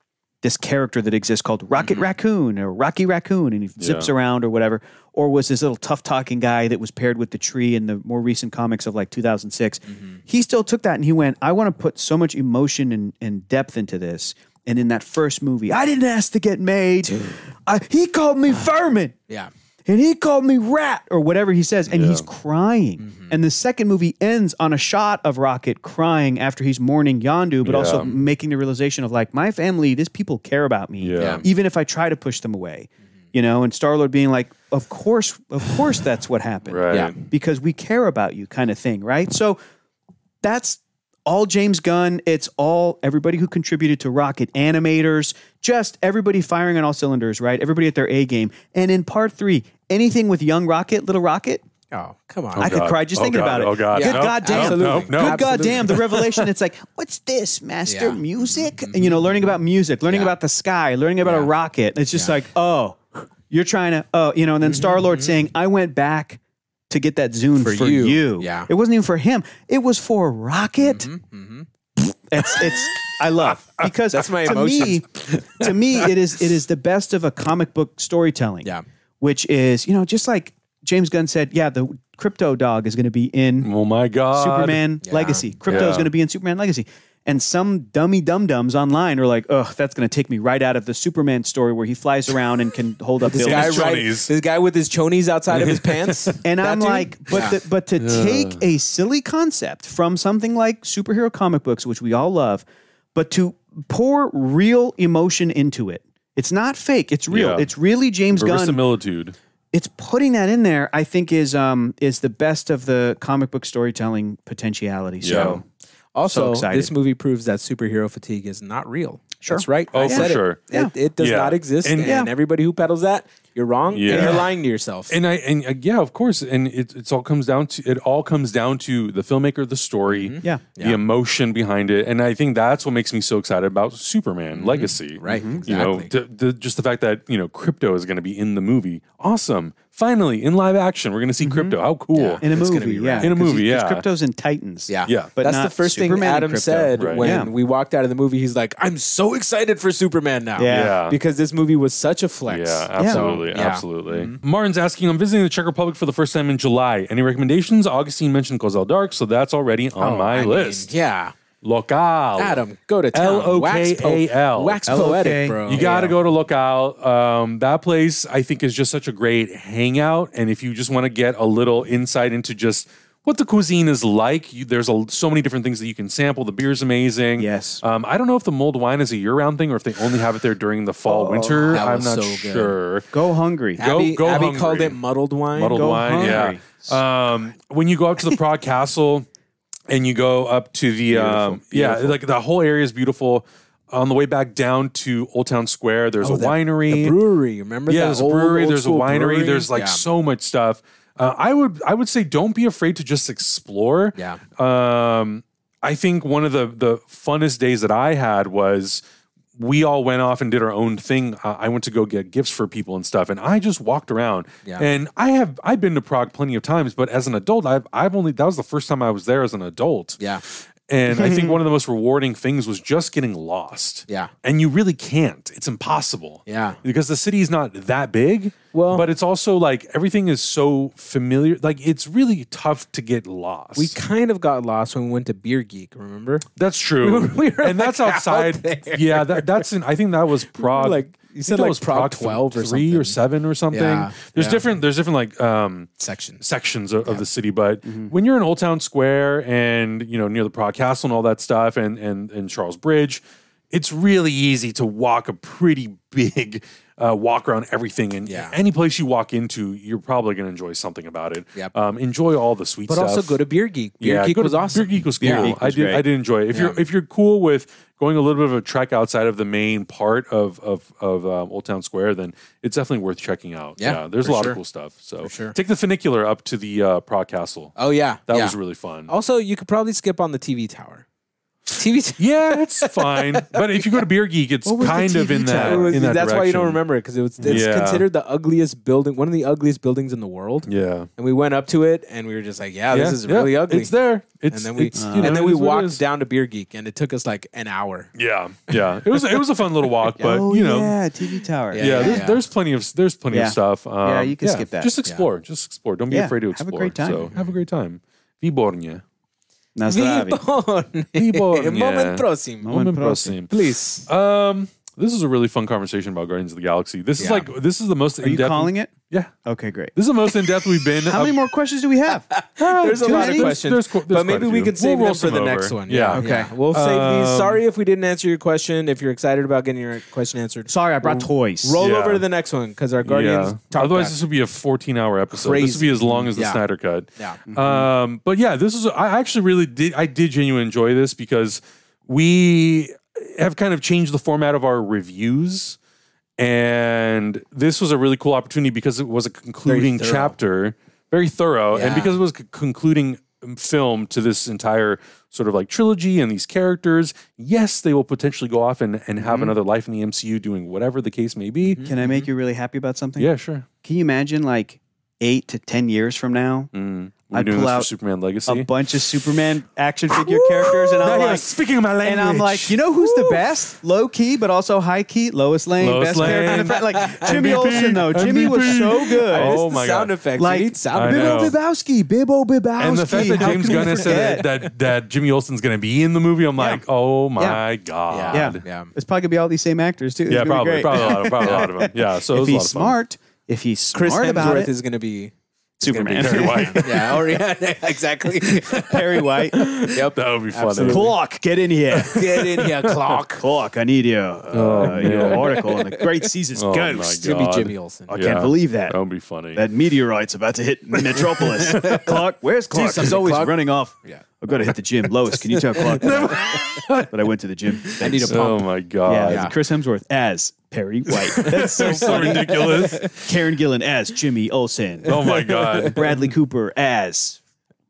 Speaker 3: this character that exists called Rocket
Speaker 2: Mm-hmm.
Speaker 3: Raccoon or Rocky Raccoon, and he zips around or whatever, or was this little tough talking guy that was paired with the tree in the more recent comics of like 2006.
Speaker 2: Mm-hmm.
Speaker 3: He still took that and he went, I want to put so much emotion and, and depth into this. And in that first movie, I didn't ask to get made. I, he called me
Speaker 2: Ah.
Speaker 3: vermin
Speaker 2: Yeah.
Speaker 3: and he called me rat or whatever he says and he's crying
Speaker 1: Mm-hmm.
Speaker 3: and the second movie ends on a shot of rocket crying after he's mourning yandu but also making the realization of like my family these people care about me
Speaker 1: Yeah. Yeah.
Speaker 3: even if i try to push them away you know and star lord being like of course of course that's what happened
Speaker 1: Right.
Speaker 2: Yeah.
Speaker 3: because we care about you kind of thing right so that's all James Gunn. It's all everybody who contributed to Rocket, animators, just everybody firing on all cylinders, right? Everybody at their A game. And in part three, anything with young Rocket, little Rocket,
Speaker 2: Oh, come on.
Speaker 1: Oh,
Speaker 3: I could
Speaker 1: God.
Speaker 3: cry just
Speaker 1: Oh,
Speaker 3: thinking
Speaker 1: God.
Speaker 3: about it.
Speaker 1: Oh, God.
Speaker 3: Good
Speaker 1: No,
Speaker 3: goddamn.
Speaker 1: no, no, Absolutely. no.
Speaker 3: Good goddamn. The revelation it's like, what's this, master?
Speaker 2: Yeah.
Speaker 3: Music? And you know, learning about music, learning
Speaker 2: Yeah.
Speaker 3: about the sky, learning about a
Speaker 2: Yeah.
Speaker 3: rocket. It's just
Speaker 2: Yeah. Mm-hmm,
Speaker 3: like, oh, you're trying to oh, you know, and then Star Lord saying, I went back to get that Zune
Speaker 2: For
Speaker 3: for,
Speaker 2: you.
Speaker 3: you.
Speaker 2: Yeah. Mm-hmm,
Speaker 3: It wasn't even for him. It was for Rocket. It's it's I love because
Speaker 2: That's my
Speaker 3: to me, to me it is it is the best of a comic book storytelling.
Speaker 2: Yeah.
Speaker 3: Which is, you know, just like James Gunn said, yeah, the crypto dog is going to be in
Speaker 1: Oh my god.
Speaker 3: Superman Legacy. Crypto is
Speaker 1: Yeah.
Speaker 3: going to be in Superman Legacy. And some dummy dum dums online are like, ugh, that's going to take me right out of the Superman story where he flies around and can hold up
Speaker 2: This
Speaker 3: buildings.
Speaker 2: guy,
Speaker 1: his
Speaker 2: right,
Speaker 1: chonies.
Speaker 2: this guy with his chonies outside of his pants.
Speaker 3: And
Speaker 2: That
Speaker 3: I'm
Speaker 2: dude?
Speaker 3: like, but
Speaker 2: Yeah.
Speaker 3: the, but to take a silly concept from something like superhero comic books, which we all love, but to pour real emotion into it. It's not fake. It's real.
Speaker 1: Yeah.
Speaker 3: It's really James Gunn
Speaker 1: Verisimilitude.
Speaker 3: it's putting that in there. I think is um is the best of the comic book storytelling potentiality. So
Speaker 2: Also,
Speaker 3: excited.
Speaker 2: this movie proves that superhero fatigue is not real. Sure. That's right.
Speaker 1: Oh,
Speaker 2: I
Speaker 1: for
Speaker 2: said it.
Speaker 1: sure.
Speaker 2: It, it, does
Speaker 1: Yeah.
Speaker 2: not exist. And,
Speaker 1: And- Yeah.
Speaker 2: everybody who peddles that, you're wrong. And
Speaker 1: Yeah.
Speaker 2: you're lying to yourself.
Speaker 1: And I and uh, yeah, of course. And it, it's all comes down to it all comes down to the filmmaker, the story,
Speaker 2: Mm-hmm.
Speaker 3: Yeah.
Speaker 1: the emotion behind it. And I think that's what makes me so excited about Superman Legacy.
Speaker 2: Right,
Speaker 1: You know,
Speaker 2: Mm-hmm. exactly.
Speaker 1: the- the- just the fact that you know crypto is going to be in the movie. Awesome. Finally, in live action, we're going to see crypto. How cool.
Speaker 2: Yeah.
Speaker 3: in a
Speaker 2: It's gonna
Speaker 3: movie,
Speaker 2: be
Speaker 3: yeah,
Speaker 2: rad.
Speaker 1: In a
Speaker 3: 'Cause
Speaker 1: movie,
Speaker 3: he- 'cause
Speaker 1: yeah.
Speaker 3: Crypto's in Titans,
Speaker 2: yeah.
Speaker 1: Yeah.
Speaker 3: but
Speaker 2: That's
Speaker 3: not
Speaker 2: the first thing
Speaker 3: Superman and
Speaker 2: Adam
Speaker 3: Crypto.
Speaker 2: said
Speaker 1: Right.
Speaker 2: when
Speaker 3: Yeah.
Speaker 2: we walked out of the movie. He's like, I'm so excited for Superman now.
Speaker 3: Yeah.
Speaker 1: Yeah.
Speaker 2: Because this movie was such a flex.
Speaker 1: Yeah, absolutely,
Speaker 2: Yeah. Mm-hmm.
Speaker 1: absolutely. Martin's asking, I'm visiting the Czech Republic for the first time in July. Any recommendations? Augustine mentioned Kozel Dark, so that's already on
Speaker 2: Oh, I
Speaker 1: my
Speaker 2: mean,
Speaker 1: list.
Speaker 2: yeah.
Speaker 1: Local.
Speaker 2: Adam, go to town. Wax po-
Speaker 1: L-O-K-A-L.
Speaker 2: Wax poetic,
Speaker 3: L-O-K.
Speaker 2: bro.
Speaker 1: You got to go to Lookout. Um, that place, I think, is just such a great hangout. And if you just want to get a little insight into just what the cuisine is like, you, there's a, so many different things that you can sample. The beer's amazing.
Speaker 3: Yes.
Speaker 1: Um, I don't know if the mulled wine is a year round thing or if they only have it there during the fall, winter.
Speaker 2: Oh, that
Speaker 1: I'm
Speaker 2: was
Speaker 1: not
Speaker 2: so good.
Speaker 1: sure.
Speaker 3: Go hungry.
Speaker 1: Go-
Speaker 2: Abby,
Speaker 1: go
Speaker 2: Abby
Speaker 1: hungry.
Speaker 2: called it muddled wine.
Speaker 1: Muddled
Speaker 3: Go
Speaker 1: wine,
Speaker 3: hungry.
Speaker 1: yeah. Um, when you go up to the Prague Castle and you go up to the, um, yeah, like the whole area is beautiful. On the way back down to Old Town Square, there's a
Speaker 2: Oh, that-
Speaker 1: winery.
Speaker 2: The brewery, remember?
Speaker 1: yeah,
Speaker 2: that
Speaker 1: there's a
Speaker 2: old-
Speaker 1: brewery.
Speaker 2: old
Speaker 1: There's a
Speaker 2: school
Speaker 1: winery.
Speaker 2: brewery?
Speaker 1: There's like
Speaker 2: Yeah.
Speaker 1: so much stuff. Uh, I would I would say don't be afraid to just explore.
Speaker 2: Yeah.
Speaker 1: Um, I think one of the the funnest days that I had was we all went off and did our own thing. Uh, I went to go get gifts for people and stuff, and I just walked around.
Speaker 2: Yeah.
Speaker 1: And I have I've been to Prague plenty of times, but as an adult, I've I've only that was the first time I was there as an adult.
Speaker 2: Yeah.
Speaker 1: And I think one of the most rewarding things was just getting lost.
Speaker 2: Yeah.
Speaker 1: And you really can't. It's impossible.
Speaker 2: Yeah.
Speaker 1: Because the city's not that big.
Speaker 2: Well-
Speaker 1: but it's also like everything is so familiar. Like it's really tough to get lost.
Speaker 2: We kind of got lost when we went to Beer Geek, remember?
Speaker 1: that's true.
Speaker 2: we were,
Speaker 1: and that's
Speaker 2: like, out
Speaker 1: outside.
Speaker 2: there.
Speaker 1: yeah, that, that's in I think that was Prague.
Speaker 2: like- you
Speaker 1: I think
Speaker 2: said,
Speaker 1: that
Speaker 2: like,
Speaker 1: was
Speaker 2: Prague
Speaker 1: th-
Speaker 2: 12
Speaker 1: three
Speaker 2: or something.
Speaker 1: or seven or something.
Speaker 2: Yeah,
Speaker 1: There's
Speaker 2: yeah.
Speaker 1: different there's different like um
Speaker 2: Section.
Speaker 1: sections of, of the city. But
Speaker 2: Mm-hmm.
Speaker 1: when you're in Old Town Square and you know near the Prague Castle and all that stuff, and and and Charles Bridge, it's really easy to walk a pretty big uh, walk around everything. And
Speaker 2: Yeah.
Speaker 1: any place you walk into, you're probably going to enjoy something about it.
Speaker 2: Yep.
Speaker 1: Um, enjoy all the sweet
Speaker 2: But
Speaker 1: stuff.
Speaker 2: also go to Beer Geek. Beer
Speaker 1: yeah,
Speaker 2: Geek
Speaker 1: go to-
Speaker 2: was awesome.
Speaker 1: Beer Geek was cool.
Speaker 2: Yeah.
Speaker 1: I
Speaker 3: was
Speaker 1: did.
Speaker 3: great.
Speaker 1: I did enjoy it. If you're if you're cool with going a little bit of a trek outside of the main part of of of um, Old Town Square, then it's definitely worth checking out.
Speaker 2: Yeah,
Speaker 1: there's
Speaker 2: for
Speaker 1: a lot
Speaker 2: sure.
Speaker 1: of cool stuff. So
Speaker 2: sure.
Speaker 1: take the funicular up to the uh, Prague Castle.
Speaker 2: Oh, yeah.
Speaker 1: That
Speaker 2: yeah. Oh.
Speaker 1: was really fun.
Speaker 2: Also, you could probably skip on the TV tower. TV tower.
Speaker 1: Yeah, it's fine. But if you go to Beer Geek, it's
Speaker 3: What was the
Speaker 1: kind of
Speaker 3: TV
Speaker 1: in that,
Speaker 3: tower?
Speaker 2: It was-
Speaker 1: in that.
Speaker 2: that's why you don't
Speaker 1: direction.
Speaker 2: remember it because it was it's
Speaker 1: Yeah.
Speaker 2: considered the ugliest building, one of the ugliest buildings in the world.
Speaker 1: Yeah.
Speaker 2: And we went up to it and we were just like, yeah, this
Speaker 1: Yeah,
Speaker 2: is
Speaker 1: yeah,
Speaker 2: really ugly.
Speaker 1: It's there. It's,
Speaker 2: and then we
Speaker 1: it's, you know,
Speaker 2: and then
Speaker 1: it
Speaker 2: we
Speaker 1: is what it
Speaker 2: walked
Speaker 1: is.
Speaker 2: down to Beer Geek and it took us like an hour.
Speaker 1: Yeah, yeah. It was it was a fun little walk, but
Speaker 3: oh
Speaker 1: you know, yeah,
Speaker 3: yeah, TV Tower.
Speaker 2: Yeah, yeah,
Speaker 1: there's,
Speaker 2: yeah.
Speaker 1: there's plenty of there's plenty
Speaker 3: Yeah.
Speaker 1: of stuff. Um,
Speaker 3: Yeah, you can skip that.
Speaker 1: Just explore. Just explore. Don't be
Speaker 3: Yeah,
Speaker 1: afraid to
Speaker 3: have a
Speaker 1: explore.
Speaker 3: great time.
Speaker 1: So have a great time. Viborne.
Speaker 3: Nazdravie.
Speaker 1: Vibone.
Speaker 2: Moment próximo.
Speaker 1: Moment
Speaker 3: Moment
Speaker 1: prosim.
Speaker 2: Please.
Speaker 1: Um, this is a really fun conversation about Guardians of the Galaxy. This is
Speaker 2: Yeah.
Speaker 1: like this is the most
Speaker 3: Are you calling it?
Speaker 1: Yeah,
Speaker 3: Okay, great.
Speaker 1: this is the most in depth we've been.
Speaker 3: How many more questions do we have?
Speaker 2: There's a
Speaker 3: Too
Speaker 2: lot of
Speaker 3: many?
Speaker 2: questions,
Speaker 1: There's qu- there's
Speaker 2: but maybe
Speaker 1: quite a
Speaker 2: we
Speaker 1: few.
Speaker 2: can save
Speaker 1: We'll roll
Speaker 2: them for
Speaker 1: some
Speaker 2: the
Speaker 1: over.
Speaker 2: next one.
Speaker 1: Yeah.
Speaker 3: Okay.
Speaker 2: We'll save these.
Speaker 1: Um,
Speaker 2: Sorry if we didn't answer your question. If you're excited about getting your question answered,
Speaker 3: Sorry, I brought toys.
Speaker 2: roll
Speaker 1: Yeah.
Speaker 2: over to the next one because our guardians. Talk
Speaker 1: Otherwise,
Speaker 2: back.
Speaker 1: this would be a 14 hour episode. This would
Speaker 2: Crazy.
Speaker 1: be as long as the
Speaker 2: Yeah.
Speaker 1: Snyder Cut.
Speaker 2: Yeah.
Speaker 1: Um, but yeah, this is, I actually really did, I did genuinely enjoy this because we have kind of changed the format of our reviews. And this was a really cool opportunity because it was a concluding
Speaker 2: thorough.
Speaker 1: chapter very thorough. And
Speaker 2: Yeah.
Speaker 1: because it was a concluding film to this entire sort of like trilogy and these characters, yes, they will potentially go off and, and have
Speaker 2: Mm-hmm.
Speaker 1: another life in the MCU doing whatever the case may be.
Speaker 3: Can I make you really happy about something?
Speaker 1: Yeah, sure.
Speaker 3: Can you imagine like eight to ten years from now,
Speaker 1: Mm. We're
Speaker 3: I'd
Speaker 1: doing
Speaker 3: pull
Speaker 1: this for
Speaker 3: out
Speaker 1: Superman Legacy.
Speaker 3: a bunch of Superman action figure characters, and I'm
Speaker 1: Now you're
Speaker 3: like,
Speaker 1: speaking my language.
Speaker 3: and I'm like, you know who's the best? Low key, but also high key. Lois Lane,
Speaker 1: Lois
Speaker 3: best character. in the
Speaker 1: Lane.
Speaker 3: fa- Like Jimmy
Speaker 1: MVP,
Speaker 3: Olsen though. Jimmy was
Speaker 1: MVP.
Speaker 3: so good.
Speaker 1: Oh
Speaker 2: It's the
Speaker 1: my
Speaker 2: sound
Speaker 1: God.
Speaker 2: effects.
Speaker 3: Like,
Speaker 2: you need sound
Speaker 1: I know.
Speaker 2: effects.
Speaker 3: Bibbo Bibowski, Bibbo Bibowski.
Speaker 1: and the fact that
Speaker 3: How
Speaker 1: James
Speaker 3: can we
Speaker 1: Gunn has
Speaker 3: forget?
Speaker 1: said that, that that Jimmy Olsen's going to be in the movie, I'm like, oh my god,
Speaker 3: Yeah.
Speaker 2: Yeah.
Speaker 3: It's probably gonna be all these same actors too. It's
Speaker 1: yeah,
Speaker 3: gonna be
Speaker 1: probably,
Speaker 3: great.
Speaker 1: probably a lot, of, probably a lot of them. Yeah, so it was a lot
Speaker 3: if he's
Speaker 1: of
Speaker 3: smart, if he's
Speaker 2: Chris
Speaker 3: smart about
Speaker 2: Hemsworth
Speaker 3: it,
Speaker 2: is going to be is gonna
Speaker 3: Superman.
Speaker 2: be-
Speaker 1: Perry White.
Speaker 2: yeah, or, yeah, exactly.
Speaker 3: Perry White.
Speaker 1: Fun. That would be funny.
Speaker 2: Absolutely.
Speaker 3: Clock, get in here.
Speaker 2: Get in here, Clark.
Speaker 3: Clock, I need your, uh, your
Speaker 1: Oh, man.
Speaker 3: article on the Great Caesar's
Speaker 1: Oh, my
Speaker 3: ghost.
Speaker 2: It's going to be
Speaker 1: God.
Speaker 2: Jimmy Olsen.
Speaker 3: I
Speaker 1: Yeah.
Speaker 3: can't believe that.
Speaker 1: That would be funny.
Speaker 3: That meteorite's about to hit Metropolis. Clark, where's Clark?
Speaker 2: something,
Speaker 3: He's always
Speaker 2: Clark.
Speaker 3: running off.
Speaker 2: Yeah.
Speaker 3: I've got to hit the gym. Lois, can you tell Clark that I, that I went to the gym?
Speaker 2: I need a pump.
Speaker 1: oh my god,
Speaker 3: Yeah,
Speaker 2: Yeah.
Speaker 3: Chris Hemsworth as Perry White. That's so
Speaker 1: so
Speaker 3: funny.
Speaker 1: ridiculous.
Speaker 3: Karen Gillan as Jimmy Olsen.
Speaker 1: Oh my god.
Speaker 3: Bradley Cooper as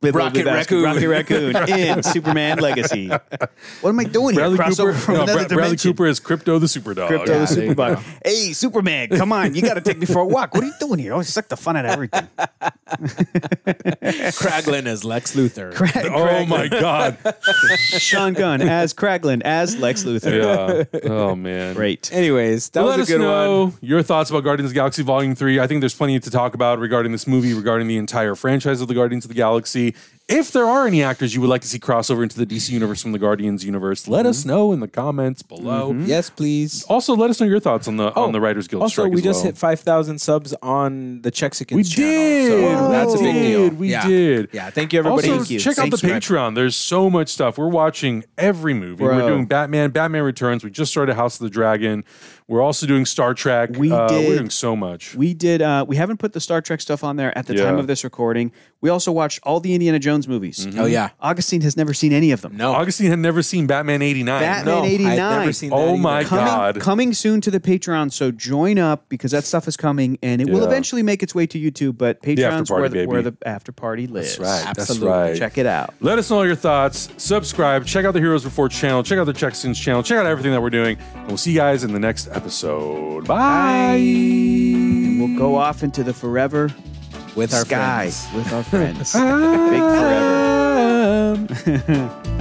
Speaker 3: Bibbo
Speaker 2: Rocket
Speaker 3: Lebowski-
Speaker 2: Raccoon.
Speaker 3: Rocket Raccoon in Superman Legacy. What am I doing
Speaker 1: Bradley
Speaker 3: here? Crossover
Speaker 1: Cooper,
Speaker 3: from
Speaker 1: no, Bra-
Speaker 3: another
Speaker 1: Bradley
Speaker 3: dimension.
Speaker 1: Cooper is Crypto the Superdog.
Speaker 3: Crypto
Speaker 2: Yeah,
Speaker 3: the
Speaker 2: there you
Speaker 3: Superbug. Hey, Superman, come on. You got to take me for a walk. What are you doing here? I always suck the fun out of everything.
Speaker 2: Kraglin as Lex Luthor.
Speaker 1: Oh my god.
Speaker 3: Sean Gunn as Kraglin, as Lex Luthor.
Speaker 1: Yeah. Oh man.
Speaker 3: Great.
Speaker 2: Anyways, that
Speaker 1: Let us
Speaker 2: was a good
Speaker 1: know
Speaker 2: one.
Speaker 1: your thoughts about Guardians of the Galaxy Volume 3. I think there's plenty to talk about regarding this movie, regarding the entire franchise of the Guardians of the Galaxy. If there are any actors you would like to see crossover into the DC universe from the Guardians universe, let
Speaker 2: Mm-hmm.
Speaker 1: us know in the comments below.
Speaker 2: Yes, please.
Speaker 1: Also, let us know your thoughts on the on the Writers Guild
Speaker 2: Oh, Also,
Speaker 1: strike
Speaker 2: we
Speaker 1: as
Speaker 2: just
Speaker 1: well.
Speaker 2: hit 5,000 subs on the Chexicans
Speaker 1: we
Speaker 2: channel.
Speaker 1: did.
Speaker 2: So that's a big
Speaker 1: We
Speaker 2: deal.
Speaker 1: did. We
Speaker 2: yeah.
Speaker 1: did.
Speaker 2: Yeah, thank you, everybody.
Speaker 1: Also,
Speaker 3: Thank you.
Speaker 1: check out the
Speaker 2: Subscribe.
Speaker 1: Patreon. There's so much stuff. We're watching every movie. We're
Speaker 3: Bro.
Speaker 1: doing Batman, Batman Returns. We just started House of the Dragon. We're also doing Star Trek.
Speaker 3: We
Speaker 1: Uh,
Speaker 3: did-
Speaker 1: We're doing so much.
Speaker 3: We did. Uh, we haven't put the Star Trek stuff on there at the time
Speaker 1: Yeah. Mm-hmm.
Speaker 3: of this recording. We also watched all the Indiana Jones movies.
Speaker 2: Oh, yeah.
Speaker 3: Augustine has never seen any of them.
Speaker 2: No.
Speaker 1: Augustine had never seen Batman 89.
Speaker 3: Batman
Speaker 2: No, I'd
Speaker 3: '89.
Speaker 2: never seen that
Speaker 1: Oh my
Speaker 2: either.
Speaker 1: God.
Speaker 3: coming, coming soon to the Patreon. So join up because that stuff is coming, and it will
Speaker 1: Yeah.
Speaker 3: eventually make its way to YouTube. But Patreon's
Speaker 1: party,
Speaker 3: where, the,
Speaker 1: baby.
Speaker 3: where the after party lives.
Speaker 1: That's right. That's
Speaker 2: Absolutely.
Speaker 1: right.
Speaker 3: Check it out.
Speaker 1: Let us know all your thoughts. Subscribe. Check out the Heroes Before channel. Check out the Checksins channel. Check out everything that we're doing. And we'll see you guys in the next episode. Bye.
Speaker 3: We'll go off into the forever
Speaker 2: With our
Speaker 3: sky
Speaker 2: friends.
Speaker 3: with our friends. Big forever.
Speaker 1: Um,